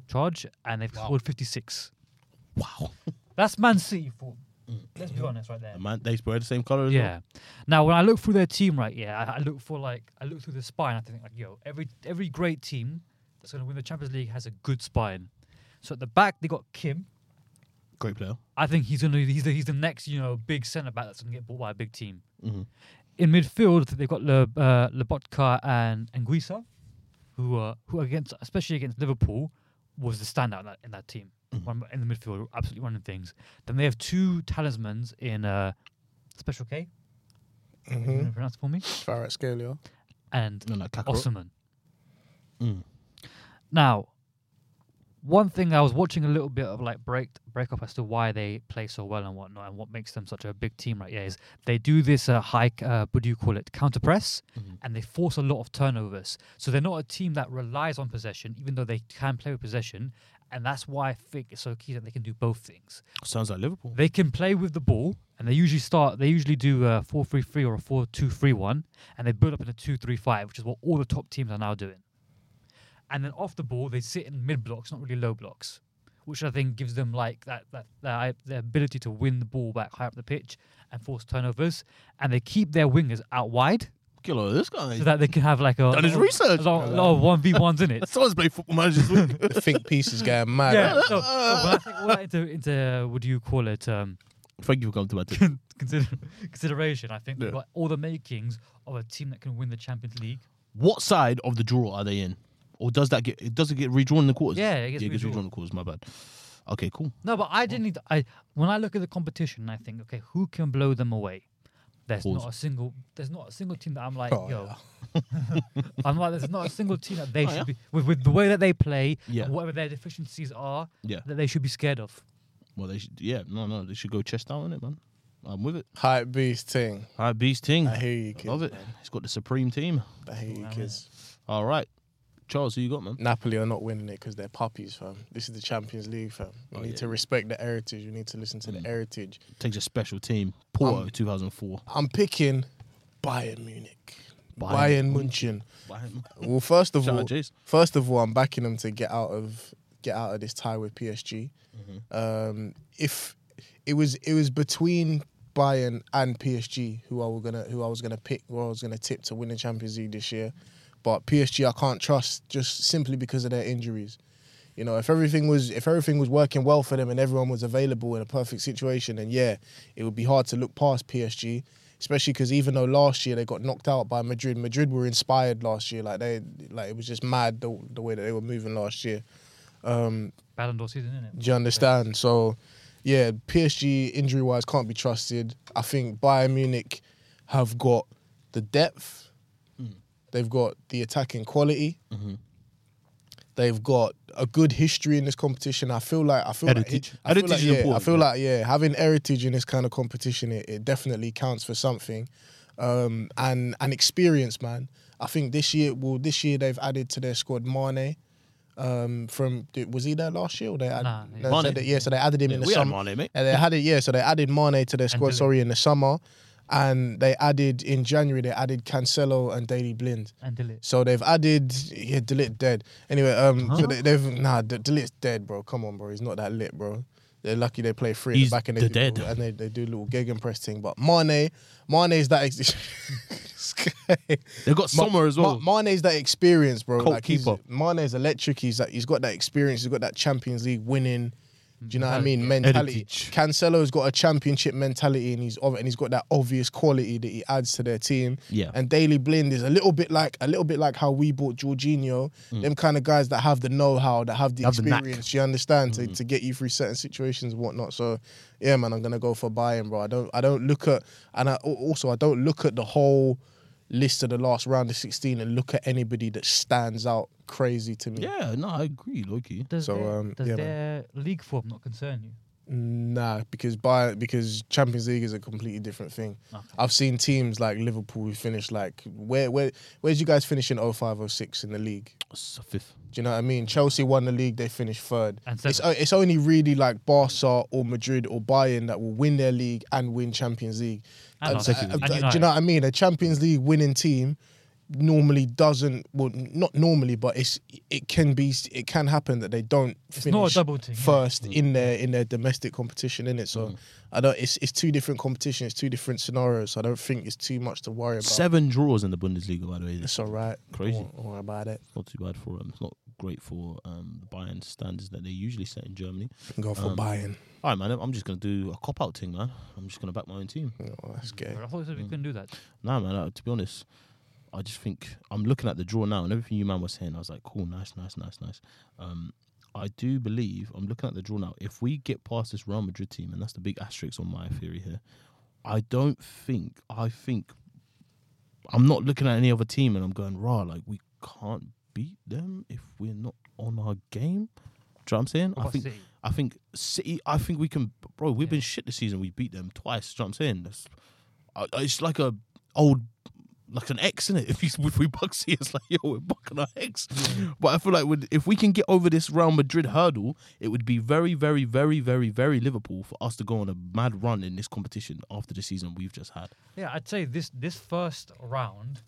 Speaker 4: charge, and they've scored 56.
Speaker 3: Wow.
Speaker 4: That's Man City form.
Speaker 3: Mm.
Speaker 4: Let's be honest, right there.
Speaker 3: Man, they spread the same colour as
Speaker 4: Yeah. Now, when I look through their team, right? Yeah, I, I look for like I look through the spine. I think like, yo, every every great team that's gonna win the Champions League has a good spine. So at the back they got Kim.
Speaker 3: well. Great player.
Speaker 4: I think he's gonna he's the, he's the next you know big centre back that's gonna get bought by a big team.
Speaker 3: Mhm.
Speaker 4: In midfield they've got Le uh, Lobotka and and Guisa, who uh, who against especially against Liverpool was the standout in that, in that team. One in the midfield, absolutely running things. Then they have two talismans in uh, Special K. You
Speaker 1: Mhm.
Speaker 4: know, pronounce it for me.
Speaker 1: Farah Scalia.
Speaker 4: And
Speaker 3: No, no, Kakarot.
Speaker 4: Osman.
Speaker 3: Mm.
Speaker 4: Now, one thing I was watching a little bit of like break break up as to why they play so well and whatnot, and what makes them such a big team right here is they do this uh, high, c- uh, what do you call it, counter press, and they force a lot of turnovers. So they're not a team that relies on possession, even though they can play with possession, and that's why I think it's so key that they can do both things.
Speaker 3: Sounds like Liverpool.
Speaker 4: They can play with the ball, and they usually start. They usually do a four-three-three or a four-two-three-one, and they build up in a two-three-five, which is what all the top teams are now doing. And then off the ball, they sit in mid blocks, not really low blocks, which I think gives them like that that, that the ability to win the ball back high up the pitch and force turnovers. And they keep their wingers out wide
Speaker 3: Killer, this guy.
Speaker 4: so that they can have like a
Speaker 3: Done his
Speaker 4: a-
Speaker 3: research.
Speaker 4: a lot, a lot of one v ones in it.
Speaker 3: Someone's played football manager this week.
Speaker 1: Think piece is getting mad.
Speaker 4: Yeah. So, so when I think all that into into what do you call it? Um,
Speaker 3: Thank you for coming to my team.
Speaker 4: con- consider- consideration. I think
Speaker 3: Yeah.
Speaker 4: we've got all the makings of a team that can win the Champions League.
Speaker 3: What side of the draw are they in? Or does that get, it doesn't get redrawn in the quarters?
Speaker 4: Yeah, it gets
Speaker 3: yeah, it gets redrawn
Speaker 4: redrawn.
Speaker 3: in the quarters, my bad. Okay, cool.
Speaker 4: No, but I didn't. Need, I when I look at the competition, I think, okay, who can blow them away? There's
Speaker 3: Pause.
Speaker 4: not a single. There's not a single team that I'm like,
Speaker 1: Oh,
Speaker 4: yo. I'm like, there's not a single team that they should be with, with the way that they play,
Speaker 3: Yeah.
Speaker 4: and whatever their deficiencies are,
Speaker 3: Yeah.
Speaker 4: that they should be scared of.
Speaker 3: Well, they should, yeah, no, no, they should go chest out on it, man. I'm with it.
Speaker 1: Hype beast thing.
Speaker 3: All right, Beast team.
Speaker 1: I hear you, kid.
Speaker 3: Love it. He's got the supreme team.
Speaker 1: I hear you, kids.
Speaker 3: All right, Charles, who you got, man?
Speaker 1: Napoli are not winning it because they're puppies, fam. This is the Champions League, fam.
Speaker 3: Oh,
Speaker 1: You need to respect the heritage. You need to listen to
Speaker 3: Mm.
Speaker 1: the heritage.
Speaker 3: Takes a special team. Porto, 2004.
Speaker 1: I'm picking Bayern Munich.
Speaker 3: Bayern
Speaker 1: Bayern, Munich. Munchen.
Speaker 3: Bayern.
Speaker 1: Well, first of
Speaker 3: Shout out
Speaker 1: all,
Speaker 3: Jace.
Speaker 1: first of all, I'm backing them to get out of get out of this tie with PSG. Um, if it was it was between Bayern and PSG who I were gonna who I was gonna pick who I was gonna tip to win the Champions League this year, but PSG I can't trust just simply because of their injuries. You know, if everything was if everything was working well for them and everyone was available in a perfect situation, then yeah, it would be hard to look past PSG. Especially because even though last year they got knocked out by Madrid, Madrid were inspired last year. Like they, like it was just mad the, the way that they were moving last year.
Speaker 4: Ballon d'Or season, isn't it?
Speaker 1: Do you understand? So, yeah, PSG injury wise can't be trusted. I think Bayern Munich have got the depth,
Speaker 3: Mm.
Speaker 1: they've got the attacking quality,
Speaker 3: Mm-hmm.
Speaker 1: they've got a good history in this competition. I feel like I feel
Speaker 3: Heritage.
Speaker 1: like I feel
Speaker 3: Heritage
Speaker 1: like,
Speaker 3: is
Speaker 1: yeah, I
Speaker 3: important,
Speaker 1: feel
Speaker 3: yeah.
Speaker 1: like yeah, having heritage in this kind of competition, it, it definitely counts for something. Um, and and experience, man. I think this year, well, this year they've added to their squad Mane. Um, from was he there last year? Or they added,
Speaker 4: Nah,
Speaker 1: no,
Speaker 4: yeah.
Speaker 1: so
Speaker 3: Mane.
Speaker 1: they- yeah, so they added him in the
Speaker 3: we had
Speaker 1: summer.
Speaker 3: Mane, mate.
Speaker 1: And they added yeah, so they added Mane to their squad.
Speaker 4: Dele.
Speaker 1: Sorry, in the summer, and they added in January they added Cancelo and Daily Blind.
Speaker 4: And Dillit.
Speaker 1: So they've added yeah, Delete dead. Anyway, um, so they, have nah, De- Delit's dead, bro. Come on, bro. He's not that lit, bro. They're lucky they play free at
Speaker 3: He's
Speaker 1: the back and they
Speaker 3: the
Speaker 1: do
Speaker 3: dead.
Speaker 1: Little, and they, they do little gig and press thing. But Mane, Mane's that. Ex- this guy.
Speaker 3: They got
Speaker 1: Ma-
Speaker 3: Sommer as well.
Speaker 1: Ma- Mane's that experience, bro.
Speaker 3: Cult
Speaker 1: like he's-
Speaker 3: keeper.
Speaker 1: Mane's electric. He's like he's got that experience. He's got that Champions League winning. Do you know what I mean? Mentality.
Speaker 3: Mm-hmm. Heritage.
Speaker 1: Cancelo's got a championship mentality, and he's of- and he's got that obvious quality that he adds to their team.
Speaker 3: Yeah.
Speaker 1: And Daily Blind is a little bit like a little bit like how we bought Jorginho. Them kind of guys that have the know-how, that have the
Speaker 3: Mm. Have the knack. Mm-hmm.
Speaker 1: experience. you understand to, to get you through certain situations and whatnot. So yeah, man, I'm gonna go for buying, bro. I don't I don't look at and I, al- also I don't look at the whole list of the last round of 16 and look at anybody that stands out crazy to me.
Speaker 3: yeah, no, I agree, Loki.
Speaker 4: Does,
Speaker 1: So,
Speaker 4: their,
Speaker 1: um,
Speaker 4: does
Speaker 1: yeah, man.
Speaker 4: their league form not concern you?
Speaker 1: Nah, because by because Champions League is a completely different thing.
Speaker 4: Okay.
Speaker 1: I've seen teams like Liverpool who finish like where where where did you guys finish in 05, 06 in the league?
Speaker 3: It's a fifth.
Speaker 1: Do you know what I mean? Chelsea won the league, they finished third.
Speaker 4: And
Speaker 1: it's,
Speaker 4: seventh.
Speaker 1: o- it's only really like Barca or Madrid or Bayern that will win their league and win Champions League.
Speaker 4: And
Speaker 1: Uh,
Speaker 4: Arsenal.
Speaker 1: uh,
Speaker 4: And
Speaker 1: uh, do you
Speaker 4: United.
Speaker 1: know what I mean? A Champions League winning team normally doesn't well n- not normally but it's it can be it can happen that they don't
Speaker 4: It's
Speaker 1: finish
Speaker 4: not a double team, yeah.
Speaker 1: first
Speaker 3: Mm.
Speaker 1: in their in their domestic competition in it so i don't it's it's two different competitions two different scenarios so i don't think it's too much to worry about
Speaker 3: Seven draws in the Bundesliga, by the way. It's
Speaker 1: it's all right
Speaker 3: Crazy.
Speaker 1: don't, don't worry about it
Speaker 3: not too bad for them. It's not great for um, the Bayern standards that they usually set in Germany.
Speaker 1: go
Speaker 3: Um,
Speaker 1: for buying
Speaker 3: All right, man. I'm just gonna do a cop out thing, man. I'm just gonna back my own team.
Speaker 1: Oh, that's gay
Speaker 4: I thought you said we couldn't do that.
Speaker 3: Nah, man. uh, to be honest, I just think I'm looking at the draw now, and everything you man was saying, I was like, cool, nice, nice, nice, nice. Um, I do believe I'm looking at the draw now. If we get past this Real Madrid team, and that's the big asterisk on my theory here, I don't think. I think I'm not looking at any other team, and I'm going raw. Like we can't beat them if we're not on our game. Do you know what I'm saying? I
Speaker 4: about
Speaker 3: think
Speaker 4: City?
Speaker 3: I think City. I think we can, bro. We've
Speaker 4: Yeah.
Speaker 3: been shit this season. We beat them twice. Do you know what I'm saying? That's, I- it's like a old, like an ex in it. If, he's- if we bug City, it's like yo, we're bucking our ex. But I feel like would if we can get over this Real Madrid hurdle, it would be very, very, very, very, very Liverpool for us to go on a mad run in this competition after the season we've just had.
Speaker 4: Yeah, I'd say this this first round,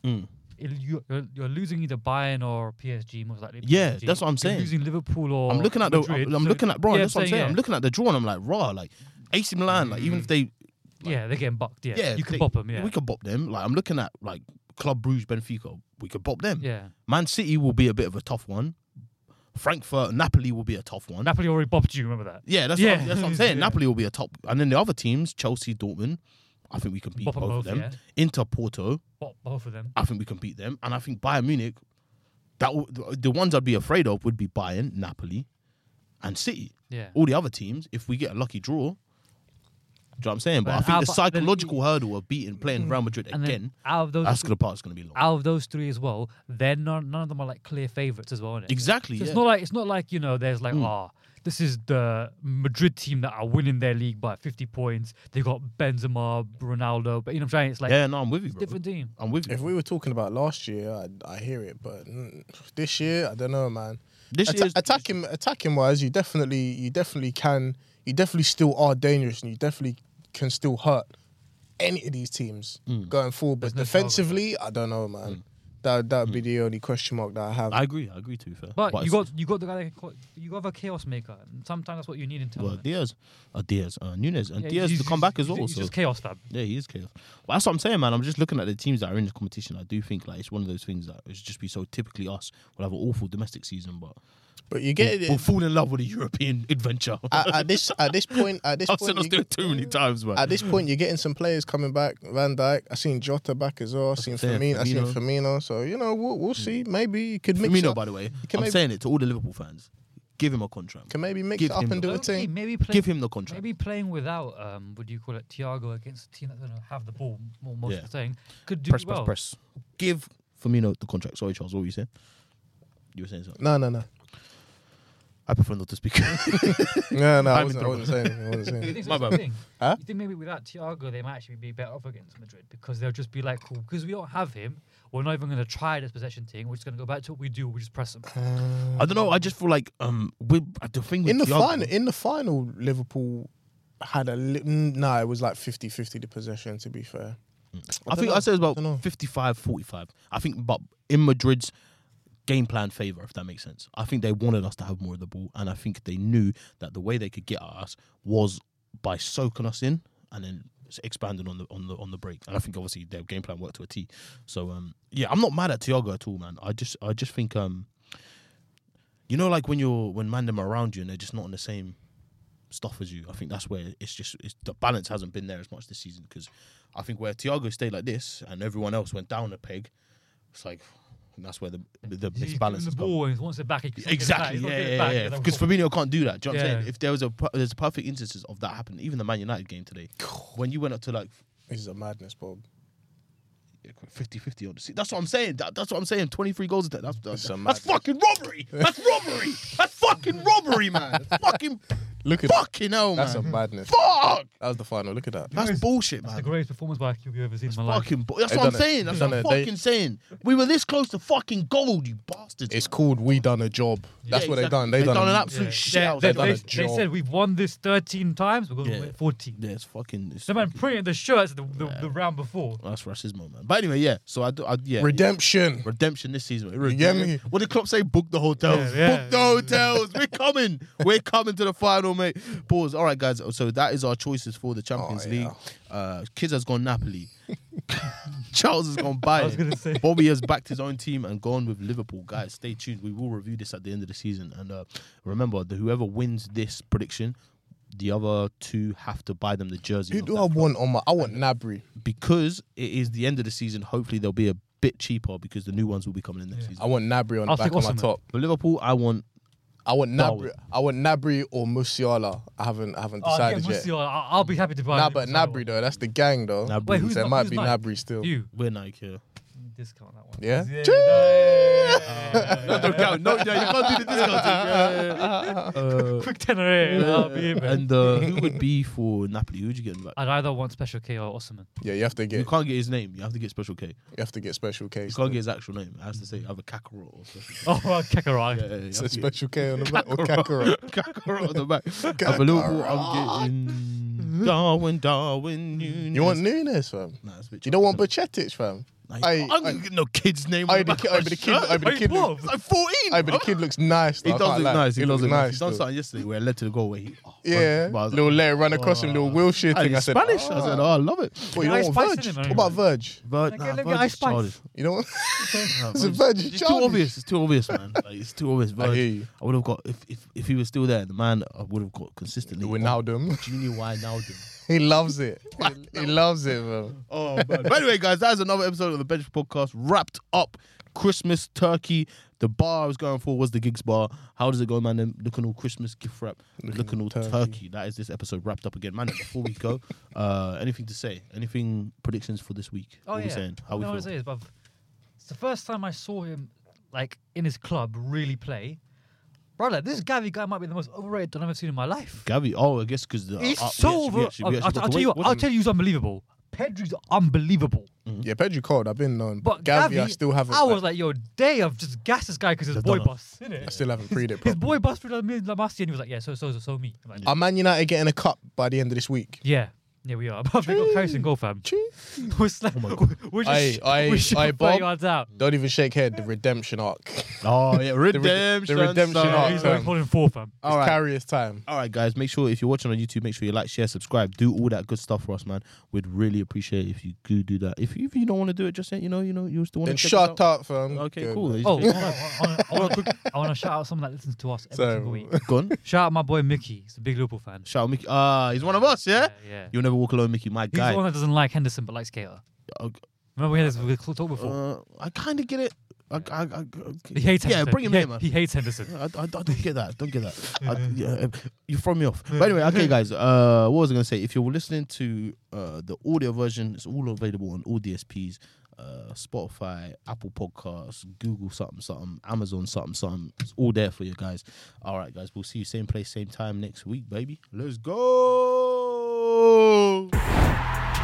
Speaker 4: it, you, you're, you're losing either Bayern or PSG most likely.
Speaker 3: Yeah,
Speaker 4: PSG.
Speaker 3: that's what I'm
Speaker 4: You're
Speaker 3: saying.
Speaker 4: losing Liverpool or
Speaker 3: I'm looking at the.
Speaker 4: Madrid,
Speaker 3: I'm, I'm
Speaker 4: so-
Speaker 3: looking at bro.
Speaker 4: yeah,
Speaker 3: that's what I'm saying.
Speaker 4: yeah.
Speaker 3: I'm looking at the draw and I'm like raw. Like AC Milan. Like
Speaker 4: Mm.
Speaker 3: even if they
Speaker 4: yeah, they're getting bucked. Yeah,
Speaker 3: yeah,
Speaker 4: you can
Speaker 3: they-
Speaker 4: pop them. Yeah,
Speaker 3: we could bop them. Like I'm looking at like Club Bruges, Benfica, we could bop them.
Speaker 4: yeah.
Speaker 3: Man City will be a bit of a tough one. Frankfurt, Napoli will be a tough one.
Speaker 4: Napoli already bopped you. Remember that?
Speaker 3: yeah, that's What
Speaker 4: Yeah.
Speaker 3: I'm, that's what I'm saying.
Speaker 4: Yeah.
Speaker 3: Napoli will be a top, and then the other teams, Chelsea, Dortmund. I think we can beat
Speaker 4: Bop 'em
Speaker 3: both of
Speaker 4: both,
Speaker 3: them.
Speaker 4: yeah.
Speaker 3: Inter, Porto.
Speaker 4: Bop both of them.
Speaker 3: I think we can beat them, and I think Bayern Munich. That w- the- the ones I'd be afraid of would be Bayern, Napoli, and City.
Speaker 4: Yeah.
Speaker 3: All the other teams, if we get a lucky draw, do you know what I'm saying? But
Speaker 4: But
Speaker 3: I think the
Speaker 4: how about- then-
Speaker 3: psychological hurdle of beating playing Real Madrid
Speaker 4: And
Speaker 3: again
Speaker 4: then out of those,
Speaker 3: that's
Speaker 4: three-
Speaker 3: the part that's going to be long.
Speaker 4: out of those three as well, they're not, none of them are like clear favourites as well. Innit?
Speaker 3: Exactly.
Speaker 4: So
Speaker 3: yeah. Hmm.
Speaker 4: It's not like it's not like you know. There's like ah, this is the Madrid team that are winning their league by 50 points. They got Benzema, Ronaldo, but you know what I'm saying. It's like
Speaker 3: yeah, no, I'm with you, bro.
Speaker 4: different team.
Speaker 3: I'm with you.
Speaker 1: If we were talking about last year, I, I hear it, but mm, this year, I don't know, man.
Speaker 3: This
Speaker 1: Atta-
Speaker 3: year's-
Speaker 1: attacking, attacking wise, you definitely, you definitely can, you definitely still are dangerous, and you definitely can
Speaker 3: Hmm.
Speaker 1: still hurt any of these teams going forward. But
Speaker 4: There's no
Speaker 1: defensively, I don't know, man. That that would be the only question mark that I have.
Speaker 3: Hmm. I agree. I agree. To be fair,
Speaker 4: But, you
Speaker 3: it's-
Speaker 4: got you got the guy that can call, you got a chaos maker, and sometimes that's what you need in
Speaker 3: well,
Speaker 4: talent.
Speaker 3: Diaz, uh, Diaz, uh, Nunes, and
Speaker 4: Yeah,
Speaker 3: Diaz
Speaker 4: he's-
Speaker 3: to come back as
Speaker 4: he's-
Speaker 3: well.
Speaker 4: He's
Speaker 3: so.
Speaker 4: just chaos fab.
Speaker 3: Yeah, he is chaos. But that's what I'm saying, man. I'm just looking at the teams that are in the competition. I do think like it's one of those things that it's just be so typically us. We'll have an awful domestic season, but
Speaker 1: but you
Speaker 3: we'll,
Speaker 1: get it.
Speaker 3: we'll fall in love with a European adventure.
Speaker 1: at, at this at this point at this
Speaker 3: I've
Speaker 1: point
Speaker 3: seen us
Speaker 1: you-
Speaker 3: do it too many times, man.
Speaker 1: at this point you're getting some players coming back. Van Dijk, I seen Jota back as well. I seen
Speaker 3: what I'm saying,
Speaker 1: Firmino. I seen
Speaker 3: Firmino. Mm.
Speaker 1: Firmino. So you know we'll, we'll see. Maybe you could mix
Speaker 3: Firmino,
Speaker 1: up.
Speaker 3: by the way,
Speaker 1: can
Speaker 3: I'm
Speaker 1: maybe-
Speaker 3: saying it to all the Liverpool fans. Give him a contract.
Speaker 1: Can maybe mix
Speaker 3: Give
Speaker 1: it up
Speaker 3: him
Speaker 1: and
Speaker 3: the
Speaker 1: do a
Speaker 4: Low-key,
Speaker 1: thing.
Speaker 4: Maybe play,
Speaker 3: Give him the contract.
Speaker 4: maybe playing without um, what do you call it, Thiago against a team that's gonna have the ball more most
Speaker 3: Yeah.
Speaker 4: of the thing could do
Speaker 3: press,
Speaker 4: well.
Speaker 3: press, press. Give Firmino the contract. Sorry, Charles. What were you saying? You were saying something.
Speaker 1: No, no, no,
Speaker 3: I prefer not to speak.
Speaker 1: no, no. I
Speaker 3: I'm
Speaker 1: wasn't,
Speaker 3: in
Speaker 1: I
Speaker 3: trouble.
Speaker 1: wasn't saying. anything, I wasn't saying.
Speaker 4: Do you
Speaker 1: anything.
Speaker 4: think
Speaker 3: My
Speaker 4: that's the
Speaker 3: bad.
Speaker 4: thing?
Speaker 1: Huh?
Speaker 4: You think maybe without Thiago they might actually be better off against Madrid because they'll just be like, cool, because we don't have him, we're not even gonna try this possession thing. We're just gonna go back to what we do. We just press them.
Speaker 3: I don't know. I just feel like um, we the thing with
Speaker 1: Uh, in the
Speaker 3: Thiago-
Speaker 1: final, in the final, Liverpool had a li- mm, no. It was like 50-50 the possession. To be fair,
Speaker 3: I, think
Speaker 1: dunno.
Speaker 3: I say it's about
Speaker 1: Dunno.
Speaker 3: 55 45. I think, but in Madrid's game plan favor, if that makes sense. I think they wanted us to have more of the ball, and I think they knew that the way they could get at us was by soaking us in and then s- expanding on the on the on the break. And I think obviously their game plan worked to a T. So um, yeah, I'm not mad at Thiago at all, man. I just I just think um, you know, like when you're when man them are around you and they're just not on the same stuff as you. I think that's where it's just it's, the balance hasn't been there as much this season because I think where Thiago stayed like this and everyone else went down a peg, it's like and that's where the the
Speaker 4: He's
Speaker 3: misbalance balance
Speaker 4: given
Speaker 3: is.
Speaker 4: the ball and he wants it back. he can't get it back,
Speaker 3: Exactly.
Speaker 4: he's not
Speaker 3: Yeah,
Speaker 4: getting it
Speaker 3: yeah,
Speaker 4: back,
Speaker 3: yeah.
Speaker 4: he's like,
Speaker 3: Because
Speaker 4: "Cool."
Speaker 3: Firmino can't do that. Do you know what I'm
Speaker 4: Yeah.
Speaker 3: saying? If there was a per- there's perfect instances of that happening, even the Man United game today, when you went up to like
Speaker 1: this is a madness, Bob.
Speaker 3: 50-50 on the seat. That's what I'm saying. That, that's what I'm saying. 23 goals. That's that's,
Speaker 1: It's
Speaker 3: that's,
Speaker 1: a madness.
Speaker 3: fucking robbery. That's robbery. That's fucking robbery, man. fucking
Speaker 1: Look at
Speaker 3: fucking hell,
Speaker 1: that's a
Speaker 3: man.
Speaker 1: madness.
Speaker 3: Fuck.
Speaker 1: That was the final. Look at that.
Speaker 3: That's bullshit, man.
Speaker 4: the greatest performance by a QB I've ever seen in my life.
Speaker 3: Fucking, bu- that's
Speaker 1: They
Speaker 3: what I'm
Speaker 1: done it.
Speaker 3: saying. That's
Speaker 1: They
Speaker 3: what I'm
Speaker 1: done it. They-
Speaker 3: fucking saying. We were this close to fucking gold, you bastards.
Speaker 1: It's
Speaker 3: man.
Speaker 1: called we done a job. That's
Speaker 3: Yeah,
Speaker 1: what
Speaker 3: exactly.
Speaker 1: they done. They,
Speaker 3: They
Speaker 1: done,
Speaker 3: done an
Speaker 1: a-
Speaker 3: absolute
Speaker 4: Yeah.
Speaker 3: shit out.
Speaker 4: They,
Speaker 1: They've done
Speaker 4: they-
Speaker 1: a
Speaker 4: they
Speaker 1: job.
Speaker 4: said we've won this 13 times. We're going to
Speaker 3: Yeah.
Speaker 4: win 14.
Speaker 3: Yeah, it's fucking. It's
Speaker 4: The man
Speaker 3: fucking-
Speaker 4: printed the shirts the, the, the round before.
Speaker 3: that's racism, man. But anyway, yeah. So I, do, I yeah.
Speaker 1: redemption.
Speaker 3: Redemption this season.
Speaker 1: get me?
Speaker 3: What did Klopp say? Book the hotels.
Speaker 4: Yeah, yeah.
Speaker 3: Book the hotels. We're coming. We're coming to the final, mate. Pause. All right, guys. So that is our choices for the Champions
Speaker 1: Oh, yeah.
Speaker 3: League. Uh, Kids has gone Napoli. Charles has gone Bayern.
Speaker 4: I was gonna say.
Speaker 3: Bobby has backed his own team and gone with Liverpool. Guys, stay tuned. We will review this at the end of the season. And uh, remember, the, whoever wins this prediction, the other two have to buy them the jersey.
Speaker 1: Who
Speaker 3: of
Speaker 1: do
Speaker 3: that
Speaker 1: I want on my? I want Nabry.
Speaker 3: because it is the end of the season, hopefully they'll be a bit cheaper because the new ones will be coming in next
Speaker 1: I
Speaker 3: season.
Speaker 1: want Nabry on the
Speaker 4: I'll
Speaker 1: back
Speaker 4: take
Speaker 1: of my
Speaker 4: Osimhen.
Speaker 1: top.
Speaker 3: For Liverpool, I want
Speaker 1: I want
Speaker 3: Darwin.
Speaker 1: Nabry. I want Nabry or Musiala. I haven't I haven't
Speaker 4: Oh, yeah,
Speaker 1: decided yet.
Speaker 4: Musiala, I- I'll be happy to buy
Speaker 1: Nah,
Speaker 4: him.
Speaker 1: but
Speaker 4: Musiala.
Speaker 1: Nabry though. That's the gang though.
Speaker 3: Nabry.
Speaker 4: Wait, who's
Speaker 1: there
Speaker 4: not-
Speaker 1: might
Speaker 4: who's
Speaker 1: be
Speaker 4: not?
Speaker 1: Nabry still.
Speaker 4: You.
Speaker 3: we're Nike. Yeah.
Speaker 4: Discount that one.
Speaker 1: Yeah.
Speaker 4: Yeah, Uh,
Speaker 1: Chee-
Speaker 3: no, don't count. No, yeah, you can't do the discount.
Speaker 4: Quick tenner here. I'll be here, man.
Speaker 3: and uh, who would be for Napoli? Who'd you get in back?
Speaker 4: I'd either want Special K or Osman.
Speaker 1: Yeah, you have to get
Speaker 3: You
Speaker 1: you
Speaker 3: can't get his name. You have to get Special K. You
Speaker 1: have to get special case.
Speaker 3: can't get his actual name. I have to say either Kakarot or Special K.
Speaker 4: Oh, well, Kekarai.
Speaker 3: Yeah, yeah, yeah.
Speaker 1: It's a special K on the back or Kakarot.
Speaker 3: Kakarot on the back. And for Liverpool, I'm getting Darwin, Darwin.
Speaker 1: You want Nunes, fam?
Speaker 3: Nah, it's a bit
Speaker 1: You don't want
Speaker 3: chocolate.
Speaker 1: Bacetic, fam.
Speaker 3: Nah,
Speaker 1: I-
Speaker 3: I'm gonna
Speaker 1: I-
Speaker 3: get no kid's name.
Speaker 1: I
Speaker 3: on the
Speaker 1: but
Speaker 3: back
Speaker 1: the kid,
Speaker 3: of
Speaker 1: I
Speaker 3: my
Speaker 1: but the kid, I but the kid,
Speaker 3: shirt.
Speaker 1: looks-
Speaker 3: It's like 14.
Speaker 1: aye, but the kid looks nice.
Speaker 3: He
Speaker 1: though, I
Speaker 3: does
Speaker 1: can't lie.
Speaker 3: look nice. He, does
Speaker 1: looks
Speaker 3: look nice. He
Speaker 1: though.
Speaker 3: done something yesterday where he led to the goal where he. Oh,
Speaker 1: Yeah,
Speaker 3: but I was
Speaker 1: little
Speaker 3: like,
Speaker 1: Larry ran across him, little Will shit
Speaker 3: "Ah,
Speaker 1: thing. I
Speaker 3: he's
Speaker 1: said,
Speaker 3: Spanish.
Speaker 1: "Ah."
Speaker 3: I said, oh, I love it.
Speaker 1: Well, you
Speaker 4: Yeah,
Speaker 1: don't want
Speaker 4: I spiced
Speaker 1: Verge.
Speaker 4: it,
Speaker 1: What
Speaker 4: man.
Speaker 1: about Verge?
Speaker 3: But
Speaker 4: Like,
Speaker 3: nah,
Speaker 4: let me
Speaker 3: Virgil's
Speaker 4: ice spice.
Speaker 3: childish.
Speaker 1: You know what?
Speaker 3: Nah,
Speaker 1: It's a
Speaker 3: Virgil's-
Speaker 1: Verge.
Speaker 3: It's too obvious. It's too obvious, man. Like, it's too obvious. Virgil.
Speaker 1: hear you.
Speaker 3: I would have got if, if if he was still there, the man I would have got consistently.
Speaker 1: Wijnaldum.
Speaker 3: Junior Wijnaldum.
Speaker 1: He loves it. He, he loves it, bro.
Speaker 3: Oh, man. but anyway, guys, that's another episode of the Bench Podcast wrapped up. Christmas turkey. The bar I was going for was the gigs bar. How does it go, man? Them Looking all Christmas gift wrap, looking, all turkey. That is this episode wrapped up again, man. Before we go, uh, anything to say? Anything predictions for this week?
Speaker 4: Oh
Speaker 3: What we
Speaker 4: yeah.
Speaker 3: saying? How
Speaker 4: no,
Speaker 3: we
Speaker 4: what
Speaker 3: feel?
Speaker 4: it is, but I've- it's the first time I saw him like in his club really play. Brother, this Gavi guy might be the most overrated that I've ever seen in my life.
Speaker 3: Gavi. Oh, I guess because the
Speaker 4: He's
Speaker 3: uh, we
Speaker 4: so
Speaker 3: actually- we
Speaker 4: over.
Speaker 3: actually- we actually got
Speaker 4: I'll, I'll- I'll
Speaker 3: to
Speaker 4: tell you
Speaker 3: wait,
Speaker 4: what. I'll
Speaker 3: wasn't it?
Speaker 4: tell you, he's unbelievable. Pedri's unbelievable.
Speaker 3: Mm-hmm.
Speaker 1: Yeah, Pedro Cod, I've been known.
Speaker 4: But
Speaker 1: Gavi,
Speaker 4: Gavi,
Speaker 1: I still haven't.
Speaker 4: I was like, yo, day of just gas this guy because his
Speaker 3: They've
Speaker 4: boy
Speaker 3: done it.
Speaker 4: bust, innit?
Speaker 1: I still haven't freed it, bro.
Speaker 4: His boy bust through the mid Lamassi and he was like, yeah, so so so, so me. I'm like,
Speaker 1: Are Man United getting a cup by the end of this week?
Speaker 4: yeah. Yeah, we are. But they've got Karius in goal, fam. We're, sla-
Speaker 3: Oh
Speaker 4: we're just,
Speaker 1: Aye, aye,
Speaker 4: we're just
Speaker 1: aye,
Speaker 4: 30
Speaker 1: Bob.
Speaker 4: yards out.
Speaker 1: Don't even shake head. The redemption arc. It's
Speaker 3: Oh yeah,
Speaker 1: the
Speaker 3: redemption.
Speaker 1: redemption
Speaker 3: son.
Speaker 1: arc.
Speaker 4: He's
Speaker 1: fam.
Speaker 4: always holding four, fam.
Speaker 3: All right.
Speaker 1: Carrier's time.
Speaker 3: All right, guys. Make sure if you're watching on YouTube, make sure you like, share, subscribe, do all that good stuff for us, man. We'd really appreciate it if you do do that. If you, if you don't want to do it, just say you know, you know, you still want
Speaker 1: Then
Speaker 3: to.
Speaker 1: shut up, fam.
Speaker 3: Okay,
Speaker 1: Good.
Speaker 3: cool.
Speaker 4: Oh, I want to shout out someone that listens to us every
Speaker 1: So-
Speaker 4: single week.
Speaker 3: gone.
Speaker 4: Shout out my boy Mickey. He's a big Liverpool fan.
Speaker 3: Shout out, Mickey. Ah, he's one of us. Yeah?
Speaker 4: Yeah, yeah.
Speaker 3: You'll never walk alone, Mickey. My
Speaker 4: He's
Speaker 3: guy.
Speaker 4: the one that doesn't like Henderson but likes Cater.
Speaker 3: Uh,
Speaker 4: Remember we had this we talked before.
Speaker 3: Uh, I kind of get it. I, I, I,
Speaker 4: he hates
Speaker 3: yeah,
Speaker 4: Henderson.
Speaker 3: bring him
Speaker 4: he,
Speaker 3: here, man.
Speaker 4: He hates Henderson.
Speaker 3: I, I, I don't get that. Don't get that. I, yeah, um, you throw me off. But anyway, okay, guys. Uh, what was I going to say? If you're listening to uh, the audio version, it's all available on all DSPs, uh, Spotify, Apple Podcasts, Google something something, Amazon something something. It's all there for you guys. All right, guys. We'll see you same place, same time next week, baby. Let's go.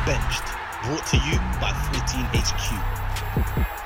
Speaker 2: Benched. Brought to you by 14HQ.